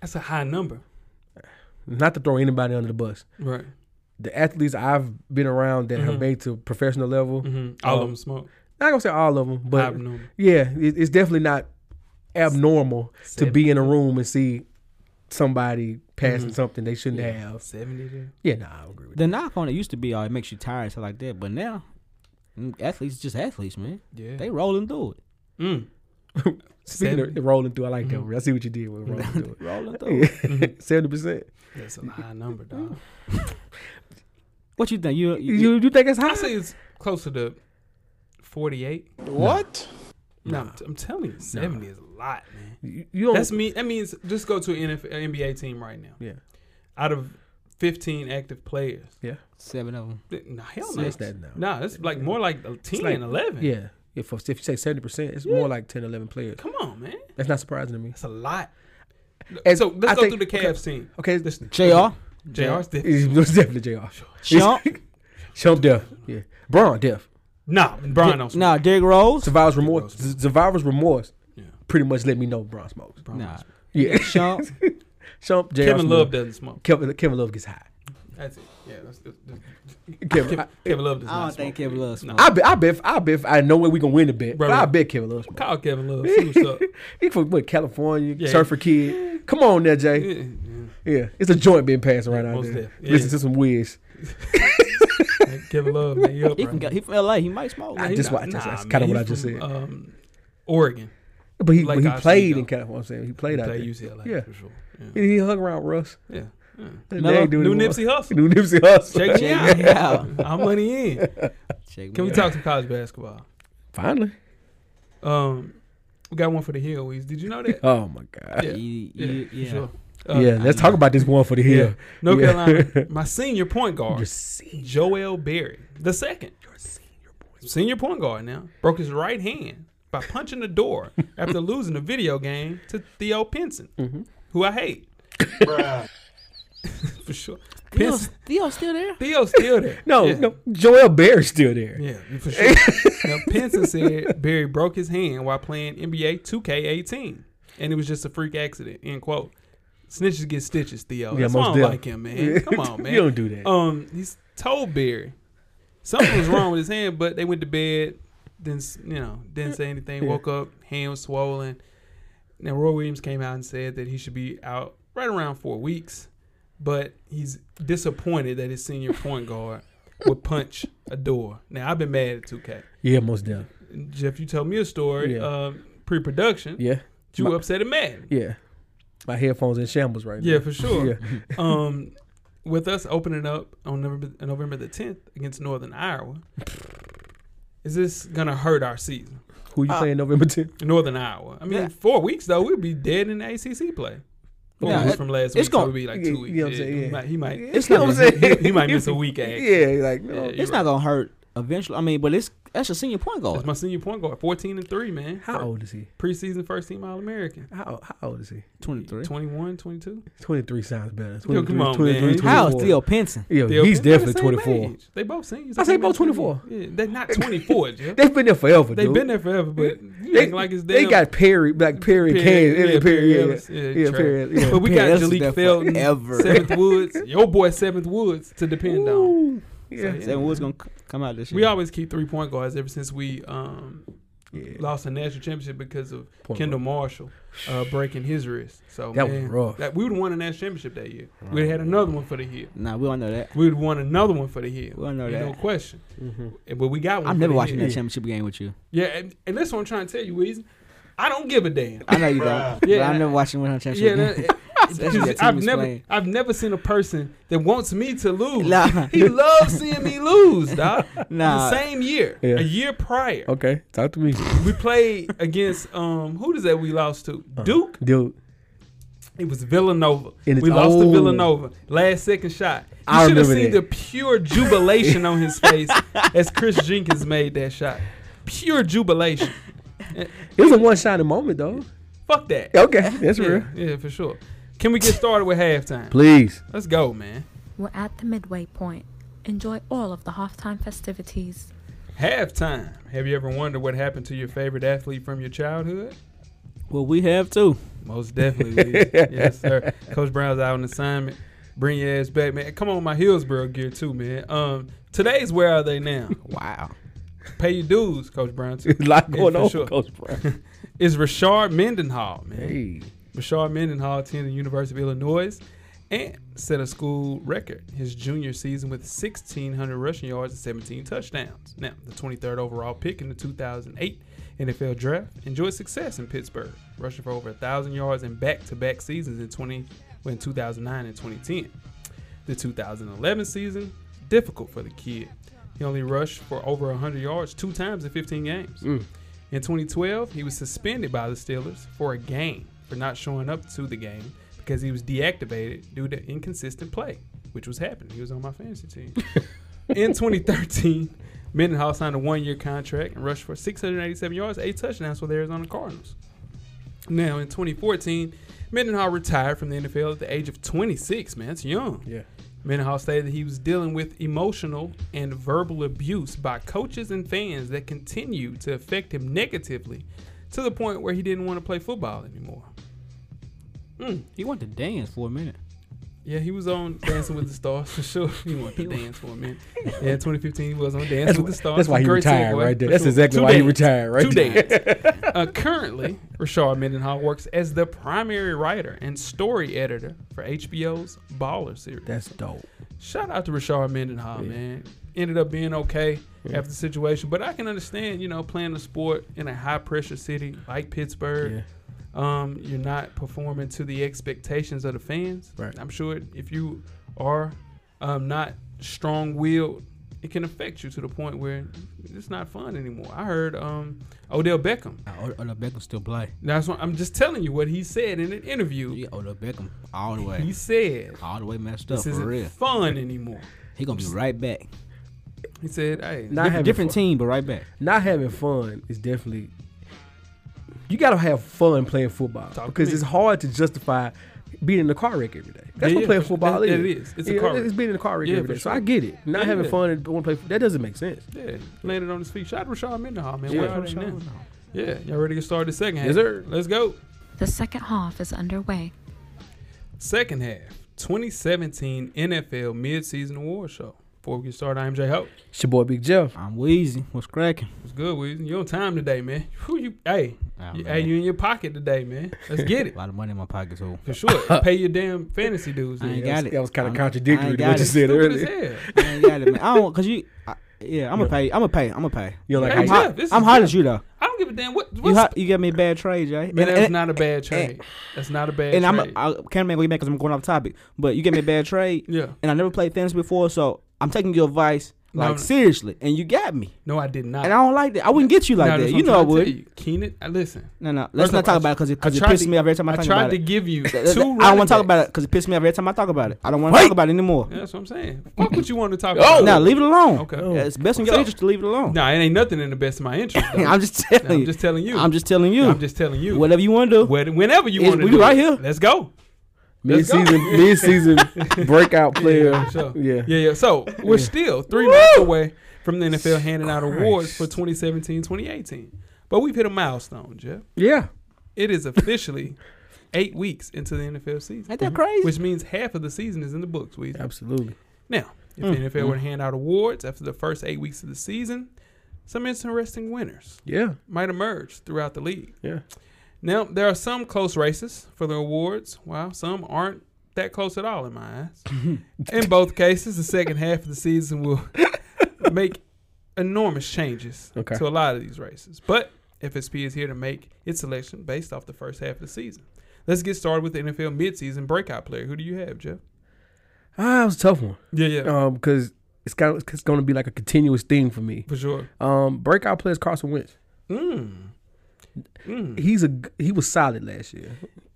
Speaker 2: That's a high number,
Speaker 4: Not to throw anybody under the bus.
Speaker 2: right?
Speaker 4: The athletes I've been around that
Speaker 2: Mhm.
Speaker 4: have made to professional level,
Speaker 2: hmm All
Speaker 4: Um,
Speaker 2: of them smoke.
Speaker 4: not gonna say all of them, but
Speaker 2: But abnormal.
Speaker 4: yeah, it, it's definitely not abnormal to be in a room and see somebody passing
Speaker 2: Mhm.
Speaker 4: something they shouldn't have.
Speaker 2: seventy. there.
Speaker 4: Yeah, nah, I agree with
Speaker 5: The knock on it used to be, oh, it makes you tired and stuff like that. But now, mm, athletes just athletes, man.
Speaker 2: Yeah.
Speaker 5: They rolling through it.
Speaker 2: mm.
Speaker 4: that. Speaking
Speaker 2: Seven-
Speaker 4: of rolling through, I like
Speaker 2: Mhm.
Speaker 4: that. Word. I see what you did with rolling through.
Speaker 5: rolling through it.
Speaker 4: it. Seventy percent.
Speaker 2: That's a high number, dog.
Speaker 5: What you think? You, you,
Speaker 4: You you think it's high?
Speaker 2: I say it's closer to forty-eight.
Speaker 4: What?
Speaker 2: No, I'm, I'm telling you, seventy is a lot, man.
Speaker 4: You, you don't.
Speaker 2: That's me. That means just go to an NFL, NBA team right now.
Speaker 4: yeah.
Speaker 2: Out of fifteen active players,
Speaker 5: seven of them.
Speaker 2: th- nah, hell no.
Speaker 4: Less than now.
Speaker 2: Nah, it's like more like a 10,
Speaker 4: like-
Speaker 2: 11.
Speaker 4: Yeah. If, if you say seventy percent, it's more like 10, 11 players.
Speaker 2: Come on, man.
Speaker 4: That's not surprising to me.
Speaker 2: That's a lot.
Speaker 4: And
Speaker 2: so let's
Speaker 4: I
Speaker 2: go
Speaker 4: think-
Speaker 2: through the Cavs team.
Speaker 4: Okay,
Speaker 2: This,
Speaker 5: Jr.
Speaker 2: JR's different.
Speaker 4: It was definitely Jr.
Speaker 5: Chump.
Speaker 4: Chump death. Yeah. Braun death.
Speaker 2: Nah, Brian don't smoke.
Speaker 5: Nah, Derrick Rose.
Speaker 4: Survivor's remorse. Survivor's remorse.
Speaker 2: Yeah.
Speaker 4: Pretty much let me know Braun smokes.
Speaker 2: Brian don't
Speaker 5: Nah.
Speaker 2: smoke.
Speaker 4: Yeah.
Speaker 5: Chump.
Speaker 4: Chump. J.R.
Speaker 2: Kevin
Speaker 4: Smith.
Speaker 2: Love doesn't smoke.
Speaker 4: Kevin, Kevin Love gets high.
Speaker 2: That's it. Yeah, that's, that's, that's,
Speaker 4: Kevin,
Speaker 2: Kevin, Kevin Love does
Speaker 5: I
Speaker 2: not
Speaker 5: don't think
Speaker 2: smoke
Speaker 5: Kevin
Speaker 2: weed.
Speaker 5: Love
Speaker 2: No.
Speaker 5: smoke.
Speaker 4: I bet, I bet, I bet. I know where we gonna win the bet.
Speaker 2: Bro.
Speaker 4: But I bet Kevin Love. smoke.
Speaker 2: Call Kevin Love. See what's up.
Speaker 4: He from what, California,
Speaker 2: Yeah.
Speaker 4: surfer kid. Come on there,
Speaker 2: Yeah,
Speaker 4: Jay.
Speaker 2: yeah.
Speaker 4: Yeah, it's a joint being passed right out
Speaker 2: Most
Speaker 4: there.
Speaker 2: definitely. Yeah.
Speaker 4: Listen to some whiz.
Speaker 2: Hey, Kevin Love, man, you up,
Speaker 5: He
Speaker 2: bro?
Speaker 5: from he from LA. He might smoke.
Speaker 4: I
Speaker 2: He
Speaker 4: just
Speaker 2: not-
Speaker 4: watched- that's- that's
Speaker 2: man,
Speaker 4: kinda what
Speaker 2: he's
Speaker 4: I just
Speaker 2: from,
Speaker 4: said.
Speaker 2: Um, Oregon.
Speaker 4: But he,
Speaker 2: Like
Speaker 4: but
Speaker 2: I
Speaker 4: he
Speaker 2: see,
Speaker 4: played
Speaker 2: though.
Speaker 4: in California. I'm saying he played out
Speaker 2: Play
Speaker 4: there.
Speaker 2: UCLA
Speaker 4: Yeah.
Speaker 2: for sure. Yeah.
Speaker 4: He, he hung around Russ.
Speaker 2: yeah. yeah.
Speaker 4: That
Speaker 5: Mello,
Speaker 4: dang dude
Speaker 2: New
Speaker 4: he was-
Speaker 2: Nipsey Hustle.
Speaker 4: New Nipsey Hustle.
Speaker 2: Check me
Speaker 5: Check me out.
Speaker 2: out. I'm money in.
Speaker 5: Check
Speaker 2: Can
Speaker 5: me
Speaker 2: we
Speaker 5: out.
Speaker 2: talk some college basketball?
Speaker 4: Finally.
Speaker 2: Um, we got one for the Hill. Weez. Did you know that?
Speaker 4: Oh my god.
Speaker 2: Yeah.
Speaker 5: Ye-
Speaker 2: Yeah,
Speaker 5: ye-
Speaker 2: for
Speaker 5: yeah.
Speaker 2: sure. Uh,
Speaker 4: Yeah, let's
Speaker 5: I
Speaker 4: talk
Speaker 5: know.
Speaker 4: about this one for the hill.
Speaker 2: North
Speaker 4: Yeah.
Speaker 2: Carolina, my senior point
Speaker 4: Your
Speaker 2: guard,
Speaker 4: senior,
Speaker 2: Joel Berry, the second
Speaker 4: your senior boy.
Speaker 2: senior point guard now, broke his right hand by punching the door after losing a video game to Theo Pinson,
Speaker 4: Mm-hmm.
Speaker 2: who I hate. for sure.
Speaker 5: Theo's,
Speaker 2: Pinson,
Speaker 5: Theo's still there.
Speaker 2: Theo's still there.
Speaker 4: No,
Speaker 2: Yeah.
Speaker 4: no, Joel Bear's still there.
Speaker 2: Yeah, for sure. now, Pinson said Barry broke his hand while playing NBA 2K18, and it was just a freak accident. End quote. Snitches get stitches, Theo.
Speaker 4: Yeah,
Speaker 2: That's why I
Speaker 4: most
Speaker 2: don't
Speaker 4: def.
Speaker 2: like him, man. Come on, man.
Speaker 4: you don't do that.
Speaker 2: Um, he's told Barry something was wrong with his hand, but they went to bed. Didn't you know? Didn't say anything.
Speaker 4: Yeah.
Speaker 2: Woke up, hand was swollen. Now Roy Williams came out and said that he should be out right around four weeks, but he's disappointed that his senior point guard would punch a door. Now I've been mad at 2K.
Speaker 4: yeah, most down.
Speaker 2: Jeff, you told me a story.
Speaker 4: Yeah.
Speaker 2: Um, pre-production,
Speaker 4: Yeah,
Speaker 2: you
Speaker 4: My-
Speaker 2: were upset at Madden.
Speaker 4: yeah. My headphones in shambles right
Speaker 2: Yeah,
Speaker 4: now.
Speaker 2: for sure.
Speaker 4: Yeah.
Speaker 2: um, with us opening up on November, November the 10th against Northern Iowa, is this gonna hurt our season?
Speaker 4: Who you playing November 10th?
Speaker 2: Northern Iowa. I mean,
Speaker 5: Yeah.
Speaker 2: four weeks though, we'll be dead in the ACC play. Four
Speaker 5: Yeah,
Speaker 2: weeks
Speaker 5: it-
Speaker 2: from last
Speaker 5: it's
Speaker 2: week, so
Speaker 5: gonna-
Speaker 2: it'll be like
Speaker 4: You-
Speaker 2: two
Speaker 4: you
Speaker 2: weeks.
Speaker 4: know what I'm
Speaker 2: Yeah,
Speaker 4: saying?
Speaker 2: He
Speaker 4: Yeah.
Speaker 2: might, he might,
Speaker 4: It's
Speaker 5: not
Speaker 4: what I'm
Speaker 2: miss-
Speaker 4: saying.
Speaker 2: he- he might miss a week, actually.
Speaker 4: Yeah, like no.
Speaker 2: Yeah.
Speaker 5: It's not gonna hurt eventually. I mean, but it's that's a senior point
Speaker 2: that's
Speaker 5: guard.
Speaker 2: my senior point guard, 14 and three, man.
Speaker 4: How old is he?
Speaker 2: Preseason first team All American.
Speaker 4: How how old is he?
Speaker 5: Twenty three.
Speaker 2: 21, 22.
Speaker 4: 23 sounds better. 23,
Speaker 2: Yo, come on,
Speaker 4: 23,
Speaker 2: man.
Speaker 4: 24.
Speaker 5: How is Theo Pinson?
Speaker 4: Yeah,
Speaker 2: They're-
Speaker 4: he's
Speaker 2: they're the
Speaker 4: definitely
Speaker 2: same
Speaker 4: 24.
Speaker 2: age. They both seniors.
Speaker 4: I say
Speaker 2: They
Speaker 4: both
Speaker 2: same
Speaker 4: 24.
Speaker 2: age. Yeah, they're not 24, Jeff.
Speaker 4: They've been there forever,
Speaker 2: They've
Speaker 4: dude.
Speaker 2: been there forever, but you
Speaker 4: They,
Speaker 2: acting like it's
Speaker 4: they
Speaker 2: them.
Speaker 4: got Perry, like Perry, and
Speaker 2: Perry-
Speaker 4: Kane,
Speaker 2: yeah,
Speaker 4: yeah, Perry, yeah,
Speaker 2: Ellis. Yeah,
Speaker 4: yeah,
Speaker 2: trash.
Speaker 4: Perry, Ellis, yeah.
Speaker 2: But we got
Speaker 5: Perry Ellis is
Speaker 2: Jalik
Speaker 5: there
Speaker 2: Felton,
Speaker 5: forever.
Speaker 2: Seventh Woods, your boy Seventh Woods to depend on.
Speaker 4: Ooh,
Speaker 2: So,
Speaker 4: yeah,
Speaker 2: yeah.
Speaker 5: Seven Woods gonna c- come out this year.
Speaker 2: We always keep three point guards ever since we um,
Speaker 4: yeah.
Speaker 2: lost the national championship because of
Speaker 4: Point
Speaker 2: Kendall Marshall uh, breaking his wrist. So
Speaker 4: That was
Speaker 2: man,
Speaker 4: rough. Mm.
Speaker 2: That, we would have won a national championship that year. We'd have had another one for the year.
Speaker 5: Nah, we don't know that.
Speaker 2: We would have won another one for the year.
Speaker 5: We don't know
Speaker 2: Ain't
Speaker 5: that.
Speaker 2: No question.
Speaker 4: Mm-hmm.
Speaker 2: And- But we got one.
Speaker 5: I'm
Speaker 2: for
Speaker 5: never
Speaker 2: the
Speaker 5: watching
Speaker 2: year.
Speaker 5: that championship game with you.
Speaker 2: Yeah, and, and that's what I'm trying to tell you, Weezy. I don't give a damn.
Speaker 5: I know you don't.
Speaker 2: Yeah,
Speaker 5: but I'm
Speaker 2: and-
Speaker 5: never watching one championship
Speaker 2: Yeah,
Speaker 5: yeah, game.
Speaker 2: that, eh,
Speaker 5: Especially that team
Speaker 2: I've
Speaker 5: is
Speaker 2: never,
Speaker 5: playing.
Speaker 2: I've never seen a person that wants me to lose.
Speaker 5: Nah.
Speaker 2: He loves seeing me lose, dog.
Speaker 5: Nah.
Speaker 2: The same year,
Speaker 4: Yeah.
Speaker 2: a year prior,
Speaker 4: Okay, talk to me,
Speaker 2: we played against um, who does that we lost to? Duke.
Speaker 4: dude.
Speaker 2: It was Villanova.
Speaker 4: And it's
Speaker 2: we lost to
Speaker 4: old.
Speaker 2: Villanova. Last second shot. You
Speaker 4: I
Speaker 2: should have
Speaker 4: remember
Speaker 2: seen
Speaker 4: that.
Speaker 2: the pure jubilation on his face as Chris Jenkins made that shot. Pure jubilation.
Speaker 4: It was a one shining moment, though.
Speaker 2: Fuck that.
Speaker 4: Okay, that's
Speaker 2: Yeah,
Speaker 4: real.
Speaker 2: yeah, for sure. Can we get started with halftime?
Speaker 4: Please,
Speaker 2: Let's go, man.
Speaker 1: We're at the midway point. Enjoy all of the halftime festivities.
Speaker 2: Halftime. Have you ever wondered what happened to your favorite athlete from your childhood?
Speaker 5: Well, we have too.
Speaker 2: Most definitely. Wiz. yes, sir. Coach Brown's out on assignment. Bring your ass back, man. Come on, my Hillsboro gear too, man. Um, today's where are they now?
Speaker 5: Wow.
Speaker 2: Pay your dues, Coach Brown. Too.
Speaker 4: a lot going
Speaker 2: for
Speaker 4: on,
Speaker 2: sure.
Speaker 4: Coach Brown.
Speaker 2: Is Rashard Mendenhall, man.
Speaker 4: hey,
Speaker 2: Rashard Mendenhall attended the University of Illinois and set a school record his junior season with 1,600 rushing yards and 17 touchdowns. Now, the 23rd overall pick in the 2008 NFL Draft enjoyed success in Pittsburgh, rushing for over 1,000 yards in back-to-back seasons in 20, well, in 2009 and 2010. The 2011 season, difficult for the kid. He only rushed for over 100 yards two times in 15 games. In 2012, he was suspended by the Steelers for a game for not showing up to the game because he was deactivated due to inconsistent play, which was happening. He was on my fantasy team. In 2013, Mendenhall signed a one-year contract and rushed for 687 yards, eight touchdowns for the Arizona Cardinals. Now, in 2014, Mendenhall retired from the NFL at the age of 26. Man, that's young.
Speaker 4: yeah,
Speaker 2: Mendenhall stated that he was dealing with emotional and verbal abuse by coaches and fans that continued to affect him negatively to the point where he didn't want to play football anymore. Mm,
Speaker 5: He went to dance for a minute.
Speaker 2: Yeah, he was on Dancing with the Stars for sure. He wanted to dance for a minute. Yeah, 2015 he was on Dancing
Speaker 4: That's
Speaker 2: with
Speaker 4: wh-
Speaker 2: the Stars.
Speaker 4: that's why he
Speaker 2: Great
Speaker 4: retired
Speaker 2: segue,
Speaker 4: right there.
Speaker 2: for
Speaker 4: That's
Speaker 2: sure.
Speaker 4: exactly
Speaker 2: Two
Speaker 4: why he
Speaker 2: days.
Speaker 4: retired right
Speaker 2: Two
Speaker 4: there.
Speaker 2: days. uh, currently, Rashard Mendenhall works as the primary writer and story editor for HBO's Baller series.
Speaker 4: That's dope.
Speaker 2: Shout out to Rashard Mendenhall,
Speaker 4: Yeah.
Speaker 2: man. Ended up being okay
Speaker 4: Yeah.
Speaker 2: after the situation, but I can understand, you know, playing the sport in a high pressure city like Pittsburgh.
Speaker 4: Yeah.
Speaker 2: Um, you're not performing to the expectations of the fans.
Speaker 4: Right.
Speaker 2: I'm sure if you are um, not strong willed, it can affect you to the point where it's not fun anymore. I heard um, Odell Beckham.
Speaker 5: Nah, Od- Odell Beckham still play.
Speaker 2: That's what I'm just telling you what he said in an interview.
Speaker 5: Yeah, Odell Beckham all the way,
Speaker 2: He said,
Speaker 4: Oh,
Speaker 5: all the way messed up
Speaker 2: "This
Speaker 5: for
Speaker 2: isn't
Speaker 5: real.
Speaker 2: fun anymore."
Speaker 5: He gonna be right back.
Speaker 2: He said, "Hey,
Speaker 4: Not
Speaker 5: Different,
Speaker 4: having
Speaker 5: different
Speaker 4: fun-
Speaker 5: team, but right back.
Speaker 4: Not having fun is definitely. You gotta have fun playing football
Speaker 2: Talk to
Speaker 4: because
Speaker 2: me.
Speaker 4: it's hard to justify being in a car wreck every day. That's
Speaker 2: Yeah,
Speaker 4: what
Speaker 2: yeah,
Speaker 4: playing
Speaker 2: for-
Speaker 4: football
Speaker 2: that-
Speaker 4: is.
Speaker 2: that it is. It's a car
Speaker 4: It's
Speaker 2: wreck.
Speaker 4: being in a car wreck
Speaker 2: Yeah,
Speaker 4: every
Speaker 2: for
Speaker 4: day. So
Speaker 2: sure.
Speaker 4: I get it. Not
Speaker 2: Yeah,
Speaker 4: having
Speaker 2: yeah.
Speaker 4: fun and want to play. That doesn't make sense.
Speaker 2: Yeah, landed on his feet. Shout out to Rashad Mendenhall, man.
Speaker 4: Yeah.
Speaker 2: Where are they now? Yeah, y'all ready to get started the second half?
Speaker 4: Yes, sir.
Speaker 2: Let's go.
Speaker 1: The second half is underway.
Speaker 2: Second half, 2017 NFL Midseason Award Show. Before we get started, I'm Jay Hope.
Speaker 4: It's your boy Big Jeff.
Speaker 5: I'm Wheezy. What's cracking?
Speaker 2: What's good, Weezy? You on time today, man. Who you? Hey,
Speaker 5: Nah,
Speaker 2: you,
Speaker 5: Oh, man.
Speaker 2: hey, you in your pocket today, man. Let's get
Speaker 5: a
Speaker 2: it
Speaker 5: lot of money in my pocket, so
Speaker 2: for sure. Pay your damn fantasy dudes.
Speaker 5: I ain't
Speaker 2: then.
Speaker 5: got it.
Speaker 4: That was kind
Speaker 5: I'm-
Speaker 4: of
Speaker 5: I
Speaker 4: contradictory
Speaker 5: ain't
Speaker 4: to
Speaker 5: got
Speaker 4: what you
Speaker 5: it.
Speaker 4: said
Speaker 2: Stupid as
Speaker 4: earlier.
Speaker 2: hell.
Speaker 5: I ain't got it, man. I don't, cause you, I, yeah, I'm gonna pay. I'm gonna pay. I'm gonna pay.
Speaker 4: You don't like
Speaker 2: Hey,
Speaker 4: how
Speaker 5: I'm
Speaker 4: you-
Speaker 2: Jeff,
Speaker 5: hot.
Speaker 2: this
Speaker 5: I'm
Speaker 2: is
Speaker 5: hot
Speaker 2: Jeff.
Speaker 5: as you though.
Speaker 2: I don't give a damn what.
Speaker 5: You
Speaker 2: What's,
Speaker 5: hot, you got me a bad trade, Jay.
Speaker 2: man,
Speaker 5: And-
Speaker 2: that was
Speaker 5: and-
Speaker 2: not a bad trade. That's not a bad
Speaker 5: and I'm
Speaker 2: trade.
Speaker 5: I can't make what you because I'm going off topic. But you gave me a bad trade,
Speaker 2: yeah.
Speaker 5: and I never played fantasy before, so I'm taking your advice
Speaker 2: No,
Speaker 5: like
Speaker 2: no.
Speaker 5: seriously, and you got me.
Speaker 2: No, I did not.
Speaker 5: And I don't like that. I wouldn't get you like
Speaker 2: No,
Speaker 5: that.
Speaker 2: that's what
Speaker 5: You
Speaker 2: I'm
Speaker 5: know I
Speaker 2: trying to tell
Speaker 5: would.
Speaker 2: you. Keenan, uh, listen.
Speaker 5: No, no.
Speaker 2: First
Speaker 5: Let's not
Speaker 2: off,
Speaker 5: talk
Speaker 2: I-
Speaker 5: about it because it,
Speaker 2: I
Speaker 5: cause it
Speaker 2: tried
Speaker 5: pisses
Speaker 2: to-
Speaker 5: me off every time I,
Speaker 2: I
Speaker 5: talk
Speaker 2: tried
Speaker 5: about
Speaker 2: to
Speaker 5: it.
Speaker 2: give you two.
Speaker 5: That- that- I don't
Speaker 2: want
Speaker 5: want to talk about it because it pisses me off every time I talk about it. I don't want to talk about it anymore.
Speaker 2: That's what I'm saying. Fuck what you want to talk
Speaker 5: No,
Speaker 2: about.
Speaker 5: leave it alone.
Speaker 2: Okay.
Speaker 5: Yeah, it's best in your
Speaker 2: So-
Speaker 5: interest to leave it alone.
Speaker 2: Nah, it ain't nothing in the best of my interest. though.
Speaker 5: I'm just telling
Speaker 2: I'm
Speaker 5: you.
Speaker 2: just telling you.
Speaker 5: I'm just telling you.
Speaker 2: I'm just telling you.
Speaker 5: Whatever you want to do.
Speaker 2: When- Whenever you
Speaker 5: It's-
Speaker 2: want to
Speaker 5: we
Speaker 2: do
Speaker 5: right
Speaker 2: it.
Speaker 5: here.
Speaker 2: Let's go.
Speaker 4: Mid
Speaker 2: Let's go.
Speaker 4: season, mid season breakout player.
Speaker 2: Yeah, sure.
Speaker 4: Yeah.
Speaker 2: yeah, yeah. So we're still three months away from the NFL handing out awards for 2017, 2018. But we've hit a milestone, Jeff.
Speaker 4: Yeah.
Speaker 2: It is officially eight weeks into the NFL season, Mm-hmm.
Speaker 5: Ain't that crazy?
Speaker 2: which means half of the season is in the books. We
Speaker 4: Absolutely.
Speaker 2: Now, if the NFL were to hand out awards after the first eight weeks of the season, some interesting winners
Speaker 4: Yeah.
Speaker 2: might emerge throughout the league.
Speaker 4: Yeah.
Speaker 2: Now, there are some close races for the awards, while some aren't that close at all in my eyes. in both cases, the second half of the season will make enormous changes
Speaker 4: Okay.
Speaker 2: to a lot of these races. But FSP is here to make its selection based off the first half of the season. Let's get started with the NFL midseason breakout player. Who do you have, Jeff?
Speaker 4: Ah, it was a tough one.
Speaker 2: Yeah, yeah,
Speaker 4: Um, because it's kind of it's going to be like a continuous thing for me.
Speaker 2: for sure.
Speaker 4: Um, breakout player is Carson Wentz.
Speaker 2: Mm. Mm.
Speaker 4: He's a g- he was solid last year,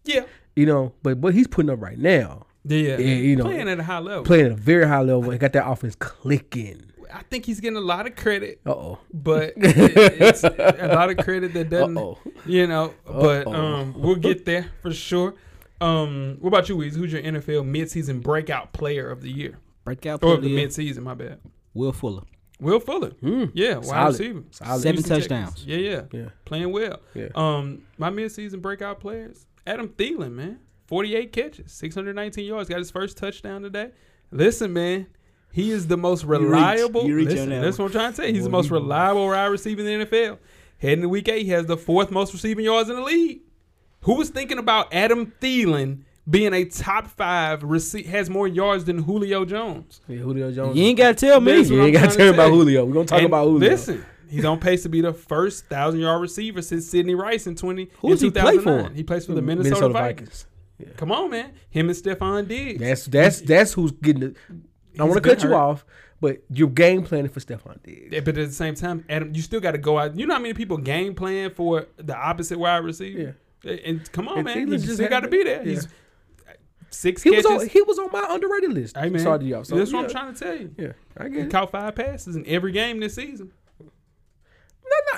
Speaker 2: Yeah.
Speaker 4: you know, but what he's putting up right now,
Speaker 2: Yeah.
Speaker 4: Yeah, you know.
Speaker 2: playing at a high level.
Speaker 4: playing at a very high level, and got that offense clicking.
Speaker 2: I think he's getting a lot of credit,
Speaker 4: Uh oh.
Speaker 2: but it- it's a lot of credit that
Speaker 4: Uh
Speaker 2: doesn't,
Speaker 4: oh.
Speaker 2: you know. But
Speaker 4: Uh-oh.
Speaker 2: um, we'll get there for sure. Um, what about you, Weez? Who's your NFL midseason breakout player of the year,
Speaker 5: Breakout
Speaker 2: or
Speaker 5: player.
Speaker 2: of the
Speaker 5: of the year,
Speaker 2: midseason? My bad.
Speaker 5: Will Fuller.
Speaker 2: Will Fuller. Yeah, wide
Speaker 4: Hmm. Solid.
Speaker 2: receiver.
Speaker 4: Solid.
Speaker 5: Seven
Speaker 2: Houston
Speaker 5: touchdowns.
Speaker 2: Texans. Yeah, yeah,
Speaker 4: Yeah.
Speaker 2: Playing well.
Speaker 4: Yeah.
Speaker 2: Um, my midseason breakout players: Adam Thielen, man, forty-eight catches, six hundred nineteen yards, got his first touchdown today. Listen, man, he is the most
Speaker 5: reach-
Speaker 2: reliable.
Speaker 5: you reach
Speaker 2: listen,
Speaker 5: on that
Speaker 2: that's what I'm trying to say. He's the
Speaker 5: Boy,
Speaker 2: most
Speaker 5: he-
Speaker 2: reliable wide receiver in the NFL. Heading to Week Eight, he has the fourth most receiving yards in the league. Who was thinking about Adam Thielen being a top five receiver has more yards than Julio Jones?
Speaker 4: Yeah, Julio Jones.
Speaker 5: You ain't gotta tell me.
Speaker 2: That's
Speaker 4: You
Speaker 2: what
Speaker 4: ain't
Speaker 2: I'm
Speaker 4: got
Speaker 2: trying
Speaker 4: to
Speaker 2: to
Speaker 4: tell about
Speaker 2: say.
Speaker 4: Julio. We're gonna talk
Speaker 2: And
Speaker 4: about Julio.
Speaker 2: Listen, he's on pace to be the first thousand yard receiver since Sidney Rice in twenty.
Speaker 5: Who
Speaker 2: in
Speaker 5: does he play
Speaker 2: 2009.
Speaker 5: for?
Speaker 2: He plays for
Speaker 4: Mm-hmm.
Speaker 2: the Minnesota, Vikings. Come on, man. Him and Stephon Diggs.
Speaker 4: That's that's that's who's getting it. I don't
Speaker 2: He's
Speaker 4: want to
Speaker 2: been
Speaker 4: cut you
Speaker 2: hurt.
Speaker 4: off, but you're game planning for Stephon Diggs.
Speaker 2: Yeah, but at the same time, Adam, you still got to go out. You know how many people game plan for the opposite wide receiver? Yeah. And come on,
Speaker 4: And
Speaker 2: man.
Speaker 4: Thielen
Speaker 2: You
Speaker 4: just
Speaker 2: still
Speaker 4: had
Speaker 2: got to
Speaker 4: it.
Speaker 2: be there.
Speaker 4: Yeah.
Speaker 2: He's six
Speaker 4: He was
Speaker 2: catches.
Speaker 4: on he was on my underrated list.
Speaker 2: hey, man.
Speaker 4: Sorry to y'all. So,
Speaker 2: That's
Speaker 4: yeah,
Speaker 2: what I'm trying to tell you.
Speaker 4: Yeah, I
Speaker 2: He
Speaker 4: get it.
Speaker 2: caught five passes in every game this season.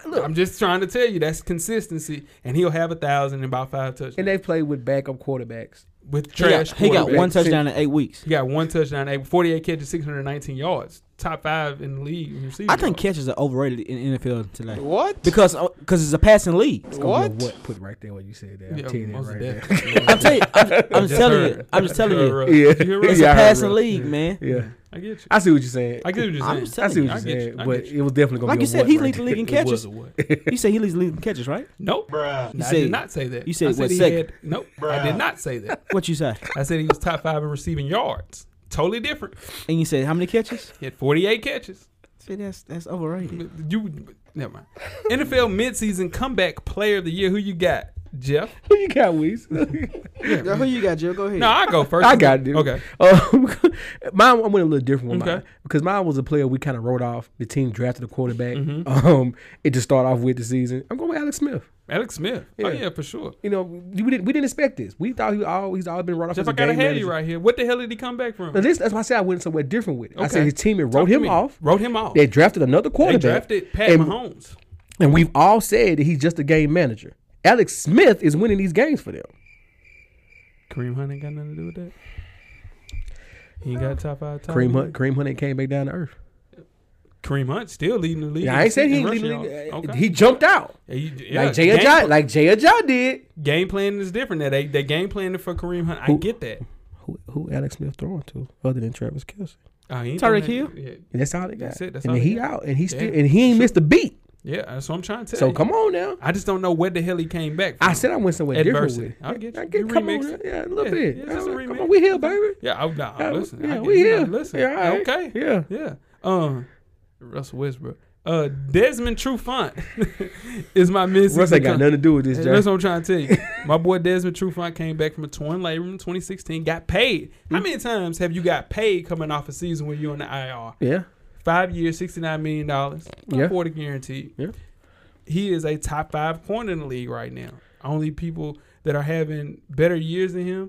Speaker 4: No, no, look,
Speaker 2: I'm just trying to tell you that's consistency, and he'll have a thousand and about five touchdowns
Speaker 4: and they played with backup quarterbacks.
Speaker 2: with
Speaker 5: He got,
Speaker 2: trash.
Speaker 5: he got
Speaker 2: quarterbacks.
Speaker 5: one touchdown in eight weeks.
Speaker 2: He got one touchdown, eight- 48 catches, 619 yards. top five in the league in receiving.
Speaker 5: I think
Speaker 2: yards.
Speaker 5: catches are overrated in NFL today
Speaker 6: What?
Speaker 5: because because it's a passing league.
Speaker 6: what?
Speaker 4: What put right there? What you said there? I'm
Speaker 2: Yeah,
Speaker 4: telling you
Speaker 2: most
Speaker 4: right
Speaker 2: definitely.
Speaker 4: there.
Speaker 5: I'm telling you, I'm, I'm
Speaker 2: Just
Speaker 5: telling you,
Speaker 2: heard.
Speaker 5: I'm just telling
Speaker 2: Heard
Speaker 5: you,
Speaker 2: rough.
Speaker 4: Yeah.
Speaker 2: You hear
Speaker 5: it's
Speaker 2: rough?
Speaker 4: Yeah, I
Speaker 5: a
Speaker 4: heard
Speaker 5: passing
Speaker 4: rough.
Speaker 5: league, man.
Speaker 4: Yeah,
Speaker 2: Mm-hmm. I get you.
Speaker 4: I see what you're saying.
Speaker 2: I get what you're
Speaker 5: I'm
Speaker 2: saying.
Speaker 5: just
Speaker 4: I see
Speaker 5: telling
Speaker 4: what
Speaker 5: you.
Speaker 2: I
Speaker 4: you're
Speaker 2: get you,
Speaker 4: saying,
Speaker 2: I
Speaker 4: but
Speaker 2: get
Speaker 4: it was definitely gonna
Speaker 5: Like
Speaker 4: be
Speaker 5: you
Speaker 4: a
Speaker 5: said,
Speaker 4: what
Speaker 5: he
Speaker 4: right
Speaker 5: leaked the
Speaker 4: there.
Speaker 5: league in
Speaker 2: It was
Speaker 5: catches.
Speaker 2: a what?
Speaker 5: You said he leads the league in catches, right?
Speaker 2: Nope.
Speaker 5: You
Speaker 2: I
Speaker 5: said
Speaker 2: did not say that.
Speaker 5: you said
Speaker 2: I
Speaker 5: it
Speaker 2: said
Speaker 5: was
Speaker 2: he
Speaker 5: second.
Speaker 2: had. Nope. I did not say that.
Speaker 5: what you said,
Speaker 2: I said he was top five in receiving yards. Totally different.
Speaker 5: and you said how many catches?
Speaker 2: He had 48 catches.
Speaker 5: See, that's that's overrated.
Speaker 2: You never mind. NFL midseason comeback player of the year. Who you got, Jeff?
Speaker 4: Who you got, Weez?
Speaker 5: who you got, Joe? Go ahead.
Speaker 2: No, I go first.
Speaker 4: I got it. dude.
Speaker 2: Okay.
Speaker 4: Um, mine, I went a little different with mine
Speaker 2: Okay.
Speaker 4: because mine was a player we kind of wrote off. The team drafted a quarterback.
Speaker 2: Mm-hmm.
Speaker 4: Um, it to start off with the season. I'm going with Alex Smith.
Speaker 2: Alex Smith. Oh
Speaker 4: Yeah.
Speaker 2: yeah, for sure.
Speaker 4: You know, we didn't we didn't expect this. We thought he was all, he's always been wrote off
Speaker 2: Jeff,
Speaker 4: as a
Speaker 2: I got
Speaker 4: game
Speaker 2: ahead of you
Speaker 4: manager.
Speaker 2: right here. What the hell did he come back from?
Speaker 4: Now, this, that's why I said I went somewhere different with it. I
Speaker 2: Okay.
Speaker 4: said his team had wrote
Speaker 2: Talk to
Speaker 4: him
Speaker 2: me.
Speaker 4: off.
Speaker 2: Wrote him off.
Speaker 4: They drafted another
Speaker 2: They
Speaker 4: quarterback.
Speaker 2: drafted Pat
Speaker 4: and,
Speaker 2: Mahomes.
Speaker 4: and we've all said that he's just a game manager. Alex Smith is winning these games for them.
Speaker 2: Kareem Hunt ain't got nothing to do with that. He ain't got top five. Top
Speaker 4: Kareem Hunt, Kareem Hunt ain't came back down to earth.
Speaker 2: Kareem Hunt still leading the league.
Speaker 4: Yeah, I ain't saying he ain't
Speaker 2: in
Speaker 4: leading.
Speaker 2: rushing yards.
Speaker 4: the-
Speaker 2: Okay.
Speaker 4: He jumped out
Speaker 2: Yeah, you- yeah,
Speaker 4: like Jay
Speaker 2: game,
Speaker 4: Ajay, like Jay Ajay did.
Speaker 2: game plan is different. That they they game planning for Kareem Hunt. I
Speaker 4: Who-
Speaker 2: get that.
Speaker 4: Who who Alex Smith throwing to other than Travis Kelsey?
Speaker 2: Uh, he ain't
Speaker 5: Tyreek
Speaker 2: doing that. Yeah,
Speaker 4: And that's all they got.
Speaker 2: That's it, that's
Speaker 4: and
Speaker 2: all
Speaker 4: then
Speaker 2: they
Speaker 4: he
Speaker 2: got.
Speaker 4: out, and he still,
Speaker 2: Yeah,
Speaker 4: and he ain't missed a beat.
Speaker 2: yeah, that's what I'm trying to tell
Speaker 4: So
Speaker 2: you.
Speaker 4: come on now.
Speaker 2: I just don't know where the hell he came back. From.
Speaker 4: I said I went somewhere
Speaker 2: Adversity.
Speaker 4: different with.
Speaker 2: I
Speaker 4: it.
Speaker 2: get you.
Speaker 4: I
Speaker 2: You
Speaker 4: come on,
Speaker 2: remixed it.
Speaker 4: yeah, a little
Speaker 2: Yeah,
Speaker 4: bit.
Speaker 2: yeah, it's just a
Speaker 4: come
Speaker 2: remix.
Speaker 4: on, we here, baby.
Speaker 2: yeah, I, nah,
Speaker 4: Yeah,
Speaker 2: listen. I
Speaker 4: yeah,
Speaker 2: get
Speaker 4: we
Speaker 2: you.
Speaker 4: here.
Speaker 2: Listen,
Speaker 4: Yeah, all right.
Speaker 2: okay,
Speaker 4: Yeah.
Speaker 2: yeah. Um, Russell Westbrook, uh, Desmond Trufant is my missing.
Speaker 4: Russ ain't got nothing to do with this,
Speaker 2: Hey, that's
Speaker 4: Jay.
Speaker 2: what I'm trying to tell you. My boy Desmond Trufant came back from a torn labrum in 2016, got paid.
Speaker 4: Mm.
Speaker 2: How many times have you got paid coming off a season when you're on the IR?
Speaker 4: Yeah,
Speaker 2: Five years, $69 million, about
Speaker 4: Yeah.
Speaker 2: 40 guaranteed.
Speaker 4: Yeah.
Speaker 2: He is a top five corner in the league right now. Only people that are having better years than him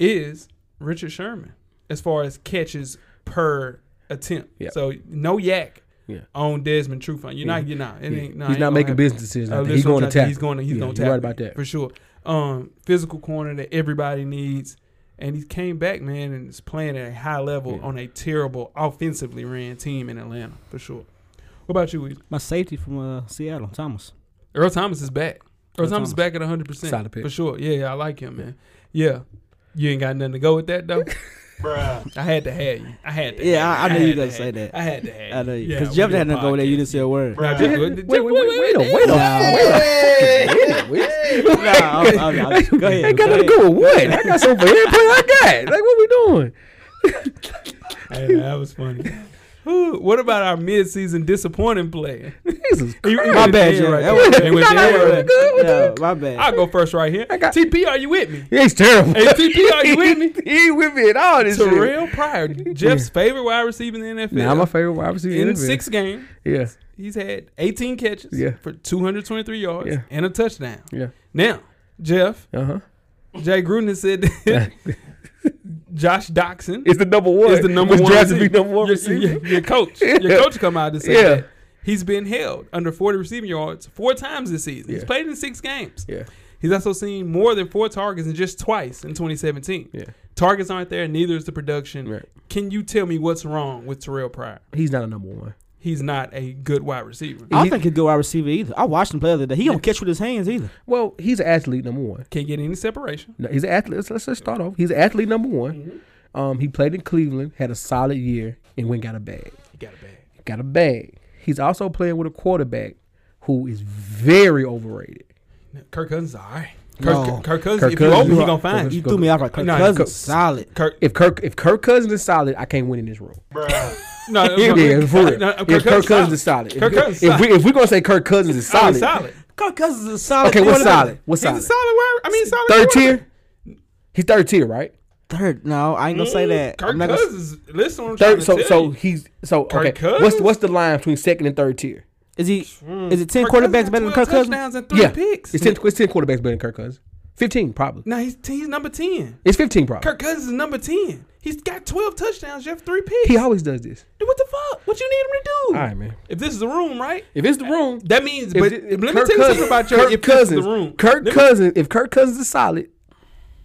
Speaker 2: is Richard Sherman as far as catches per attempt.
Speaker 4: Yeah.
Speaker 2: So no yak
Speaker 4: Yeah.
Speaker 2: on Desmond Trufant. You're not
Speaker 4: Yeah.
Speaker 2: getting out. It
Speaker 4: Yeah.
Speaker 2: ain't, nah,
Speaker 4: he's
Speaker 2: ain't
Speaker 4: not
Speaker 2: gonna
Speaker 4: making
Speaker 2: happen.
Speaker 4: business decisions.
Speaker 2: Uh,
Speaker 4: out there.
Speaker 2: this
Speaker 4: he's
Speaker 2: is what
Speaker 4: going
Speaker 2: I'm trying
Speaker 4: to tackle.
Speaker 2: to- He's going to. He's
Speaker 4: Yeah,
Speaker 2: going to
Speaker 4: you're
Speaker 2: tackle.
Speaker 4: right about that.
Speaker 2: for sure. Um, physical corner that everybody needs, and he came back, man, and is playing at a high level
Speaker 4: Yeah.
Speaker 2: on a terrible offensively ran team in Atlanta for sure. What about you, Weezy?
Speaker 5: My safety from uh, Seattle, Thomas.
Speaker 2: Earl Thomas is back. Earl,
Speaker 5: Earl
Speaker 2: Thomas, is
Speaker 5: Thomas.
Speaker 2: back at 100 percent
Speaker 4: Solid pick.
Speaker 2: for sure. Yeah, yeah, I like him, man. Yeah, you ain't got nothing to go with that though. Bruh. I had to have you. I had to.
Speaker 5: Yeah, I-
Speaker 2: have
Speaker 5: I knew you
Speaker 2: had
Speaker 5: was gonna
Speaker 2: to have
Speaker 5: say
Speaker 2: you.
Speaker 5: that.
Speaker 2: I had to have.
Speaker 5: I know
Speaker 2: Yeah,
Speaker 5: because
Speaker 2: we
Speaker 5: Jeff
Speaker 2: did
Speaker 5: didn't go there. You
Speaker 2: podcast.
Speaker 5: didn't say a word.
Speaker 2: Nah,
Speaker 4: Wait,
Speaker 2: Jeff,
Speaker 4: wait,
Speaker 2: Jeff,
Speaker 4: wait, wait,
Speaker 5: Nah.
Speaker 4: wait, wait, a minute, wait.
Speaker 5: nah, I'm, I'm, I'm, go ahead.
Speaker 4: I
Speaker 5: go ahead.
Speaker 4: got nothing to do with what? I got something for every player I got. Like, what we doing?
Speaker 2: Hey, that was funny. Ooh, what about our midseason disappointing player?
Speaker 4: Jesus
Speaker 2: You- you
Speaker 5: My bad,
Speaker 2: went there
Speaker 5: Jerry.
Speaker 2: right
Speaker 5: That
Speaker 2: there.
Speaker 5: was-
Speaker 2: You went
Speaker 4: Nah, nah,
Speaker 2: there.
Speaker 4: nah, nah. Good, we
Speaker 5: Yeah, my bad.
Speaker 2: I'll go first right here.
Speaker 4: I got-
Speaker 2: TP, are you with me?
Speaker 4: He's terrible.
Speaker 2: Hey, TP, are you with me?
Speaker 4: he ain't with me at all this year.
Speaker 2: Terrell Pryor, Jeff's favorite wide receiver in the NFL.
Speaker 4: Now my favorite wide receiver
Speaker 2: in
Speaker 4: the NFL.
Speaker 2: six games,
Speaker 4: Yeah,
Speaker 2: he's had 18 catches
Speaker 4: Yeah.
Speaker 2: for 223 yards
Speaker 4: Yeah.
Speaker 2: and a touchdown.
Speaker 4: yeah,
Speaker 2: Now, Jeff,
Speaker 4: uh huh.
Speaker 2: Jay Gruden has said that Josh Doxson
Speaker 4: It's the number one.
Speaker 2: is the number
Speaker 4: was
Speaker 2: one.
Speaker 4: drafted to
Speaker 2: receiver.
Speaker 4: be number one
Speaker 2: Your-
Speaker 4: receiver.
Speaker 2: Your, your coach, your
Speaker 4: Yeah.
Speaker 2: coach, come out and say
Speaker 4: Yeah.
Speaker 2: that he's been held under 40 receiving yards four times this season. He's
Speaker 4: Yeah.
Speaker 2: played in six games.
Speaker 4: Yeah.
Speaker 2: He's also seen more than four targets in just twice in 2017.
Speaker 4: Yeah.
Speaker 2: Targets aren't there, neither is the production.
Speaker 4: Right.
Speaker 2: Can you tell me what's wrong with Terrell Pryor?
Speaker 4: He's not a number one.
Speaker 2: He's not a good wide receiver.
Speaker 5: I don't think he'd go wide receiver either. I watched him play the other day. He don't catch with his hands either.
Speaker 4: Well, he's an athlete number one.
Speaker 2: Can't get any separation.
Speaker 4: No, he's an athlete. Let's, let's just start off. He's an athlete number one.
Speaker 2: Mm-hmm.
Speaker 4: Um, he played in Cleveland, had a solid year, and went and got a bag.
Speaker 2: He got a bag.
Speaker 4: Got a bag. He's also playing with a quarterback who is very overrated.
Speaker 2: Kirk Cousins, all right. Kirk,
Speaker 5: No.
Speaker 2: Kirk Cousins,
Speaker 4: Kirk
Speaker 2: if you
Speaker 4: Cousins
Speaker 2: open,
Speaker 4: is
Speaker 2: he
Speaker 4: hot.
Speaker 2: gonna find
Speaker 5: You
Speaker 2: you.
Speaker 4: Cousins.
Speaker 5: threw me off like Kirk
Speaker 2: Nah,
Speaker 5: Cousins.
Speaker 2: Kirk-
Speaker 5: Solid.
Speaker 2: Kirk,
Speaker 4: If Kirk if Kirk Cousins is solid, I can't win in this room.
Speaker 2: no, no,
Speaker 4: Yeah,
Speaker 2: no,
Speaker 4: for real.
Speaker 2: no,
Speaker 4: If Kirk, Cousins is solid. If,
Speaker 2: Kirk Cousins is
Speaker 4: if we if we're gonna say Kirk Cousins is
Speaker 2: solid.
Speaker 4: solid,
Speaker 2: He's solid.
Speaker 5: Kirk Cousins is a solid.
Speaker 4: okay, what's
Speaker 5: quarterback.
Speaker 4: solid? What's
Speaker 2: He's a
Speaker 4: solid?
Speaker 2: solid wide. I mean, solid
Speaker 4: Third
Speaker 2: quarterback.
Speaker 4: tier. He's third tier, right?
Speaker 5: Third. No, I ain't gonna say that.
Speaker 2: Mm, Kirk
Speaker 5: I'm not gonna,
Speaker 2: Cousins. Listen, what I'm trying
Speaker 4: Third.
Speaker 2: to
Speaker 4: So
Speaker 2: tell
Speaker 4: so
Speaker 2: you.
Speaker 4: he's so
Speaker 2: Kirk
Speaker 4: okay. What's
Speaker 2: Cousins?
Speaker 4: what's the line between second and third tier?
Speaker 5: is he?
Speaker 4: Mm.
Speaker 5: Is it ten
Speaker 2: Kirk Cousins
Speaker 5: quarterbacks
Speaker 2: got
Speaker 5: better than
Speaker 2: 12
Speaker 5: Kirk Cousins?
Speaker 2: Touchdowns and three
Speaker 4: yeah,
Speaker 2: picks.
Speaker 4: it's ten. It's ten quarterbacks better than Kirk Cousins. Fifteen probably.
Speaker 2: No, he's he's number ten.
Speaker 4: It's fifteen probably.
Speaker 2: Kirk Cousins is number ten. He's got twelve touchdowns. You have three picks.
Speaker 4: He always does this.
Speaker 2: Dude, what the fuck? What you need him to do?
Speaker 4: All right, man.
Speaker 2: If this is the room, right?
Speaker 4: If it's the room,
Speaker 2: That means.
Speaker 4: if
Speaker 2: but
Speaker 4: it-
Speaker 2: let me
Speaker 4: Kirk
Speaker 2: tell you something
Speaker 4: Cousins-
Speaker 2: about your
Speaker 4: Kirk
Speaker 2: if
Speaker 4: Cousins.
Speaker 2: This is the room.
Speaker 4: Kirk
Speaker 2: Let me-
Speaker 4: Cousins. If Kirk Cousins is solid,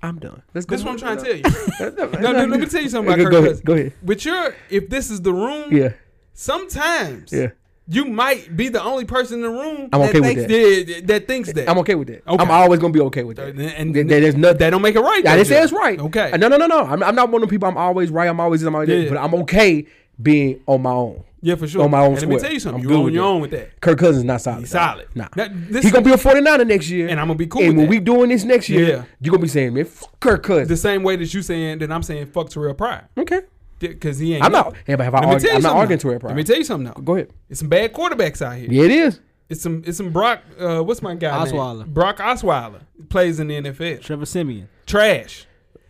Speaker 4: I'm done. Let's go.
Speaker 2: This is what I'm trying to tell you.
Speaker 4: no,
Speaker 2: No, no, let me tell you something about
Speaker 4: go,
Speaker 2: Kirk
Speaker 4: go ahead,
Speaker 2: Cousins.
Speaker 4: Go ahead.
Speaker 2: With your if this is the room,
Speaker 4: Yeah.
Speaker 2: sometimes
Speaker 4: Yeah.
Speaker 2: you might be the only person in the room
Speaker 4: I'm okay
Speaker 2: that,
Speaker 4: with
Speaker 2: thinks that. That, thinks that.
Speaker 4: I'm okay with that.
Speaker 2: Okay.
Speaker 4: I'm always gonna be okay with that.
Speaker 2: And, and
Speaker 4: There- there's nothing.
Speaker 2: that don't make it right.
Speaker 4: I
Speaker 2: though,
Speaker 4: didn't say
Speaker 2: Joe.
Speaker 4: it's right.
Speaker 2: Okay.
Speaker 4: Uh, No, no, no, no. I'm, I'm not one of the people. I'm always right. I'm always. I'm always.
Speaker 2: Yeah.
Speaker 4: But I'm okay being on my own.
Speaker 2: Yeah, for sure.
Speaker 4: On my own
Speaker 2: and Let me
Speaker 4: square.
Speaker 2: tell you something.
Speaker 4: I'm
Speaker 2: You're
Speaker 4: good
Speaker 2: on
Speaker 4: with
Speaker 2: your
Speaker 4: that.
Speaker 2: own with that.
Speaker 4: Kirk Cousins not solid.
Speaker 2: He's
Speaker 4: though.
Speaker 2: solid.
Speaker 4: Nah.
Speaker 2: That- this-
Speaker 4: He's gonna be a 49er next year.
Speaker 2: And I'm gonna be cool
Speaker 4: And
Speaker 2: with
Speaker 4: when we
Speaker 2: that.
Speaker 4: doing this next year,
Speaker 2: Yeah.
Speaker 4: you're gonna be saying, man, fuck Kirk Cousins.
Speaker 2: The same way that you saying that I'm saying fuck Terrell Pryor
Speaker 4: okay.
Speaker 2: because he ain't.
Speaker 4: I'm
Speaker 2: nothing.
Speaker 4: not. Yeah, but have I
Speaker 2: Let me
Speaker 4: argued-
Speaker 2: tell you
Speaker 4: I'm not
Speaker 2: something
Speaker 4: arguing
Speaker 2: now.
Speaker 4: Terrell Pryor.
Speaker 2: Let me tell you something now.
Speaker 4: Go ahead.
Speaker 2: It's some bad quarterbacks out here.
Speaker 4: Yeah, it is.
Speaker 2: It's some it's some Brock. Uh, what's my guy? name?
Speaker 5: Osweiler.
Speaker 2: Brock Osweiler plays in the NFL.
Speaker 5: Trevor Simeon.
Speaker 2: Trash.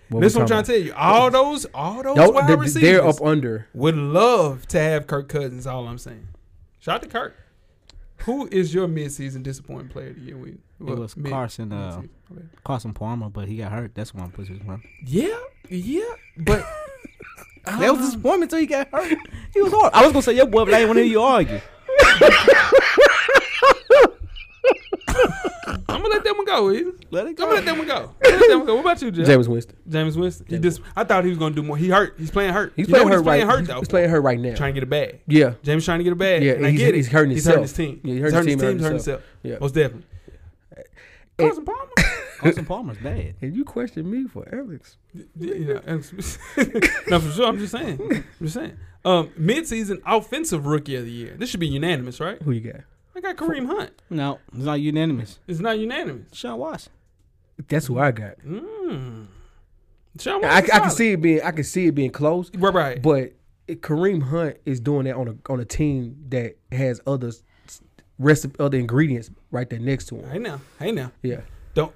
Speaker 4: What
Speaker 2: this
Speaker 4: we
Speaker 2: what I'm trying
Speaker 4: talking
Speaker 2: to tell you. All those all those
Speaker 4: about?
Speaker 2: wide
Speaker 4: No, they're,
Speaker 2: receivers
Speaker 4: they're up under.
Speaker 2: would love to have Kirk Cousins. All I'm saying. Shout out to Kirk. Who is your midseason disappointing player of the year? With
Speaker 5: It was Carson. Uh,
Speaker 2: Okay.
Speaker 5: Carson Palmer, but he got hurt. That's why I'm pushing him.
Speaker 2: Yeah, yeah, but
Speaker 5: That was disappointment till he got hurt. He was hard. I was gonna say your boy, but I didn't want to hear you argue.
Speaker 2: I'm gonna let that one go. Ethan.
Speaker 5: Let it
Speaker 2: I'm gonna let that one go. I'm gonna let that one go. What about you, Jeff?
Speaker 4: James Winston.
Speaker 2: James Winston. He just, I thought he was gonna do more. He hurt. He's playing hurt.
Speaker 4: He's
Speaker 2: You know
Speaker 4: playing
Speaker 2: what
Speaker 4: her
Speaker 2: he's playing
Speaker 4: right.
Speaker 2: hurt though.
Speaker 4: He's playing her right now.
Speaker 2: trying to get a bag.
Speaker 4: Yeah.
Speaker 2: James trying to get a bag.
Speaker 4: Yeah,
Speaker 2: and I
Speaker 4: he's-
Speaker 2: get it.
Speaker 4: he's hurting
Speaker 2: He's
Speaker 4: himself.
Speaker 2: hurting his team.
Speaker 4: Yeah,
Speaker 2: he's
Speaker 4: he
Speaker 2: hurting, his
Speaker 4: hurt his team,
Speaker 2: team. Hurting
Speaker 4: hurt
Speaker 2: himself.
Speaker 4: Yeah.
Speaker 2: Most definitely. Carson Palmer.
Speaker 5: Carson Palmer's bad.
Speaker 4: And you question me for Alex.
Speaker 2: Yeah, yeah, and- no, for sure. I'm just saying. I'm just saying. Um, mid-season offensive rookie of the year. This should be unanimous, right?
Speaker 4: Who you got?
Speaker 2: I got Kareem Hunt.
Speaker 5: No, it's not unanimous.
Speaker 2: It's not unanimous.
Speaker 5: Sean Watson.
Speaker 4: That's who I got.
Speaker 2: Mm. Sean
Speaker 4: I, I
Speaker 2: Watson's
Speaker 4: can
Speaker 2: solid.
Speaker 4: see it being. I can see it being close.
Speaker 2: Right, right.
Speaker 4: But it- Kareem Hunt is doing that on a on a team that has other s- recipe, other ingredients right there next to him.
Speaker 2: hey now, hey now.
Speaker 4: Yeah,
Speaker 2: Don't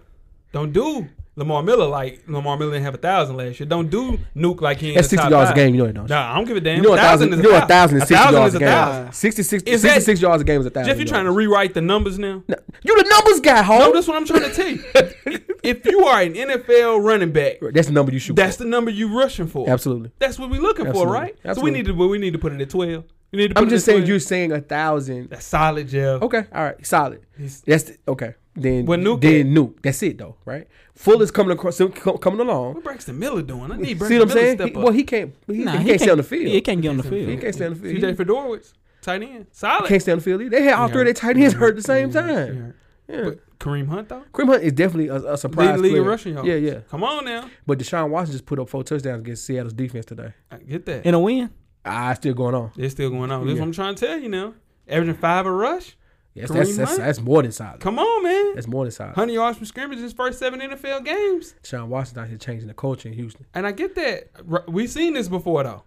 Speaker 2: don't do Lamar Miller like Lamar Miller didn't have a thousand last year. Don't do Nuke like he. ain't
Speaker 4: that's
Speaker 2: the top
Speaker 4: sixty yards a
Speaker 2: five.
Speaker 4: game. You know it, don't you?
Speaker 2: Nah, I don't give a damn.
Speaker 4: You know a thousand. You know a thousand is sixty yards
Speaker 2: is
Speaker 4: a
Speaker 2: thousand.
Speaker 4: game. 66,
Speaker 2: Is that-
Speaker 4: 66 yards a game is a thousand.
Speaker 2: Jeff, you trying to
Speaker 4: yards.
Speaker 2: rewrite the numbers now? No,
Speaker 4: you the numbers guy, ho.
Speaker 2: that's what I'm trying to tell you. if you are an NFL running back,
Speaker 4: that's the number you shoot.
Speaker 2: that's
Speaker 4: for.
Speaker 2: the number you rushing for.
Speaker 4: absolutely.
Speaker 2: That's what we're looking for,
Speaker 4: Absolutely.
Speaker 2: right? So we
Speaker 4: Absolutely.
Speaker 2: need to well, we need to put it at twelve. You need to put
Speaker 4: I'm
Speaker 2: it
Speaker 4: just
Speaker 2: at
Speaker 4: saying
Speaker 2: 12.
Speaker 4: you're saying a thousand.
Speaker 2: that's solid, Jeff.
Speaker 4: Okay, all right, solid.
Speaker 2: He's-
Speaker 4: That's the, okay. Then
Speaker 2: With Nuke
Speaker 4: then nuke. That's it though, right? Full is coming across, coming along.
Speaker 2: What Braxton Miller doing? I need
Speaker 4: See what
Speaker 2: Braxton
Speaker 4: I'm
Speaker 2: Miller to
Speaker 4: saying?
Speaker 2: step
Speaker 4: He-
Speaker 2: up.
Speaker 4: well, he can't. He,
Speaker 5: Nah,
Speaker 4: he can't stay on the field.
Speaker 5: He can't get on the
Speaker 4: He
Speaker 5: field.
Speaker 4: can't stay on the field.
Speaker 2: CJ Fedorowicz, tight end, solid.
Speaker 4: He can't stay on the field. either. They had all
Speaker 2: Yeah.
Speaker 4: three of their tight ends hurt at the same
Speaker 2: Yeah,
Speaker 4: time.
Speaker 2: yeah.
Speaker 4: Yeah.
Speaker 2: But Kareem Hunt though,
Speaker 4: Kareem Hunt is definitely a, a
Speaker 2: leading
Speaker 4: surprise
Speaker 2: the league in
Speaker 4: player.
Speaker 2: rushing yards.
Speaker 4: Yeah, yeah.
Speaker 2: Come on now,
Speaker 4: But Deshaun Watson just put up four touchdowns against Seattle's defense today.
Speaker 2: I get that.
Speaker 5: In a win.
Speaker 4: Ah, it's still going on.
Speaker 2: It's still going on. That's
Speaker 4: Yeah.
Speaker 2: what I'm trying to tell you now. Averaging five a rush.
Speaker 4: Yes,
Speaker 2: Kareem
Speaker 4: that's, that's,
Speaker 2: Hunt?
Speaker 4: that's more than solid.
Speaker 2: Come on, man.
Speaker 4: That's more than solid.
Speaker 2: Hundred yards from scrimmage in his first seven NFL games,
Speaker 4: Deshaun Watson's out here changing the culture in Houston.
Speaker 2: and I get that. R- We've seen this before though.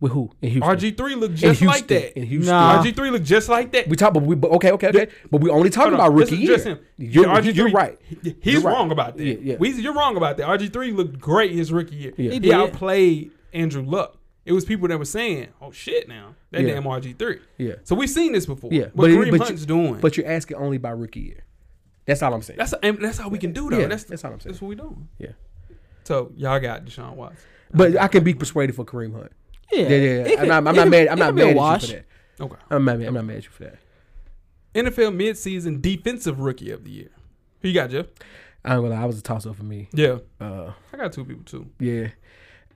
Speaker 4: With who? In Houston.
Speaker 2: RG three looked
Speaker 4: in
Speaker 2: just
Speaker 4: Houston.
Speaker 2: like that.
Speaker 4: In Houston.
Speaker 5: Nah.
Speaker 2: RG three looked just like that.
Speaker 4: We talk, but we but okay, okay, okay. But we only talking
Speaker 2: Hold
Speaker 4: about
Speaker 2: on.
Speaker 4: rookie
Speaker 2: This is
Speaker 4: year.
Speaker 2: just
Speaker 4: You're,
Speaker 2: RG3
Speaker 4: you're right.
Speaker 2: He's
Speaker 4: You're right.
Speaker 2: wrong about that.
Speaker 4: Yeah, yeah.
Speaker 2: Weezy, you're wrong about that. RG3 looked great his rookie year.
Speaker 4: Yeah.
Speaker 2: He,
Speaker 4: He
Speaker 5: did.
Speaker 2: outplayed Andrew Luck. It was people that were saying, "Oh shit, now that
Speaker 4: Yeah.
Speaker 2: damn RG3."
Speaker 4: Yeah.
Speaker 2: So we've seen this before.
Speaker 4: Yeah,
Speaker 2: What
Speaker 4: but it-
Speaker 2: Kareem
Speaker 4: but you-
Speaker 2: Hunt's doing.
Speaker 4: But you're asking only about rookie year. That's all I'm saying.
Speaker 2: that's and that's how we can do though.
Speaker 4: Yeah,
Speaker 2: that's
Speaker 4: that's all I'm saying.
Speaker 2: That's what we doing.
Speaker 4: Yeah.
Speaker 2: So y'all got Deshaun Watson.
Speaker 4: But I can be persuaded for Kareem Hunt.
Speaker 5: Yeah,
Speaker 4: Yeah, yeah. yeah.
Speaker 5: It
Speaker 4: I'm
Speaker 5: could-
Speaker 4: not, I'm
Speaker 5: it
Speaker 4: not
Speaker 5: could-
Speaker 4: mad.
Speaker 5: it
Speaker 4: I'm
Speaker 5: could
Speaker 4: not
Speaker 5: be a
Speaker 4: mad at you
Speaker 5: wash.
Speaker 4: for that.
Speaker 2: Okay.
Speaker 4: I'm not mad. I'm not mad at you for that.
Speaker 2: NFL midseason defensive rookie of the year. Who you got, Jeff?
Speaker 4: I ain't gonna lie. I was a toss up for me.
Speaker 2: Yeah.
Speaker 4: Uh,
Speaker 2: I got two people too.
Speaker 4: yeah.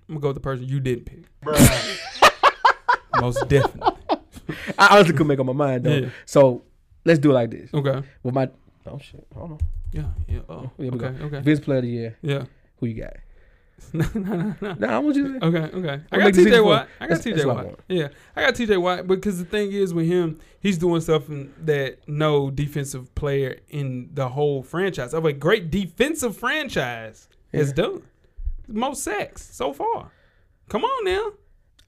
Speaker 2: I'm gonna go with the person you didn't pick. Most definitely.
Speaker 4: I honestly couldn't make up my mind though.
Speaker 2: Yeah.
Speaker 4: So let's do it like this.
Speaker 2: Okay.
Speaker 4: With my oh shit, hold on.
Speaker 2: Yeah. Yeah. Oh.
Speaker 4: Here we
Speaker 2: okay.
Speaker 4: go.
Speaker 2: Okay.
Speaker 4: Vince Player of the Year.
Speaker 2: Yeah.
Speaker 4: Who you got?
Speaker 2: no, no, no, no.
Speaker 4: Nah, I want you. To,
Speaker 2: Okay, okay. I
Speaker 4: I'll
Speaker 2: got
Speaker 4: make the
Speaker 2: TJ
Speaker 4: decision for
Speaker 2: Watt.
Speaker 4: him.
Speaker 2: I got
Speaker 4: That's-
Speaker 2: TJ
Speaker 4: that's what I
Speaker 2: Watt.
Speaker 4: want.
Speaker 2: Yeah, I got TJ Watt because the thing is with him, he's doing stuff in- that no defensive player in the whole franchise of a great defensive franchise has
Speaker 4: Yeah.
Speaker 2: done. Most sacks so far. Come on now.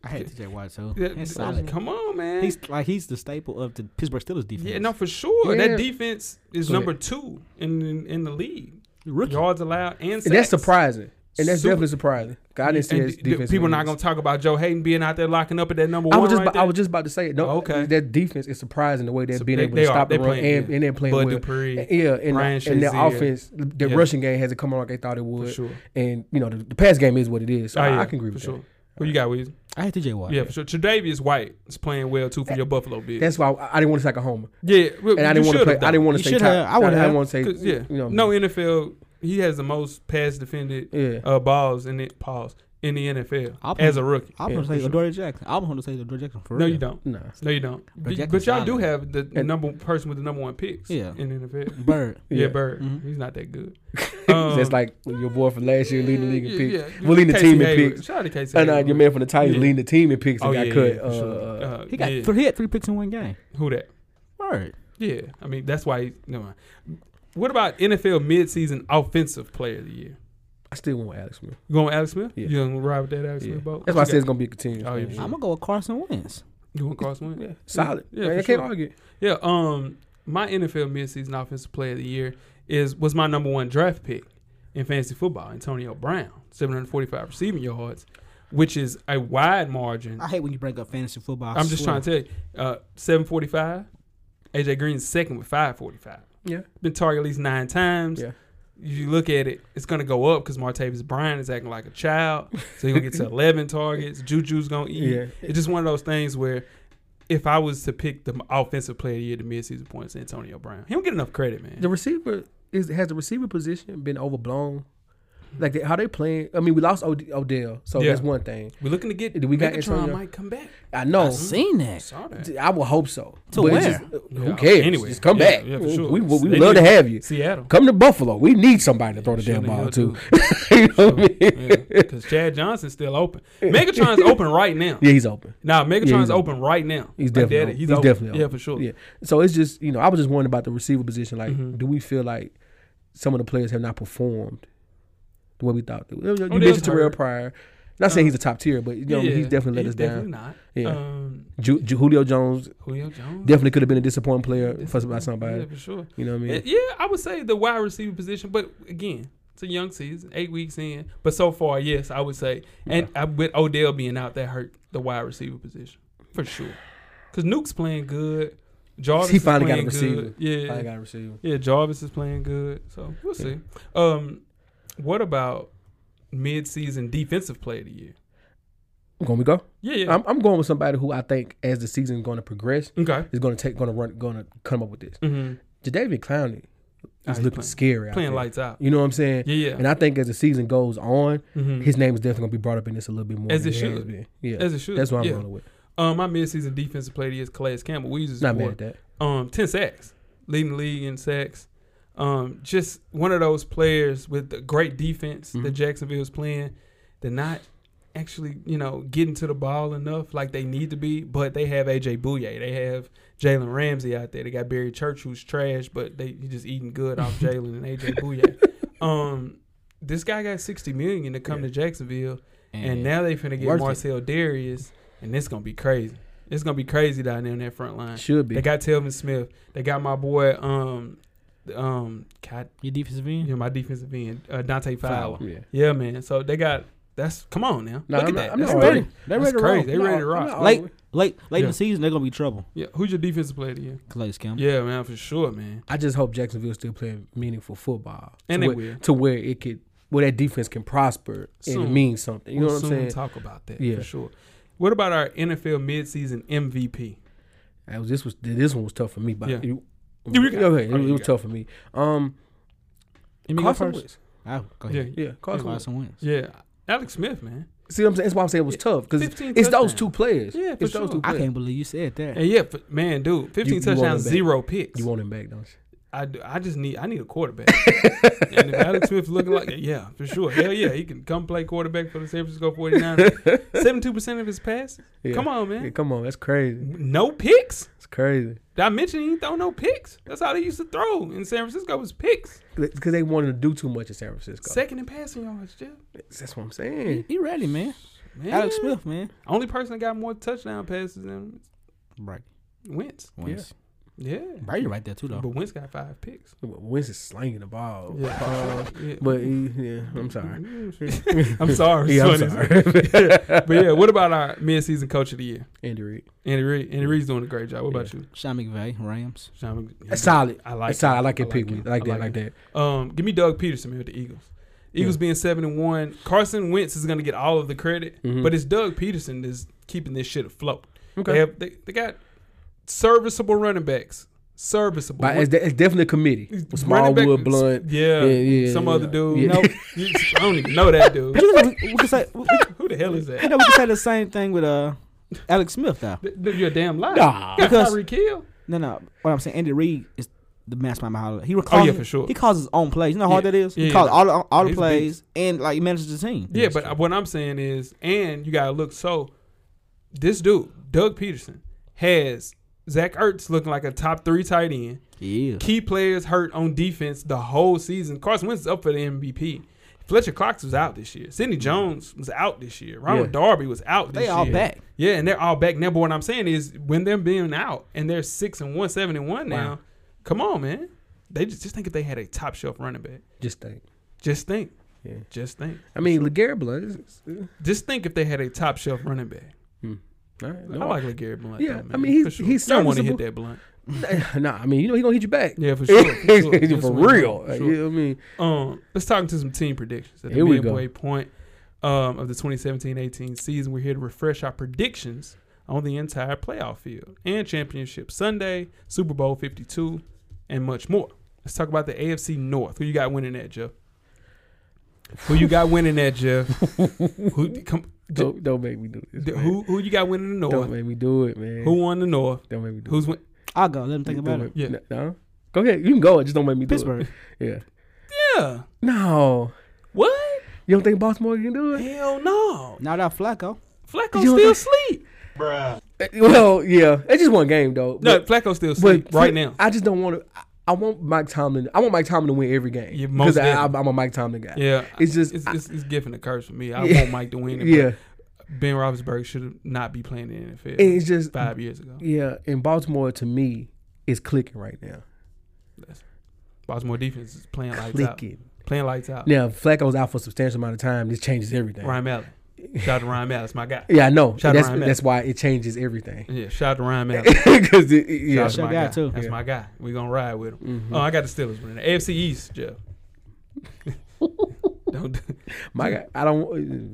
Speaker 5: I hate TJ Watt too.
Speaker 2: Yeah,
Speaker 5: He's solid.
Speaker 2: Come on, man.
Speaker 5: He's like he's the staple of the Pittsburgh Steelers defense.
Speaker 2: yeah, no, for sure.
Speaker 4: Yeah.
Speaker 2: That defense is
Speaker 4: Go
Speaker 2: number two in, in in the league.
Speaker 5: Rookie.
Speaker 2: Yards allowed and sacks.
Speaker 4: and that's surprising. And that's
Speaker 2: Super-
Speaker 4: definitely surprising. 'Cause I didn't see
Speaker 2: And
Speaker 4: his
Speaker 2: d- d-
Speaker 4: defense.
Speaker 2: People
Speaker 4: in
Speaker 2: not
Speaker 4: this.
Speaker 2: gonna talk about Joe Hayden being out there locking up at that number
Speaker 4: I
Speaker 2: one.
Speaker 4: was just
Speaker 2: right
Speaker 4: about, I
Speaker 2: there.
Speaker 4: was just about to say it. No,
Speaker 2: Oh, okay.
Speaker 4: That defense is surprising the way they're
Speaker 2: So
Speaker 4: being
Speaker 2: they-
Speaker 4: able
Speaker 2: they
Speaker 4: to
Speaker 2: are.
Speaker 4: stop
Speaker 2: They
Speaker 4: the run
Speaker 2: playing,
Speaker 4: and,
Speaker 2: yeah.
Speaker 4: and they're playing
Speaker 2: Bud
Speaker 4: well.
Speaker 2: Dupree,
Speaker 4: yeah, and,
Speaker 2: Ryan
Speaker 4: and their
Speaker 2: Shazier.
Speaker 4: offense, their
Speaker 2: Yeah.
Speaker 4: rushing game hasn't come on like they thought it
Speaker 2: for
Speaker 4: would.
Speaker 2: sure.
Speaker 4: And you know the, the pass game is what it is. So
Speaker 2: Oh,
Speaker 4: I,
Speaker 2: yeah,
Speaker 4: I can agree
Speaker 2: for
Speaker 4: with
Speaker 2: sure.
Speaker 4: that.
Speaker 2: Who you got, Weezy?
Speaker 5: I hate TJ Watt.
Speaker 2: Yeah, for sure. Tre'Davious White is playing well too for your Buffalo Bills.
Speaker 4: That's why I, I didn't want to say like a homer,
Speaker 2: yeah, well,
Speaker 4: and I
Speaker 2: you
Speaker 4: didn't want to
Speaker 2: should've
Speaker 4: play.
Speaker 2: done.
Speaker 4: I didn't want
Speaker 5: You
Speaker 4: to say.
Speaker 5: should
Speaker 4: Top,
Speaker 5: have. I
Speaker 4: I,
Speaker 5: would've
Speaker 4: I
Speaker 5: had-
Speaker 4: didn't want to
Speaker 2: 'Cause,
Speaker 4: say.
Speaker 2: Yeah,
Speaker 4: you know,
Speaker 2: no NFL. He has the most pass defended
Speaker 4: Yeah.
Speaker 2: uh, balls in it. Pause in the NFL
Speaker 5: I'll put-
Speaker 2: as a rookie.
Speaker 5: I'm
Speaker 4: Yeah,
Speaker 5: gonna say
Speaker 4: for sure.
Speaker 5: Adoree Jackson. I'm gonna say Adoree Jackson for
Speaker 2: No,
Speaker 5: real.
Speaker 2: you don't.
Speaker 4: Nah.
Speaker 2: No, you don't.
Speaker 5: But
Speaker 2: But,
Speaker 5: Jackson
Speaker 2: but y'all
Speaker 5: Skyler.
Speaker 2: do have the
Speaker 4: And-
Speaker 2: number person with the number one picks
Speaker 5: Yeah.
Speaker 2: in the NFL.
Speaker 5: Bird.
Speaker 2: Yeah,
Speaker 4: Yeah.
Speaker 2: Bird.
Speaker 5: Mhm.
Speaker 2: He's not that good. Um,
Speaker 4: That's like your boy from last year leading the league in picks.
Speaker 2: yeah.
Speaker 4: Well, leading the
Speaker 2: Casey
Speaker 4: team in
Speaker 2: Hayward.
Speaker 4: picks.
Speaker 2: Shout out to Casey.
Speaker 4: And uh,
Speaker 2: Hayward.
Speaker 4: your man from the Titans
Speaker 2: Yeah.
Speaker 4: leading the team in picks and
Speaker 2: Oh,
Speaker 4: got
Speaker 2: yeah,
Speaker 4: cut.
Speaker 2: yeah, for
Speaker 4: uh,
Speaker 2: sure. Uh,
Speaker 5: He got
Speaker 2: yeah.
Speaker 5: three, he had three picks in one game.
Speaker 2: who that?
Speaker 5: Word.
Speaker 2: Yeah, I mean that's why. He, never mind. What about NFL midseason offensive player of the year?
Speaker 4: I still want Alex Smith.
Speaker 2: You going with Alex Smith?
Speaker 4: Yeah.
Speaker 2: You gonna ride with that Alex
Speaker 4: Yeah.
Speaker 2: Smith boat?
Speaker 4: That's why I
Speaker 2: What
Speaker 4: said
Speaker 2: you
Speaker 4: it's gonna be a continuous.
Speaker 2: Oh, yeah,
Speaker 4: thing.
Speaker 2: for
Speaker 5: I'm gonna go with Carson Wentz.
Speaker 2: got? you want Carson Wentz?
Speaker 4: Yeah, solid.
Speaker 2: Yeah,
Speaker 4: Man,
Speaker 2: for
Speaker 4: I
Speaker 2: sure.
Speaker 4: can't argue.
Speaker 2: Yeah. Um, my NFL midseason offensive player of the year is was my number one draft pick in fantasy football, Antonio Brown, 745 receiving yards, which is a wide margin.
Speaker 5: I hate when you break up fantasy football. I
Speaker 2: I'm just
Speaker 5: swear.
Speaker 2: trying to tell you, uh, 745. AJ Green's second with 545.
Speaker 4: Yeah.
Speaker 2: Been targeted at least nine times.
Speaker 4: Yeah.
Speaker 2: If you look at it, it's going to go up because Martavis Bryant is acting like a child. So he's going to get to 11 targets. Juju's going to eat.
Speaker 4: Yeah.
Speaker 2: It's just one of those things where if I was to pick the offensive player of the year, the midseason points, Antonio Brown. He don't get enough credit, man.
Speaker 4: The receiver is has the receiver position been overblown? Like they, how they playing? I mean, we lost Od- Odell, so
Speaker 2: Yeah.
Speaker 4: that's one thing.
Speaker 2: We're looking to get
Speaker 4: Do we got
Speaker 2: Megatron
Speaker 4: Antonio?
Speaker 2: might come back.
Speaker 4: I know.
Speaker 5: I seen that.
Speaker 2: Saw that.
Speaker 4: I would hope so.
Speaker 5: To
Speaker 4: But it's
Speaker 5: where?
Speaker 4: just- uh, who
Speaker 2: Yeah,
Speaker 4: cares?
Speaker 2: anyway.
Speaker 4: just come
Speaker 2: Yeah,
Speaker 4: back.
Speaker 2: yeah, for sure.
Speaker 4: We, we, we
Speaker 2: They
Speaker 4: love to
Speaker 2: need-
Speaker 4: have you.
Speaker 2: Seattle.
Speaker 4: Come to Buffalo. We need somebody to throw the
Speaker 2: Sure
Speaker 4: damn
Speaker 2: the hell
Speaker 4: ball too.
Speaker 2: do.
Speaker 4: you know what I mean? Oh, yeah.
Speaker 2: Because Chad Johnson's still open. Megatron's open right now.
Speaker 4: he's open.
Speaker 2: Nah, Megatron's
Speaker 4: he's open.
Speaker 2: open. right now.
Speaker 4: He's
Speaker 2: Like,
Speaker 4: definitely
Speaker 2: that-
Speaker 4: open. He's definitely
Speaker 2: Yeah,
Speaker 4: open.
Speaker 2: for sure.
Speaker 4: Yeah. So it's just you know I was just wondering about the receiver position. Like,
Speaker 2: Mhm.
Speaker 4: do we feel like some of the players have not performed the way we thought? they would? You, know, you
Speaker 2: Odell's
Speaker 4: mentioned Terrell
Speaker 2: Oh, hurt.
Speaker 4: Pryor. Not saying
Speaker 2: Uh,
Speaker 4: he's a top tier, but you know
Speaker 2: Yeah,
Speaker 4: he's definitely let
Speaker 2: he's
Speaker 4: us
Speaker 2: definitely
Speaker 4: down.
Speaker 2: Not.
Speaker 4: Yeah.
Speaker 2: Um,
Speaker 4: Ju- Ju- Julio Jones
Speaker 2: Julio Jones
Speaker 4: definitely could have been a disappointing player for
Speaker 2: Definitely.
Speaker 4: by somebody.
Speaker 2: Yeah, for sure.
Speaker 4: You know what I mean?
Speaker 2: Uh, Yeah. yeah, I would say the wide receiver position, but again, it's a young season, eight weeks in. But so far, yes, I would say, and I, with Odell being out, that hurt the wide receiver position for sure. Because Nuke's playing good. Jarvis
Speaker 4: He
Speaker 2: is
Speaker 4: finally got a
Speaker 2: playing
Speaker 4: receiver.
Speaker 2: good. Yeah,
Speaker 4: I got a receiver.
Speaker 2: Yeah, Jarvis is playing good, so we'll see. Um, what about mid-season defensive player of the year?
Speaker 4: Going we go?
Speaker 2: Yeah, yeah.
Speaker 4: I'm, I'm going with somebody who I think as the season going to progress
Speaker 2: okay.
Speaker 4: is going to take going to run going to come up with this.
Speaker 2: Mm-hmm.
Speaker 4: Jadavian Clowney
Speaker 2: Ah,
Speaker 4: is
Speaker 2: he
Speaker 4: looking
Speaker 2: playing-
Speaker 4: scary. out
Speaker 2: Playing
Speaker 4: there.
Speaker 2: lights out.
Speaker 4: you know what I'm saying?
Speaker 2: Yeah, yeah.
Speaker 4: And I think as the season goes on,
Speaker 2: Mhm.
Speaker 4: his name is definitely gonna be brought up in this a little bit more.
Speaker 2: As
Speaker 4: than
Speaker 2: it
Speaker 4: has
Speaker 2: should.
Speaker 4: been. Yeah,
Speaker 2: As it should.
Speaker 4: that's what I'm
Speaker 2: yeah.
Speaker 4: going with.
Speaker 2: Um, my midseason defensive player of the year is Calais Campbell. We use
Speaker 4: Not mad at that.
Speaker 2: um ten sacks, leading the league in sacks. Um, just one of those players with the great defense that
Speaker 4: Mhm.
Speaker 2: Jacksonville's playing. They're not actually, you know, getting to the ball enough like they need to be, but they have AJ Bouye. They have Jalen Ramsey out there. They got Barry Church who's trash, but they he just eating good off Jalen and AJ Bouye. Um, this guy got sixty million to come
Speaker 4: Yeah.
Speaker 2: to Jacksonville. And now they finna get
Speaker 5: worth it.
Speaker 2: Marcel Darius, and it's gonna be crazy. It's gonna be crazy down there on that front line.
Speaker 4: Should be.
Speaker 2: They got Telvin Smith. They got my boy, um, um, God,
Speaker 5: your defensive
Speaker 2: you
Speaker 5: end.
Speaker 2: know, my defensive end, uh, Dante Fowler.
Speaker 4: yeah.
Speaker 2: Yeah, man. So they got that's come on now.
Speaker 4: No,
Speaker 2: Look
Speaker 4: I'm
Speaker 2: at
Speaker 4: not-
Speaker 2: that.
Speaker 4: I'm
Speaker 2: that's
Speaker 4: not
Speaker 2: crazy.
Speaker 4: already-
Speaker 5: They're
Speaker 2: That's
Speaker 5: ready to
Speaker 2: crazy.
Speaker 5: roll.
Speaker 2: They ready to
Speaker 4: I'm
Speaker 2: rock.
Speaker 4: not-
Speaker 5: Late, late, late in
Speaker 2: Yeah.
Speaker 5: the season, they're gonna be trouble.
Speaker 2: Yeah, who's your defensive player of the year?
Speaker 5: Calais Campbell.
Speaker 2: Yeah, man, for sure, man.
Speaker 4: I just hope Jacksonville still playing meaningful football,
Speaker 2: And
Speaker 4: to
Speaker 2: they
Speaker 4: where,
Speaker 2: will.
Speaker 4: to where it could where that defense can prosper and it
Speaker 2: Soon.
Speaker 4: means something. You
Speaker 2: we'll
Speaker 4: know what I'm
Speaker 2: soon
Speaker 4: saying?
Speaker 2: Talk about that
Speaker 4: Yeah.
Speaker 2: for sure. What about our NFL midseason MVP?
Speaker 4: I was, this was this one was tough for me, but
Speaker 2: Yeah.
Speaker 4: you,
Speaker 2: You- you got it.
Speaker 4: okay, it,
Speaker 2: Oh, you
Speaker 4: was
Speaker 2: got
Speaker 4: tough for me. Um,
Speaker 5: You mean go
Speaker 4: Carson
Speaker 5: first?
Speaker 4: Wentz.
Speaker 5: Oh, go
Speaker 2: Yeah,
Speaker 5: ahead.
Speaker 4: Yeah, Carson. Wentz.
Speaker 5: Carson Wentz.
Speaker 2: yeah, Alex Smith, man.
Speaker 4: See what I'm saying? That's why I'm saying it was tough because it's
Speaker 2: 15
Speaker 4: those
Speaker 2: touchdowns.
Speaker 4: two players.
Speaker 2: Yeah, for
Speaker 4: it's those
Speaker 2: sure.
Speaker 4: two
Speaker 5: I
Speaker 4: players.
Speaker 5: can't believe you said that.
Speaker 2: And yeah, f- man, dude, 15
Speaker 4: You- you want
Speaker 2: touchdowns,
Speaker 4: him back.
Speaker 2: zero picks.
Speaker 4: You want him back, don't you?
Speaker 2: I do, I just need I need a quarterback. and if Alex Smith looking like yeah, for sure. Hell yeah, he can come play quarterback for the San Francisco 49ers. 72% of his passes.
Speaker 4: Yeah.
Speaker 2: Come on, man.
Speaker 4: Yeah, come on, that's crazy.
Speaker 2: No picks?
Speaker 4: It's crazy.
Speaker 2: Did I mention he throw no picks? That's how they used to throw in San Francisco was picks.
Speaker 4: because they wanted to do too much in San Francisco.
Speaker 2: Second in passing yards, Jeff.
Speaker 4: That's what I'm
Speaker 5: He,
Speaker 4: saying.
Speaker 5: he ready, man.
Speaker 2: Man.
Speaker 5: Alex Smith, man.
Speaker 2: Only person that got more touchdown passes than him
Speaker 5: Right.
Speaker 2: is Wentz.
Speaker 5: Wentz.
Speaker 2: Yeah.
Speaker 5: Brady right there too, though.
Speaker 2: But Wentz got five picks.
Speaker 4: Wentz is slanging the ball.
Speaker 2: Yeah.
Speaker 4: Uh,
Speaker 2: Yeah.
Speaker 4: but he, yeah, I'm sorry.
Speaker 2: I'm sorry.
Speaker 4: Yeah, I'm
Speaker 2: Sonny.
Speaker 4: sorry.
Speaker 2: But yeah, what about our mid-season coach of the year?
Speaker 4: Andy Reid.
Speaker 2: Andy Reid. Andy Reid's doing a great job. What about you?
Speaker 5: Sean McVay, Rams.
Speaker 2: Sean Mc-
Speaker 4: That's solid.
Speaker 2: I like.
Speaker 4: That's solid. I
Speaker 2: him.
Speaker 4: like it. Pick
Speaker 2: him.
Speaker 4: me. I like that. I
Speaker 2: him.
Speaker 4: like that.
Speaker 2: Um, give me Doug Peterson man, with the Eagles. Eagles
Speaker 4: Yeah.
Speaker 2: being seven and one. Carson Wentz is going to get all of the credit,
Speaker 4: Mhm.
Speaker 2: but it's Doug Peterson that's keeping this shit afloat.
Speaker 4: Okay.
Speaker 2: They, have, they, they got serviceable running backs. Serviceable.
Speaker 4: But it's, de- it's definitely a committee.
Speaker 2: Running
Speaker 4: With
Speaker 2: back-
Speaker 4: Smallwood, Blunt.
Speaker 2: Yeah.
Speaker 4: Yeah, yeah,
Speaker 2: Some
Speaker 4: yeah.
Speaker 2: other dude.
Speaker 4: Yeah.
Speaker 2: Nope. You- I don't even know that dude.
Speaker 5: we, we, can say, we, we-
Speaker 2: Who the hell is
Speaker 5: You
Speaker 2: that?
Speaker 5: know, we can say the same thing with uh Alex Smith now.
Speaker 2: Th- th- You're a damn liar.
Speaker 4: Nah.
Speaker 2: You got
Speaker 5: Because-
Speaker 2: Tyreek Hill.
Speaker 5: No, no. What I'm saying, Andy Reid is the mastermind behind it. He recalls,
Speaker 2: Oh, yeah, for sure.
Speaker 5: He calls his own plays. You know how hard
Speaker 2: Yeah.
Speaker 5: that is.
Speaker 2: Yeah.
Speaker 5: He calls all the, all the
Speaker 2: He's a beast.
Speaker 5: plays and like he manages the team.
Speaker 2: Yeah, but what I'm saying is, and you gotta look. So this dude, Doug Peterson, has Zach Ertz looking like a top three tight end.
Speaker 5: Yeah.
Speaker 2: Key players hurt on defense the whole season. Carson Wentz is up for the MVP. Fletcher Cox was out this year. Sidney Jones was out this year. Ronald Darby was out this
Speaker 5: Mm-hmm. They
Speaker 2: year.
Speaker 5: all back.
Speaker 2: Yeah, and they're all back now. But what I'm saying is when they're being out and they're six and one, seven and one now, come on, man. They just, just think if they had a top shelf running back.
Speaker 4: Just think.
Speaker 2: Just think.
Speaker 4: Yeah.
Speaker 2: Just think.
Speaker 4: I mean, LeGarrette Blunt. is- is-
Speaker 2: Just think if they had a top shelf running back.
Speaker 4: all right,
Speaker 2: I
Speaker 4: no.
Speaker 2: like LeGarrette Blunt.
Speaker 4: Yeah,
Speaker 2: though,
Speaker 4: I
Speaker 2: man,
Speaker 4: mean, he's-
Speaker 2: for sure.
Speaker 4: he's
Speaker 2: You don't want to hit
Speaker 4: serviceable.
Speaker 2: that blunt.
Speaker 4: nah, I mean, you know he gonna hit you back.
Speaker 2: Yeah, for sure. For, sure. That's
Speaker 4: for
Speaker 2: what-
Speaker 4: real.
Speaker 2: for
Speaker 4: Like,
Speaker 2: sure.
Speaker 4: You know what I mean?
Speaker 2: Um, let's talk into some team predictions at the
Speaker 4: Here we go.
Speaker 2: midway point um, of the 2017-18 season. We're here to refresh our predictions on the entire playoff field and championship Sunday, Super Bowl 52, and much more. Let's talk about the AFC North. Who you got winning that, Jeff? Who you got winning that, Jeff? who, come, d-
Speaker 4: Don't, don't make me do this.
Speaker 2: d-
Speaker 4: man.
Speaker 2: who who you got winning the
Speaker 4: Don't
Speaker 2: North?
Speaker 4: make me do it, man.
Speaker 2: Who won the North?
Speaker 4: Don't make me do it.
Speaker 2: Who's win?
Speaker 5: I'll go. Let him think
Speaker 4: Don't
Speaker 5: about
Speaker 4: make-
Speaker 5: it.
Speaker 2: Yeah.
Speaker 4: No. no? Go ahead. You can go. Just don't make me do
Speaker 5: Pittsburgh.
Speaker 4: it. Yeah.
Speaker 2: Yeah.
Speaker 4: No.
Speaker 2: What?
Speaker 4: You don't think Baltimore can do it?
Speaker 2: Hell no.
Speaker 5: Now that Flacco.
Speaker 2: Flacco
Speaker 4: You
Speaker 2: still
Speaker 4: don't-
Speaker 2: sleep.
Speaker 4: Well, yeah. It's just one game though.
Speaker 2: No,
Speaker 4: But-
Speaker 2: Flacco still sleep
Speaker 4: but
Speaker 2: right now.
Speaker 4: I just don't want to. I, I want Mike Tomlin. I want Mike Tomlin to win every game
Speaker 2: Yeah, most
Speaker 4: because I, I'm,
Speaker 2: definitely.
Speaker 4: I'm a Mike Tomlin guy.
Speaker 2: Yeah,
Speaker 4: It's just-
Speaker 2: it's,
Speaker 4: I-
Speaker 2: it's, it's giving a curse for me. I
Speaker 4: Yeah.
Speaker 2: want Mike to win. It,
Speaker 4: yeah.
Speaker 2: but Ben Roethlisberger should not be playing in the NFL.
Speaker 4: And it's just
Speaker 2: five years ago.
Speaker 4: yeah. And Baltimore to me is clicking right now.
Speaker 2: Baltimore defense is playing lights out.
Speaker 4: Clicking.
Speaker 2: Playing lights out.
Speaker 4: Now if Flacco's out for a substantial amount of time. This changes everything.
Speaker 2: Ryan Mallett. Shout out to Ryan Mallett. That's my guy.
Speaker 4: Yeah, I know.
Speaker 2: Shout out
Speaker 4: that's
Speaker 2: Ryan Mack.
Speaker 4: that's why it changes everything.
Speaker 2: Yeah. Shout out to Ryan Mallett.
Speaker 4: Because
Speaker 2: Shout
Speaker 4: yeah,
Speaker 2: out to
Speaker 5: Your
Speaker 2: my
Speaker 5: guy,
Speaker 2: guy.
Speaker 5: too.
Speaker 2: That's
Speaker 4: Yeah. Mm-hmm.
Speaker 2: my guy. We gonna ride with him. Oh, I got the Steelers winning. The AFC East, Jeff. Don't do
Speaker 4: my guy, I don't.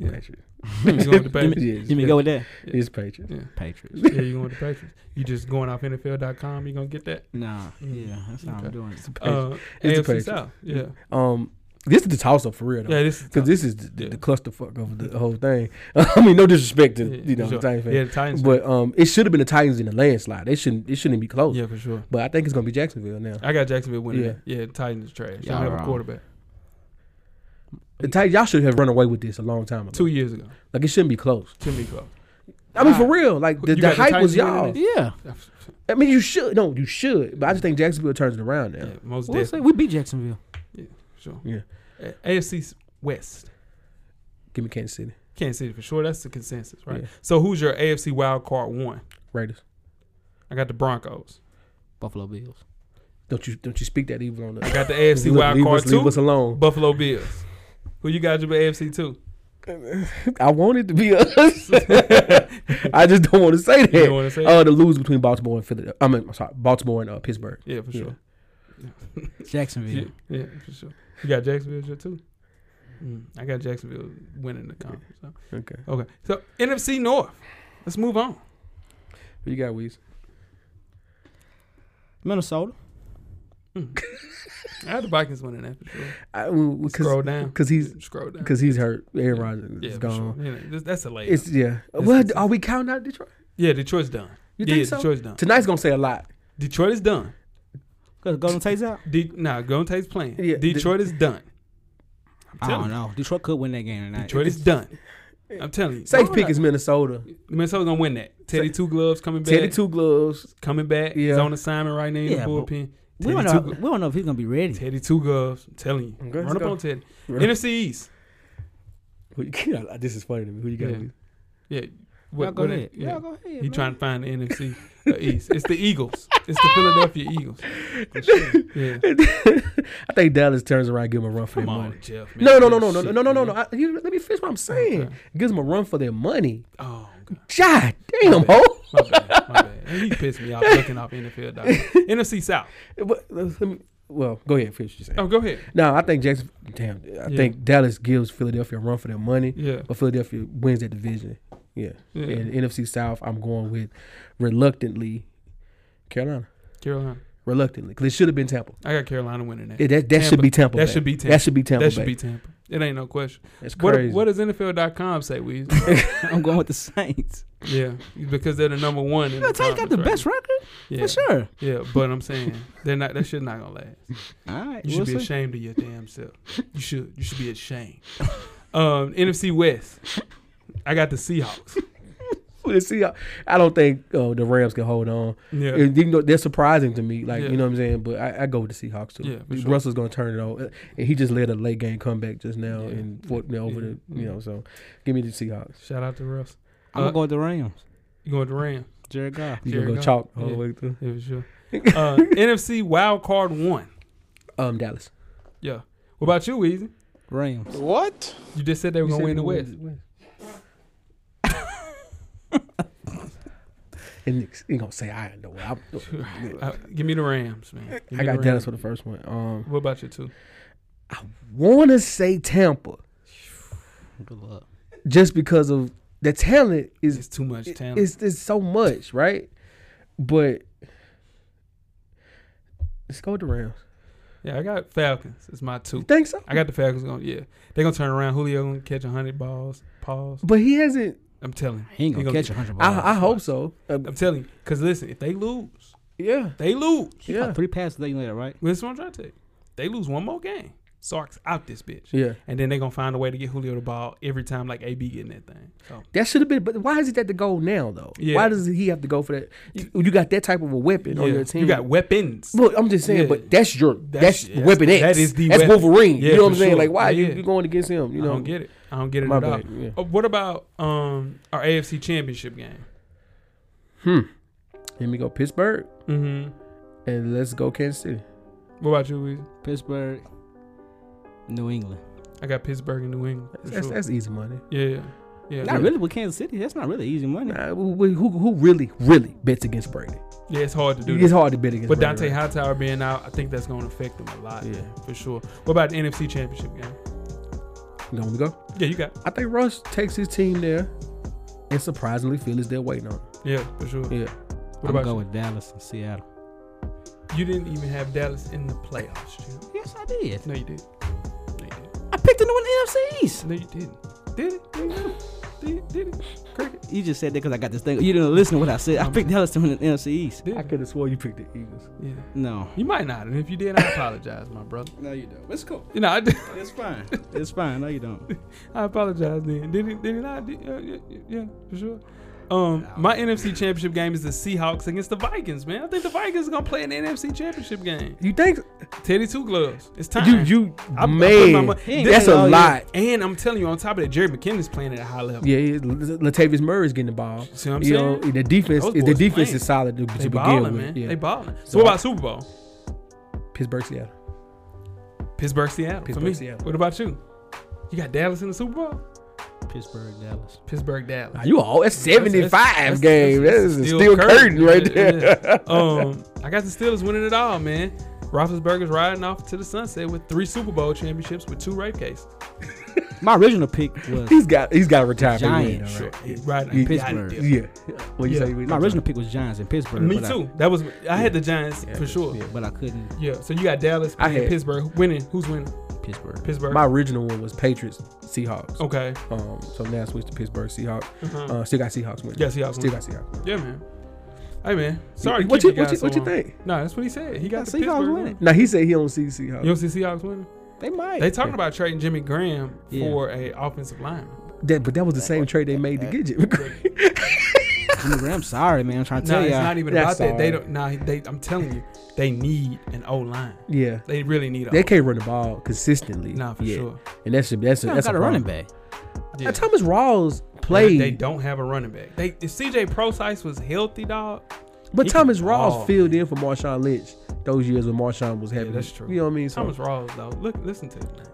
Speaker 4: Uh, Patriots.
Speaker 2: you going with the Patriots?
Speaker 4: Yes,
Speaker 5: You mean go with that?
Speaker 4: It's Patriots.
Speaker 5: Patriots.
Speaker 2: Yeah, you going with the Patriots? You just going off NFL.com? You gonna get that?
Speaker 5: Nah. Yeah. That's how
Speaker 2: Mm-hmm. Okay.
Speaker 5: I'm doing it.
Speaker 2: Uh,
Speaker 4: the
Speaker 2: AFC
Speaker 4: Patriots.
Speaker 2: South. Yeah.
Speaker 4: Um, this is the toss up for real though.
Speaker 2: Yeah. This is
Speaker 4: Because this is the,
Speaker 2: Yeah.
Speaker 4: the clusterfuck of the whole thing. I mean, no disrespect to
Speaker 2: yeah,
Speaker 4: you know
Speaker 2: for sure.
Speaker 4: the Titans fan,
Speaker 2: Yeah, the Titans.
Speaker 4: but um, it should have been the Titans in the landslide. They shouldn't. It shouldn't be close.
Speaker 2: yeah, for sure.
Speaker 4: But I think it's gonna be Jacksonville now.
Speaker 2: I got Jacksonville winning.
Speaker 4: Yeah.
Speaker 2: that. Yeah, Titans trash. They
Speaker 5: Y'all
Speaker 2: don't have a
Speaker 5: wrong.
Speaker 2: quarterback.
Speaker 4: The Titans, y'all should have run away with this a long time ago.
Speaker 2: Two years ago,
Speaker 4: Like it shouldn't be close.
Speaker 2: Tim Nico.
Speaker 4: I mean,
Speaker 5: Ah.
Speaker 4: for real. Like the,
Speaker 2: You got
Speaker 4: the
Speaker 2: the
Speaker 4: hype was
Speaker 2: Titans winning
Speaker 4: y'all.
Speaker 2: it?
Speaker 5: Yeah.
Speaker 4: I mean, you should. No, you should. But I just think Jacksonville turns it around now.
Speaker 2: Yeah, most
Speaker 5: We'll say
Speaker 2: definitely.
Speaker 5: we beat Jacksonville.
Speaker 2: Sure.
Speaker 4: Yeah.
Speaker 2: A- AFC West,
Speaker 4: Give me Kansas City
Speaker 2: Kansas City for sure. That's the consensus, right?
Speaker 4: Yeah.
Speaker 2: So who's your AFC wild card one?
Speaker 4: Raiders.
Speaker 2: I got the Broncos.
Speaker 5: Buffalo Bills.
Speaker 4: Don't you don't you speak that evil on
Speaker 2: I
Speaker 4: us?
Speaker 2: got the AFC
Speaker 4: Look,
Speaker 2: wild
Speaker 4: leave
Speaker 2: card
Speaker 4: us, leave
Speaker 2: two.
Speaker 4: us alone.
Speaker 2: Buffalo Bills. Who you got your AFC two?
Speaker 4: I want it to be us. I just don't want to say
Speaker 2: You
Speaker 4: that.
Speaker 2: don't want to say?
Speaker 4: Uh, the lose between Baltimore and Philadelphia. I mean, I'm sorry, Baltimore and uh, Pittsburgh.
Speaker 2: yeah, for
Speaker 4: yeah.
Speaker 2: sure.
Speaker 5: Jacksonville.
Speaker 2: Yeah. yeah, for sure. You got Jacksonville as your two. Mm, I got Jacksonville winning the conference. so.
Speaker 4: Okay.
Speaker 2: Okay, so NFC North. Let's move on.
Speaker 4: Who you got, Weez?
Speaker 5: Minnesota.
Speaker 2: I had the Vikings winning that for sure. Scroll down.
Speaker 4: Because he's
Speaker 2: Scroll down.
Speaker 4: because he's hurt. Aaron Rodgers
Speaker 2: yeah,
Speaker 4: is
Speaker 2: for
Speaker 4: gone.
Speaker 2: Sure. Yeah, that's- that's a layup.
Speaker 4: It's yeah.
Speaker 2: It's-
Speaker 4: well,
Speaker 2: it's-
Speaker 4: are we counting out Detroit?
Speaker 2: yeah, Detroit's done.
Speaker 4: You
Speaker 2: yeah,
Speaker 4: think so?
Speaker 2: Detroit's done.
Speaker 4: Tonight's gonna say a lot.
Speaker 2: Detroit is done.
Speaker 5: Because Golden Tate's out.
Speaker 2: De- nah, Golden Tate's playing.
Speaker 4: Yeah, the-
Speaker 2: Detroit is done.
Speaker 5: I
Speaker 2: telling
Speaker 5: don't know. Detroit could win that game tonight.
Speaker 2: Detroit is done. I'm telling you.
Speaker 4: Safe
Speaker 2: Why
Speaker 4: pick
Speaker 2: not?
Speaker 4: is Minnesota.
Speaker 2: Minnesota's gonna win that. Teddy two gloves coming back.
Speaker 4: Teddy two gloves.
Speaker 2: coming back. He's
Speaker 4: Yeah.
Speaker 2: on assignment right now in
Speaker 5: Yeah,
Speaker 2: the
Speaker 5: but
Speaker 2: bullpen.
Speaker 5: we
Speaker 2: Teddy
Speaker 5: don't,
Speaker 2: two,
Speaker 5: know,
Speaker 2: glo-
Speaker 5: we don't know if he's gonna be ready.
Speaker 2: Teddy two gloves. I'm telling you.
Speaker 4: Okay,
Speaker 2: Run
Speaker 4: let's
Speaker 2: up
Speaker 4: go.
Speaker 2: on Teddy.
Speaker 4: Run up.
Speaker 2: NFC East.
Speaker 4: Who you- this is funny to me. Who you got?
Speaker 2: Yeah.
Speaker 4: Weez?
Speaker 2: Yeah.
Speaker 5: Y'all go
Speaker 2: it-
Speaker 5: ahead.
Speaker 2: yeah.
Speaker 5: Y'all go ahead.
Speaker 2: He
Speaker 5: man.
Speaker 2: trying to find the NFC East. It's the Eagles. It's the Philadelphia Eagles. For sure. Yeah.
Speaker 4: I think Dallas turns around, and give him a run for
Speaker 2: Come
Speaker 4: their
Speaker 2: on,
Speaker 4: money.
Speaker 2: Jeff. man.
Speaker 4: No, no, no,
Speaker 2: That
Speaker 4: no, no,
Speaker 2: shit,
Speaker 4: no, no, no,
Speaker 2: man.
Speaker 4: no. I, you, let me finish what I'm saying.
Speaker 2: Okay.
Speaker 4: Gives them a run for their money.
Speaker 2: Oh, okay.
Speaker 4: God damn,
Speaker 2: bad.
Speaker 4: ho.
Speaker 2: My bad. My bad. He pissed me off looking off NFL. dog. NFC South.
Speaker 4: But, uh, let me, well, go ahead, finish what you're saying.
Speaker 2: Oh, go ahead.
Speaker 4: No, I think Jackson. Damn, I
Speaker 2: Yeah.
Speaker 4: think Dallas gives Philadelphia a run for their money,
Speaker 2: Yeah.
Speaker 4: but Philadelphia wins that division. Yeah,
Speaker 2: Yeah.
Speaker 4: and NFC South, I'm going with reluctantly Carolina,
Speaker 2: Carolina.
Speaker 4: reluctantly because it should have been Tampa.
Speaker 2: I got Carolina winning that.
Speaker 4: Yeah, that that should be Tampa.
Speaker 2: That
Speaker 4: Bay.
Speaker 2: should be Tampa.
Speaker 4: That should be Tampa.
Speaker 2: that should
Speaker 4: Bay.
Speaker 2: be Tampa. It ain't no question.
Speaker 4: It's crazy.
Speaker 2: What, what does NFL.com say, Weezy?
Speaker 5: I'm going with the Saints.
Speaker 2: Yeah, because they're the number one. In the
Speaker 5: The Saints got the
Speaker 2: conference
Speaker 5: best
Speaker 2: right
Speaker 5: record
Speaker 2: now.
Speaker 5: for sure.
Speaker 2: Yeah, yeah, but I'm saying they're not. That shit not gonna last.
Speaker 5: All right,
Speaker 2: You should
Speaker 5: we'll
Speaker 2: be
Speaker 5: see.
Speaker 2: ashamed of your damn self. You should. You should be ashamed. Um, NFC West. I got the Seahawks.
Speaker 4: Let's see. I, I don't think uh, the Rams can hold on.
Speaker 2: Yeah.
Speaker 4: And Even though they're surprising to me, like
Speaker 2: Yeah.
Speaker 4: you know what I'm saying. But I, I go with the Seahawks too.
Speaker 2: Yeah, for sure.
Speaker 4: Russell's gonna turn it on, and he just led a late game comeback just now
Speaker 2: Yeah.
Speaker 4: and fought me over
Speaker 2: Yeah.
Speaker 4: the you know. So give me the Seahawks.
Speaker 2: Shout out to Russ.
Speaker 5: I'm
Speaker 2: Uh,
Speaker 5: gonna go with the Rams.
Speaker 2: You going to Rams?
Speaker 5: Jared Goff.
Speaker 4: You
Speaker 2: Jared
Speaker 4: gonna go
Speaker 2: Goff.
Speaker 4: chalk all
Speaker 2: Yeah.
Speaker 4: the way through?
Speaker 2: Yeah, for sure. Uh, NFC Wild Card One.
Speaker 4: Um, Dallas.
Speaker 2: Yeah. What about you, Weezy?
Speaker 5: Rams.
Speaker 2: You just said they were
Speaker 4: You
Speaker 2: gonna
Speaker 4: said
Speaker 2: win the
Speaker 4: we
Speaker 2: West.
Speaker 4: And Nick's he gonna say I know what I'm doing.
Speaker 2: Uh, give me the Rams, man. Give me
Speaker 4: I got
Speaker 2: the Rams.
Speaker 4: Dallas for the first one. Um,
Speaker 2: What about you two?
Speaker 4: wanna say Tampa
Speaker 5: Good luck.
Speaker 4: just because of the talent is
Speaker 2: It's too much
Speaker 4: it-
Speaker 2: talent.
Speaker 4: It's, it's so much, right? But let's go with the Rams.
Speaker 2: yeah, I got Falcons. It's my two.
Speaker 4: You think so?
Speaker 2: I got the Falcons going. to Yeah, they gonna turn around. Julio gonna catch hundred balls. Pause.
Speaker 4: But he hasn't.
Speaker 2: I'm telling.
Speaker 5: He ain't gonna catch a hundred
Speaker 2: Oh,
Speaker 5: balls.
Speaker 4: I, I hope so. Uh,
Speaker 2: I'm telling you. Cause listen, if they lose,
Speaker 4: yeah,
Speaker 2: they lose.
Speaker 4: yeah,
Speaker 5: Three passes that you later, right?
Speaker 2: This is what I'm trying to tell you. They lose one more game. Sark's out this bitch.
Speaker 4: yeah.
Speaker 2: And then they gonna find a way to get Julio the ball every time, like AB getting that thing. So
Speaker 4: That should have been. But why is it that the goal now though?
Speaker 2: Yeah.
Speaker 4: Why does he have to go for that? You, you got that type of a weapon on
Speaker 2: yeah.
Speaker 4: your team.
Speaker 2: you got weapons.
Speaker 4: Look, I'm just saying,
Speaker 2: Yeah.
Speaker 4: but that's your
Speaker 2: That's-
Speaker 4: that's,
Speaker 2: yes,
Speaker 4: weapon X.
Speaker 2: that is the
Speaker 4: that's
Speaker 2: weapon.
Speaker 4: Wolverine.
Speaker 2: Yeah,
Speaker 4: you know what
Speaker 2: for
Speaker 4: I'm saying?
Speaker 2: sure.
Speaker 4: Like, why
Speaker 2: Yeah.
Speaker 4: you you going against him? You know,
Speaker 2: I don't get it. I don't get it
Speaker 4: My
Speaker 2: at
Speaker 4: bad.
Speaker 2: all.
Speaker 4: Yeah.
Speaker 2: Uh, what about um our AFC Championship game?
Speaker 4: Hmm. Here we go, Pittsburgh,
Speaker 2: Mm-hmm.
Speaker 4: and let's go Kansas City.
Speaker 2: What about you, Weezy?
Speaker 5: Pittsburgh, New England.
Speaker 2: I got Pittsburgh and New England. for
Speaker 4: That's,
Speaker 2: sure.
Speaker 4: that's easy money.
Speaker 2: yeah, yeah,
Speaker 5: Not really with Kansas City. That's not really easy money.
Speaker 4: Nah, who, who who really really bets against Brady?
Speaker 2: yeah. It's hard to do.
Speaker 4: it's
Speaker 2: that.
Speaker 4: hard to bet against.
Speaker 2: But
Speaker 4: Brady,
Speaker 2: Dante
Speaker 4: right?
Speaker 2: Hightower being out, I think that's going to affect them a lot,
Speaker 4: Yeah.
Speaker 2: man, for sure. What about the NFC Championship game?
Speaker 4: You know where we go?
Speaker 2: Yeah, you got.
Speaker 4: I think Russ takes his team there, and surprisingly, Philly's there waiting on him.
Speaker 2: Yeah, for sure.
Speaker 4: Yeah.
Speaker 2: What
Speaker 5: I'm
Speaker 2: about
Speaker 5: going
Speaker 2: you?
Speaker 5: with Dallas and Seattle.
Speaker 2: You didn't even have Dallas in the playoffs, Jim.
Speaker 5: Yes, I did.
Speaker 2: No, you did. No, you did.
Speaker 5: I picked the New England NFC East.
Speaker 2: No, you didn't. Did it? Did it? Did it? Did it? Cricket.
Speaker 5: You just said that because I got this thing. You didn't listen to what I said. I picked Dallas to win the NFC East.
Speaker 2: Did it?
Speaker 4: could have swore you picked the Eagles.
Speaker 2: Yeah.
Speaker 5: No.
Speaker 2: You might not, and if you did, I apologize, my brother.
Speaker 5: No, you don't. It's cool.
Speaker 2: You know, I, did,
Speaker 5: It's fine. it's fine. No, you don't.
Speaker 2: I apologize then. Did it? Did it? not? Did, uh, yeah, yeah, yeah, for sure. Um, my NFC Championship game is the Seahawks against the Vikings, man. I think the Vikings are gonna play an NFC Championship game.
Speaker 4: You think
Speaker 2: Teddy Two Gloves. It's time.
Speaker 4: you you
Speaker 2: I- I put my
Speaker 4: man?
Speaker 2: money- He ain't
Speaker 4: that's
Speaker 5: playing
Speaker 4: a
Speaker 5: all year.
Speaker 4: lot.
Speaker 2: And I'm telling you, on top of that, Jerry McKinnon's playing at a high level.
Speaker 4: Yeah, yeah, Latavius Murray's getting the ball.
Speaker 2: See what I'm
Speaker 4: you
Speaker 2: saying?
Speaker 4: know, the defense,
Speaker 2: Those
Speaker 4: the
Speaker 2: boys
Speaker 4: defense
Speaker 2: playing.
Speaker 4: is solid to, to
Speaker 2: they
Speaker 4: begin
Speaker 2: balling,
Speaker 4: with.
Speaker 2: man.
Speaker 4: Yeah.
Speaker 2: they balling. So,
Speaker 4: So
Speaker 2: what
Speaker 4: I-
Speaker 2: about Super Bowl?
Speaker 4: Pittsburgh, Seattle.
Speaker 2: Pittsburgh, Seattle. for
Speaker 4: Pittsburgh,
Speaker 2: me.
Speaker 4: Seattle.
Speaker 2: What about you? You got Dallas in the Super Bowl?
Speaker 5: Pittsburgh, Dallas.
Speaker 2: Pittsburgh, Dallas.
Speaker 4: Nah, you all that's seventy
Speaker 2: That's- that's-
Speaker 4: five game.
Speaker 2: that's-
Speaker 4: That is
Speaker 2: that's
Speaker 4: a steel curtain right
Speaker 2: Yeah,
Speaker 4: there.
Speaker 2: yeah. um, I got the Steelers winning it all, man. Roethlisberger's riding off to the sunset with three Super Bowl championships with two rape cases.
Speaker 5: My original pick was
Speaker 4: He's got he's got a retirement. win,
Speaker 5: Giants.
Speaker 4: all right.
Speaker 2: Sure. Right
Speaker 4: You-
Speaker 5: Pittsburgh.
Speaker 2: Yeah.
Speaker 4: Yeah. What you
Speaker 2: Yeah.
Speaker 4: say? you-
Speaker 5: my original pick was Giants in Pittsburgh.
Speaker 2: Me
Speaker 5: but I-
Speaker 2: too. That was I had the Giants for sure. Yeah.
Speaker 4: yeah.
Speaker 5: but I couldn't.
Speaker 2: So you got Dallas
Speaker 4: I
Speaker 2: playing
Speaker 4: had-
Speaker 2: Pittsburgh winning. Who's winning?
Speaker 5: Pittsburgh.
Speaker 2: Pittsburgh.
Speaker 4: My original one was Patriots, Seahawks.
Speaker 2: okay.
Speaker 4: Um, so now I switched to Pittsburgh Seahawks.
Speaker 2: Uh-huh.
Speaker 4: Uh, still got Seahawks winning.
Speaker 2: Yeah, Seahawks
Speaker 4: Still
Speaker 2: winning.
Speaker 4: got Seahawks.
Speaker 2: Yeah, man. Hey, man. Sorry. to
Speaker 4: What
Speaker 2: keep
Speaker 4: you what
Speaker 2: guys
Speaker 4: you,
Speaker 2: so
Speaker 4: what you
Speaker 2: long.
Speaker 4: think?
Speaker 2: No, that's what he said. He got
Speaker 5: I
Speaker 2: the
Speaker 5: see y'all
Speaker 2: Pittsburgh
Speaker 5: winning.
Speaker 2: winning.
Speaker 4: Now he said he don't see Seahawks.
Speaker 2: You don't see Seahawks winning?
Speaker 5: They might.
Speaker 2: They talking about trading Jimmy Graham
Speaker 5: Yeah.
Speaker 2: for a offensive lineman.
Speaker 4: That, but that was the same trade they made to get you.
Speaker 5: Jimmy Graham, sorry, man. I'm trying to
Speaker 2: No,
Speaker 5: tell
Speaker 2: it's
Speaker 5: y'all.
Speaker 2: not even about
Speaker 4: That's
Speaker 2: that. They
Speaker 4: all
Speaker 2: don't. Nah, they. I'm telling you, they need an O line.
Speaker 4: yeah,
Speaker 2: They really need. A
Speaker 4: they
Speaker 2: O-
Speaker 4: can't run the ball consistently.
Speaker 2: Nah, for
Speaker 4: yet.
Speaker 2: sure.
Speaker 4: And that's a, that's a,
Speaker 5: They don't
Speaker 4: that's
Speaker 5: got a
Speaker 4: problem.
Speaker 5: running back.
Speaker 2: Yeah.
Speaker 4: Uh, Thomas Rawls
Speaker 2: They-
Speaker 4: played,
Speaker 2: They don't have a running back. They if CJ Procyse was healthy, dog.
Speaker 4: but
Speaker 2: he
Speaker 4: Thomas
Speaker 2: can
Speaker 4: Rawls
Speaker 2: ball,
Speaker 4: filled in for Marshawn Lynch those years when Marshawn was having.
Speaker 2: that's true.
Speaker 4: You know what I mean? So
Speaker 2: Thomas Rawls, though. Look, listen to it. man.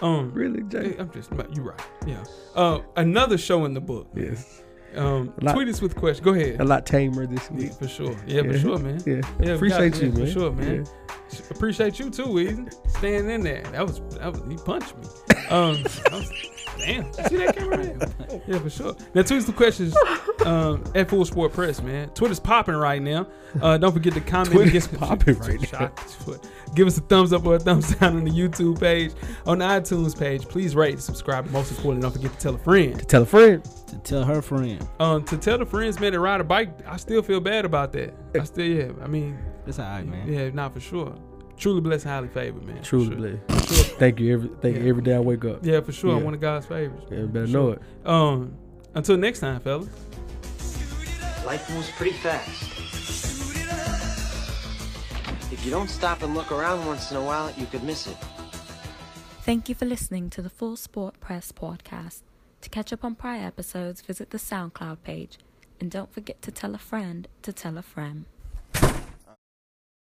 Speaker 2: Um,
Speaker 4: really,
Speaker 2: eh,
Speaker 4: Jay.
Speaker 2: I'm just. You right. Yeah. Uh, another show in the book.
Speaker 4: Yes,
Speaker 2: Um,
Speaker 4: A lot-
Speaker 2: tweet us with questions. Go ahead.
Speaker 4: a lot tamer this
Speaker 2: Yeah,
Speaker 4: week.
Speaker 2: for sure. Yeah, for
Speaker 4: Yeah.
Speaker 2: sure, man.
Speaker 4: Yeah,
Speaker 2: we got-
Speaker 4: appreciate you,
Speaker 2: yeah,
Speaker 4: man.
Speaker 2: For sure, man.
Speaker 4: Yeah.
Speaker 2: Appreciate you too, Weezy. Staying in there. That was, that was he punched me. Um, I was- Damn. You see that camera? man? yeah, for sure. Now, tweet us the questions um, at Full Sport Press, man. Twitter's popping right now. Uh, don't forget to comment. and
Speaker 6: Twitter's
Speaker 2: get some-
Speaker 6: popping right
Speaker 2: Shock. Give us a thumbs up or a thumbs down on the YouTube page, on the iTunes page. Please rate, subscribe. Most importantly, don't forget to tell a friend.
Speaker 4: Tell a friend.
Speaker 5: To tell her friend.
Speaker 2: Um, to tell the friends, man, to ride a bike. I still feel bad about that. I still, yeah. I mean,
Speaker 5: That's all right, man.
Speaker 2: yeah, not for sure. Truly blessed, highly favored, man. for
Speaker 4: Truly
Speaker 2: sure.
Speaker 4: blessed. Thank you every thank
Speaker 2: Yeah.
Speaker 4: you every day I wake up.
Speaker 2: Yeah, for sure.
Speaker 4: Yeah.
Speaker 2: One of God's favors.
Speaker 4: Yeah, you better
Speaker 2: For
Speaker 4: know
Speaker 2: sure.
Speaker 4: it.
Speaker 2: Um, until next time, fellas.
Speaker 7: Life moves pretty fast. If you don't stop and look around once in a while, you could miss it.
Speaker 1: Thank you for listening to the Full Sport Press podcast. To catch up on prior episodes, visit the SoundCloud page. And don't forget to tell a friend to tell a friend.